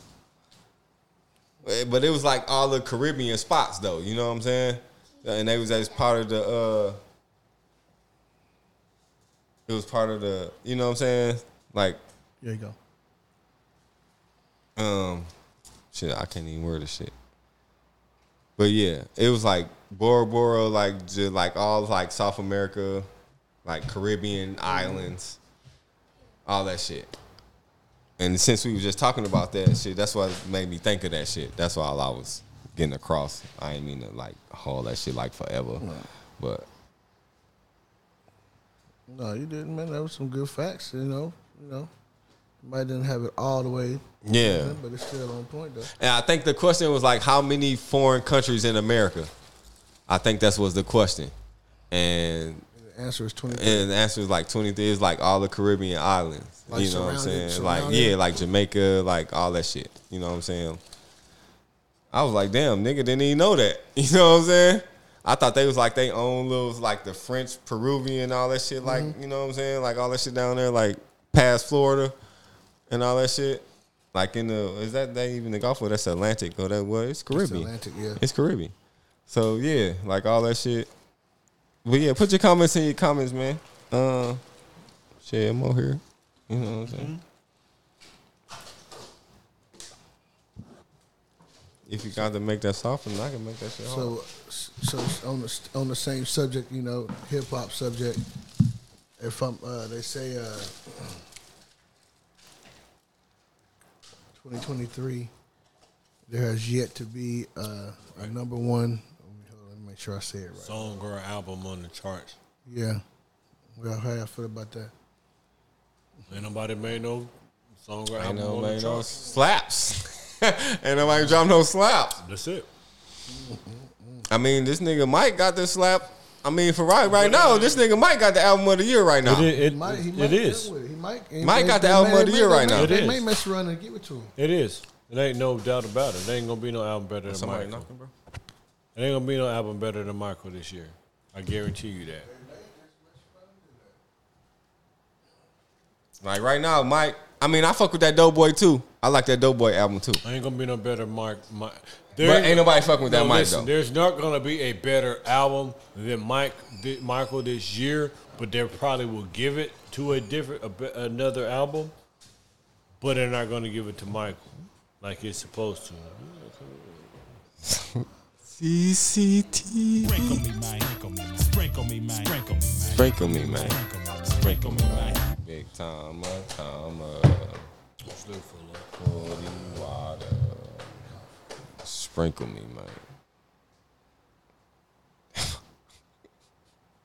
Eh, But it was like all the Caribbean spots though, you know what I'm saying? And they was as part of the uh it was part of the you know what I'm saying? Like there you go. um shit, I can't even word the shit. But yeah, it was like Bora Bora, like just like all like South America, like Caribbean islands, all that shit. And since we were just talking about that shit, that's what made me think of that shit. That's why all I was getting across. I ain't mean to like haul that shit like forever, but No, you didn't, man. That was some good facts, you know. You know, might didn't have it all the way, yeah. but it's still on point though. And I think the question was like, how many foreign countries in America? I think that's was the question. And The answer is twenty. and the answer is like 23. It's like all the Caribbean islands. Like you know what I'm surrounded- saying? Like, surrounded. yeah, like Jamaica, like all that shit. You know what I'm saying? I was like, damn, nigga didn't even know that. You know what I'm saying? I thought they was like they own little like the French, Peruvian, all that shit. Like, Mm-hmm. you know what I'm saying? Like all that shit down there, like past Florida and all that shit. Like in the is that that even the Gulf or that's Atlantic or that what? It's Caribbean. Atlantic, yeah. It's Caribbean. So yeah, like all that shit. But yeah, put your comments in your comments, man. Uh, shit, I'm over here. You know what I'm saying? Mm-hmm. If you got to make that softer, I can make that shit hard. So, so on the on the same subject, you know, hip hop subject. If I'm, uh, they say, uh, 2023, there has yet to be uh, a number one. Let me, hold on, let me make sure I say it right. Song or album on the charts. yeah. Well, how y'all feel about that? Ain't nobody made no song or Ain't album on nobody the no charts. slaps. Ain't nobody drop no slaps. That's it. I mean, this nigga Mike got this slap. I mean, for right right now, this nigga Mike got the album of the year right now. It, it, He might, he it might is. deal With it. He might. and Mike they- got the they album may- of the they year may- right now. It They may is. mess around and give it to him. It is. It ain't no doubt about it. There ain't gonna be no album better than Somebody Michael. knocking, bro. It ain't gonna be no album better than Michael this year. I guarantee you that. Like right now, Mike. I mean, I fuck with that Doughboy too. I like that Doughboy album too. There ain't gonna be no better Mark. Mike. But ain't nobody fucking with that no, Mike listen, though. There's not gonna be a better album than Mike th- Michael this year, but they probably will give it to a different a, be- another album, but they're not gonna give it to Michael like it's supposed to. CCT. Sprinkle me, man. Sprinkle me, man. Sprinkle me, man. Sprinkle me, man. Sprinkle me, man. Sprinkle me, man. Sprinkle me, man. Big time, uh, time, uh, Let's look for love. forty water. Sprinkle me, man.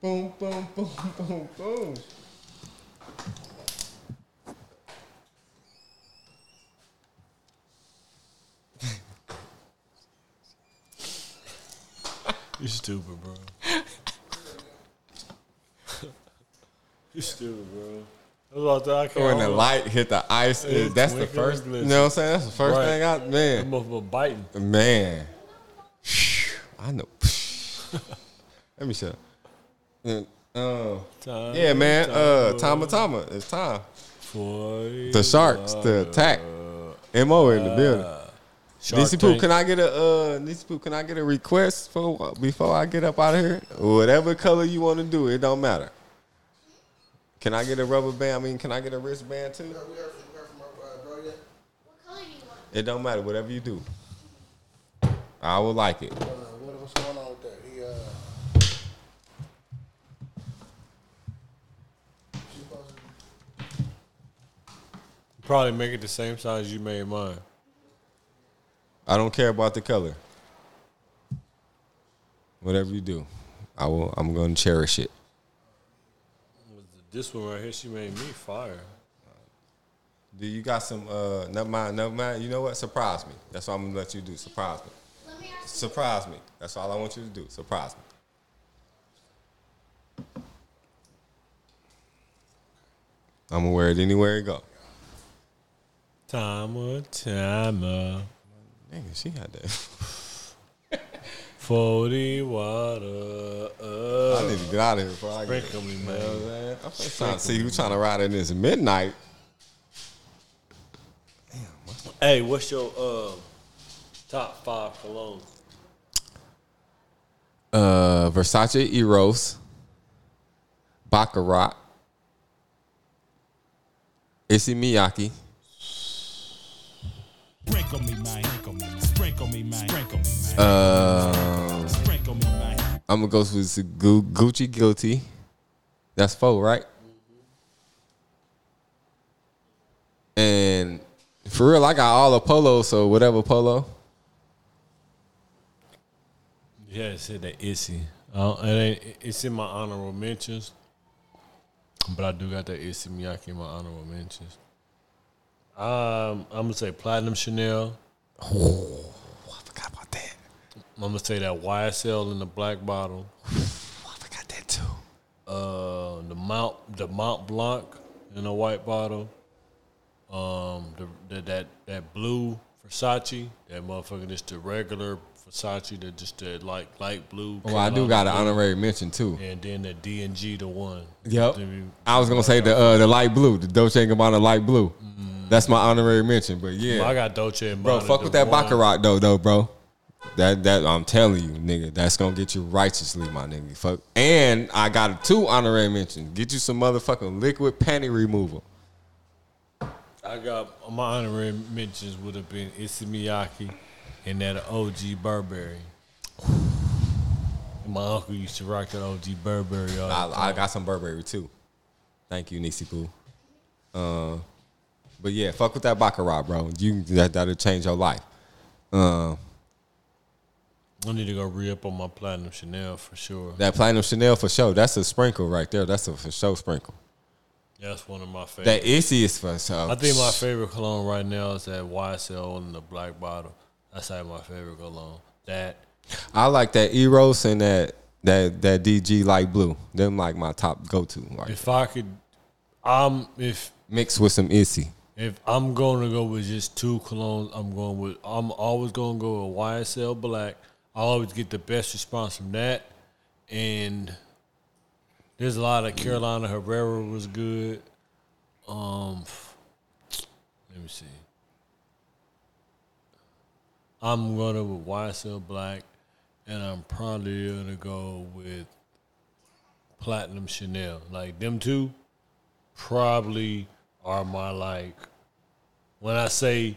boom, boom, boom, boom, boom. You stupid, bro. you stupid, bro. That's what I thought. I can't. When the hold on. light hit the ice, It's that's the wicked first. You glitzy. know what I'm saying? That's the first Right. thing I That man. motherfucker biting. Man, I know. Let me shut. up. Yeah, Uh, Time yeah, man. to Uh, go Tama Tama, it's time. for The Sharks, the attack. Mo in the building. Shark DC Poop, Tank. can I get a uh, DC Poop? Can I get a request for before I get up out of here? Whatever color you want to do, it don't matter. Can I get a rubber band? I mean, can I get a wristband too? uh, What color do you want? It don't matter. Whatever you do, I will like it. Uh, What's going on with that? He, uh, Probably make it the same size you made mine. I don't care about the color. Whatever you do, I will. I'm gonna cherish it. This one right here, she made me fire. Do you got some? Uh, never mind. Never mind. You know what? Surprise me. That's what I'm gonna let you do. Surprise me. Let me ask you. Surprise me. That's all I want you to do. Surprise me. I'm gonna wear it anywhere it go. Timer, timer, Nigga, she had that. forty water. I Uh, need to get out of here before I get. sprinkle me, You know what man. I'm saying? I'm just trying to see you trying to ride in this midnight. Hey, what's your uh, top five colognes? uh, Versace Eros, Baccarat, Issey Miyake. Sprinkle me, man. Sprinkle me, man. Sprinkle me, man. Sprinkle me, man. Um, Sprinkle me, man. I'm gonna go with the Gu- Gucci Guilty. That's four, right? And for real, I got all the polos, so whatever polo. Yeah, it said that Issy. Uh, it ain't, it's in my honorable mentions, but I do got that Issy Miyake in my honorable mentions. Um, I'm gonna say Platinum Chanel. Oh, I forgot about that. I'm gonna say that YSL in the black bottle. Oh, I forgot that too. Uh, the Mount the Mount Blanc in a white bottle. Um, the, the that that blue Versace. That motherfucker just the regular Versace. That just the like light blue. Well, Oh, I Carolina do got an blue. honorary mention too. And then the D and G, the one. Yep. Then we- I was gonna say the uh, the light blue, the Dolce and Gabbana light blue. That's my honorary mention, but yeah, I got Dolce and bro, Gabbana, fuck Mm-hmm. the with that one. Baccarat though, though, bro. That that I'm telling you, nigga, that's gonna get you righteously, my nigga. Fuck. And I got two honorary mentions. Get you some motherfucking liquid panty removal. I got my honorary mentions would have been Issey Miyake and that OG Burberry. And my uncle used to rock that OG Burberry. All the I, time. I got some Burberry too. Thank you, Nisi Poo. Uh, But yeah, fuck with that baccarat, bro. You that that'll change your life. Um, I need to go re up on my platinum Chanel for sure. that platinum Chanel for sure. That's a sprinkle right there. That's a for sure sprinkle. That's one of my favorites. That Issy is for sure. I think my favorite cologne right now is that YSL in the black bottle. That's like my favorite cologne. That I like that Eros and that that that DG light blue. Them like my top go to. Like if I could, I'm if mixed with some Issy. if I'm going to go with just two colognes, I'm going with I'm always going to go with YSL Black. I always get the best response from that, and there's a lot of Carolina Herrera was good. Um, let me see. I'm gonna with YSL Black, and I'm probably gonna go with Platinum Chanel. Like them two, probably are my like. When I say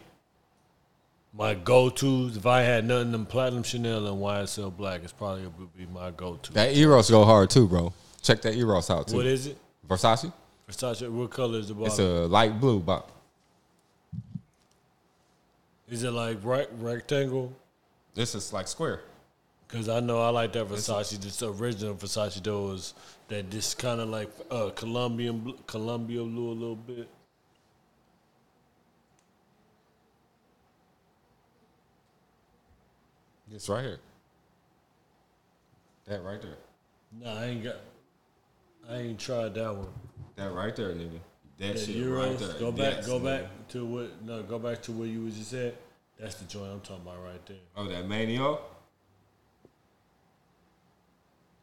my go tos, if I had nothing, then Platinum Chanel and YSL Black is probably would be my go to. That Eros go hard too, bro. Check that Eros out too. What is it? Versace? Versace. What color is the It's bottle? a light blue bottle. is it like right rectangle? This is like square. Because I know I like that Versace. This original Versace though is that this kind of like uh, Colombian bl- Columbia blue a little bit. It's right here. That right there. Nah, I ain't got. I ain't tried that one. That right there, nigga. That The shit Euros. right there. Go back. Yes, go nigga. back to what? No, go back to where you was just at. That's the joint I'm talking about right there. Oh, that Manio?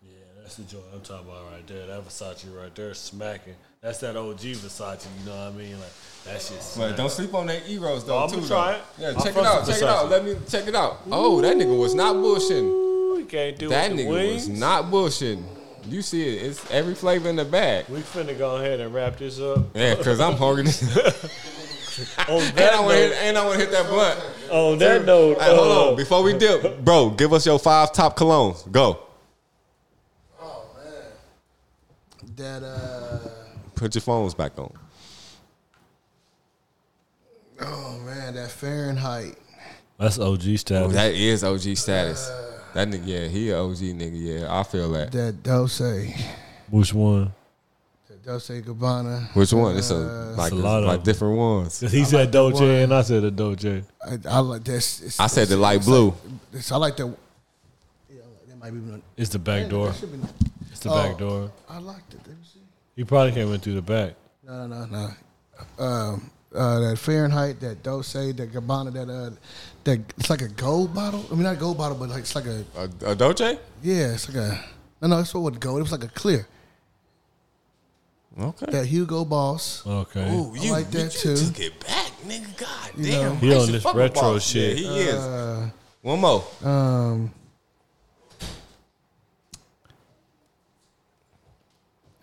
Yeah, that's the joint I'm talking about right there. That Versace right there, smacking. That's that OG Versace. You know what I mean? Like that shit. But Smack. don't sleep on that Eros though. Oh, I'ma too, try though. it. Yeah, I check it fucks out. with Check it out. Versace. Let me check it out. Oh, that nigga was not bullshitting. We can't do it That with nigga the wings. was not bullshitting. You see it. It's every flavor in the bag. We finna go ahead and wrap this up. Yeah, cause I'm hungry. and On I that want to hit, note, and I want to hit that blunt. on that note, Hey, uh, hold on. Before we dip, bro, give us your five top colognes. Go. That uh. Put your phones back on. Oh man, that Fahrenheit. That's OG status. Oh, That is OG status. That nigga, yeah, he a OG nigga. Yeah, I feel that. That Dose. That Which one? Dose Gabbana. Which one? It's a like, a lot like of different ones. He said Dolce and I said a Dolce. I, I like that's. It's, I said the it's- light it's blue. like- it's- I like that. Yeah, I like- that might be. one- It's the back door. That should be- It's the Oh. back door. I liked it. Let me see. He probably came in through the back. No, no, no, no. Um, uh, that Fahrenheit, that Dose, that Gabbana, that uh, that it's like a gold bottle. I mean, not gold bottle, but like it's like a A, a Dolce? yeah, it's like a no, no. It's what would gold. It was like a clear. Okay. That Hugo Boss. Okay. Ooh, I like that too. took it back, nigga. God You damn. know. He I used on to this fuck with retro Boss. shit. Yeah, he is. Uh, One more. um,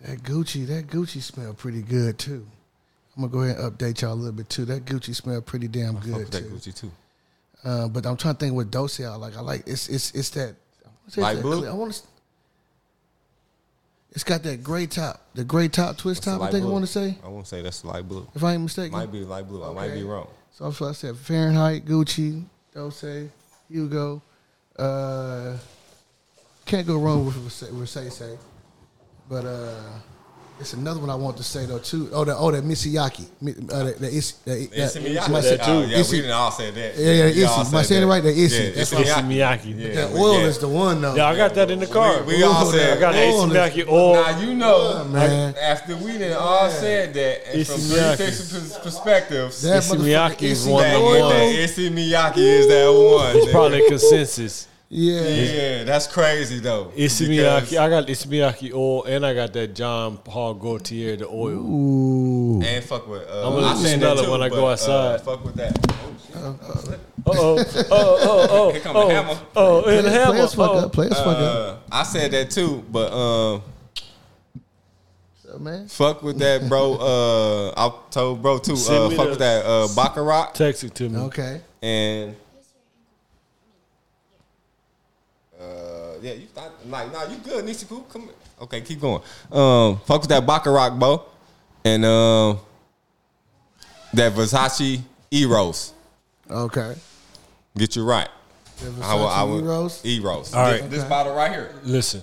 that Gucci, that Gucci smell pretty good too. I'm gonna go ahead and update y'all a little bit too. That Gucci smell pretty damn Fuck with good that too. Gucci too. Uh, but I'm trying to think what Dose I like. I like it's it's it's that what's it- Light that blue? clear- I want to. It's got that gray top, the gray top twist It's top. I light think I blue. want to say, I won't say that's light blue. if I ain't mistaken. Might be light blue. I might Okay. be wrong. So that's what I said Fahrenheit, Gucci, Dose, Hugo. Uh, can't go wrong with Versa- Versace. But uh, it's another one I want to say though too. Oh, the, oh, that Missiyaki. Mi- Uh, that, that, is- that, that, Issey-Miyake. am I saying- Oh, yeah, Issey- we didn't all say that. Yeah, yeah, We all Issey. Am I said saying it that. right? That Issey. Yeah, That's It's Issey-Miyake. Miyake. Oh, Yeah, that we- oil yeah. is the one though. Yeah, I got that in the car. We all Ooh, said I got Oil Ace is- Miyake oil. Now you know, man. after we done all said that, and from Issey-Miyake. three different perspectives, That Issey motherfucker Miyake is Issey one of that, the oil. ones. that Issey Miyake is that one. It's nigga. probably consensus. Yeah. yeah, that's crazy though. It's because- Miyake. I got it's Miyake oil, and I got that John Paul Gaultier the oil. Ooh. And fuck with. Uh, I'm gonna I just said smell that it when I go but, uh, outside. fuck with Uh that. oh, oh, oh, oh. Here come a oh, hammer. Oh, and Play, hammer. play us fuck oh. up. Play us fuck up. Uh, I said that too, but um, So, man. fuck with that, bro. Uh, I told bro too. Send Uh, me fuck the- with that uh, baccarat Text it to me. Okay. and. Uh, yeah, you thought like, nah, you good, Nisi Poo. Come, here. okay, keep going. Um, fuck with that baccarat, bro, and um, that Versace Eros. Okay. Get you right. Versace I would, I e- would, Eros. Eros? Eros. All This, right. this bottle right here. Listen,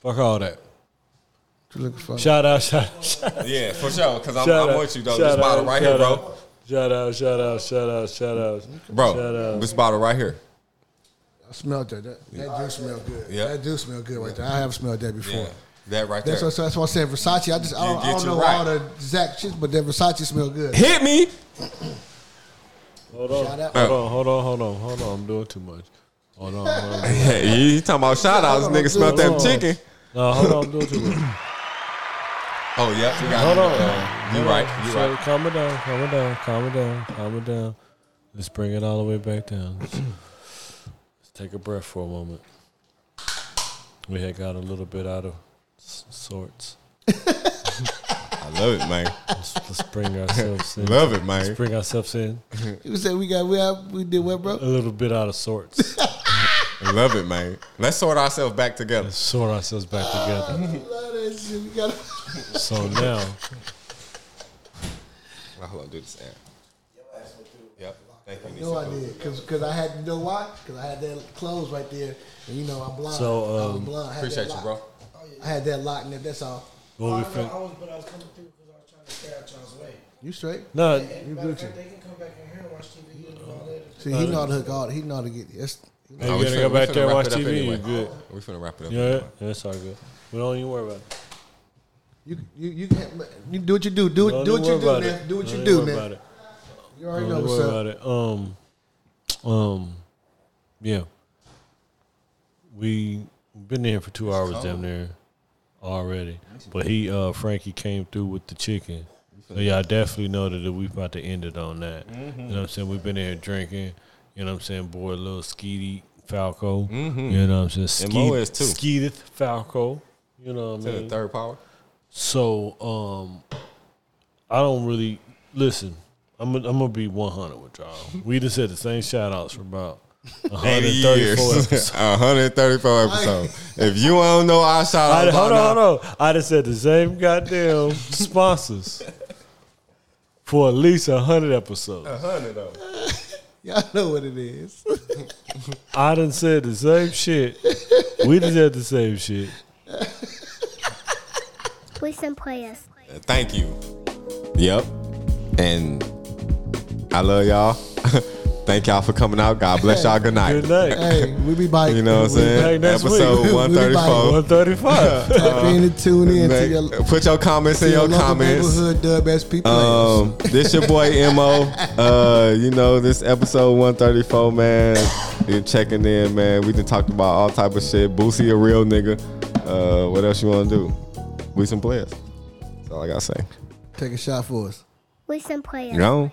fuck all that. What you looking for? Shout out, shout out, shout out. Yeah, for sure. Because I'm, shout I'm out, with you, shout though. This bottle out, right here, shout bro. out, Shout out, shout out, shout out, shout out, Bro, Shout out. this bottle right here. I smelled that. That, that do smell good. Yeah. That do smell good right there. I have smelled that before. Yeah, that right That's, there. what, that's why I said Versace. I just I You don't, I get don't you know right. all the exact shit, but that Versace smell good. Hit me. Hold on, Shout out. hold on, hold on, hold on, hold on. I'm doing too much. Hold on, hold on. He talking about shout outs. Hold on, Nigga hold smelt that on. chicken. No, hold on, I'm doing too much. Oh, yeah. You got Hold it. on. Uh, you Hold on. right. You So right. calm it down, calm it down, calm it down, calm it down. Let's bring it all the way back down. Let's take a breath for a moment. We had got a little bit out of s- sorts. I love it, man. Let's, let's bring ourselves in. Love it, Let's man. bring ourselves in. You said we got we have we did what, A Uh. bro? little bit out of sorts. Love it, man. Let's sort ourselves back together. Let's sort ourselves back together. Love that shit. We got So now, Well, Hold on, do this ad. Yep. Thank you. Nisa. No, I did, cause, 'cause I had you know why? Cause I had that clothes right there, and you know I'm blind. So, I was um, blind. I had Appreciate that you, lock. Oh, bro. I had that lock in it. That's all. what we I, know, fin- I was, but I was coming through because I was trying to stay out y'all's way. You straight? no, You Matter of Gucci. fact, they can come back in here and watch TV and do all that. See, he know how to hook all. He know how to get. That's you we gotta finna- go we back finna there and wrap watch it up TV. anyway. You good? We finna wrap it up. Yeah, yeah, that's all good. We don't even worry about it. you. You you can you do what you do. Do Don't what do what even you worry do about now. it. Do what you Don't do even worry now. about it. You already know Don't what's worry up. Oh, about it. Um, um, yeah. We been there for two hours down there already, but he uh Frankie came through with the chicken. So y'all definitely know that we about to end it on that. You Mm-hmm. know what I'm saying? We've been there drinking. You know what I'm saying? Boy, little Skeety Falco. You know what I'm saying? Mm-hmm. And Mo is too. Skeeteth Falco. You know what I To mean? the third power. So um, I don't really listen. I'm gonna- I'm gonna be 100 with y'all. We just had the same shout outs for about 134 episodes. 134 episodes. If you don't know our shout I, out, hold on, hold on. I just said the same goddamn sponsors for at least 100 episodes. 100 though. Y'all know what it is. I done said the same shit. We just had the same shit. We some players. Thank you. Yep. And I love y'all. Thank y'all for coming out. God bless y'all. Good night. Good night. hey, we be biting. You know what I'm back saying? next week. Episode We'll be back. 134. 135. Tap in and tune in to your, to Make- Put your comments in your your local comments. neighborhood dub SP players. Um, this your boy Mo. Uh, you know this episode 134, man. You're checking in, man. We done talked about all type of shit. Boosie a real nigga. Uh, what else you want to do? We some players. That's all I gotta say. Take a shot for us. We some players. Gone.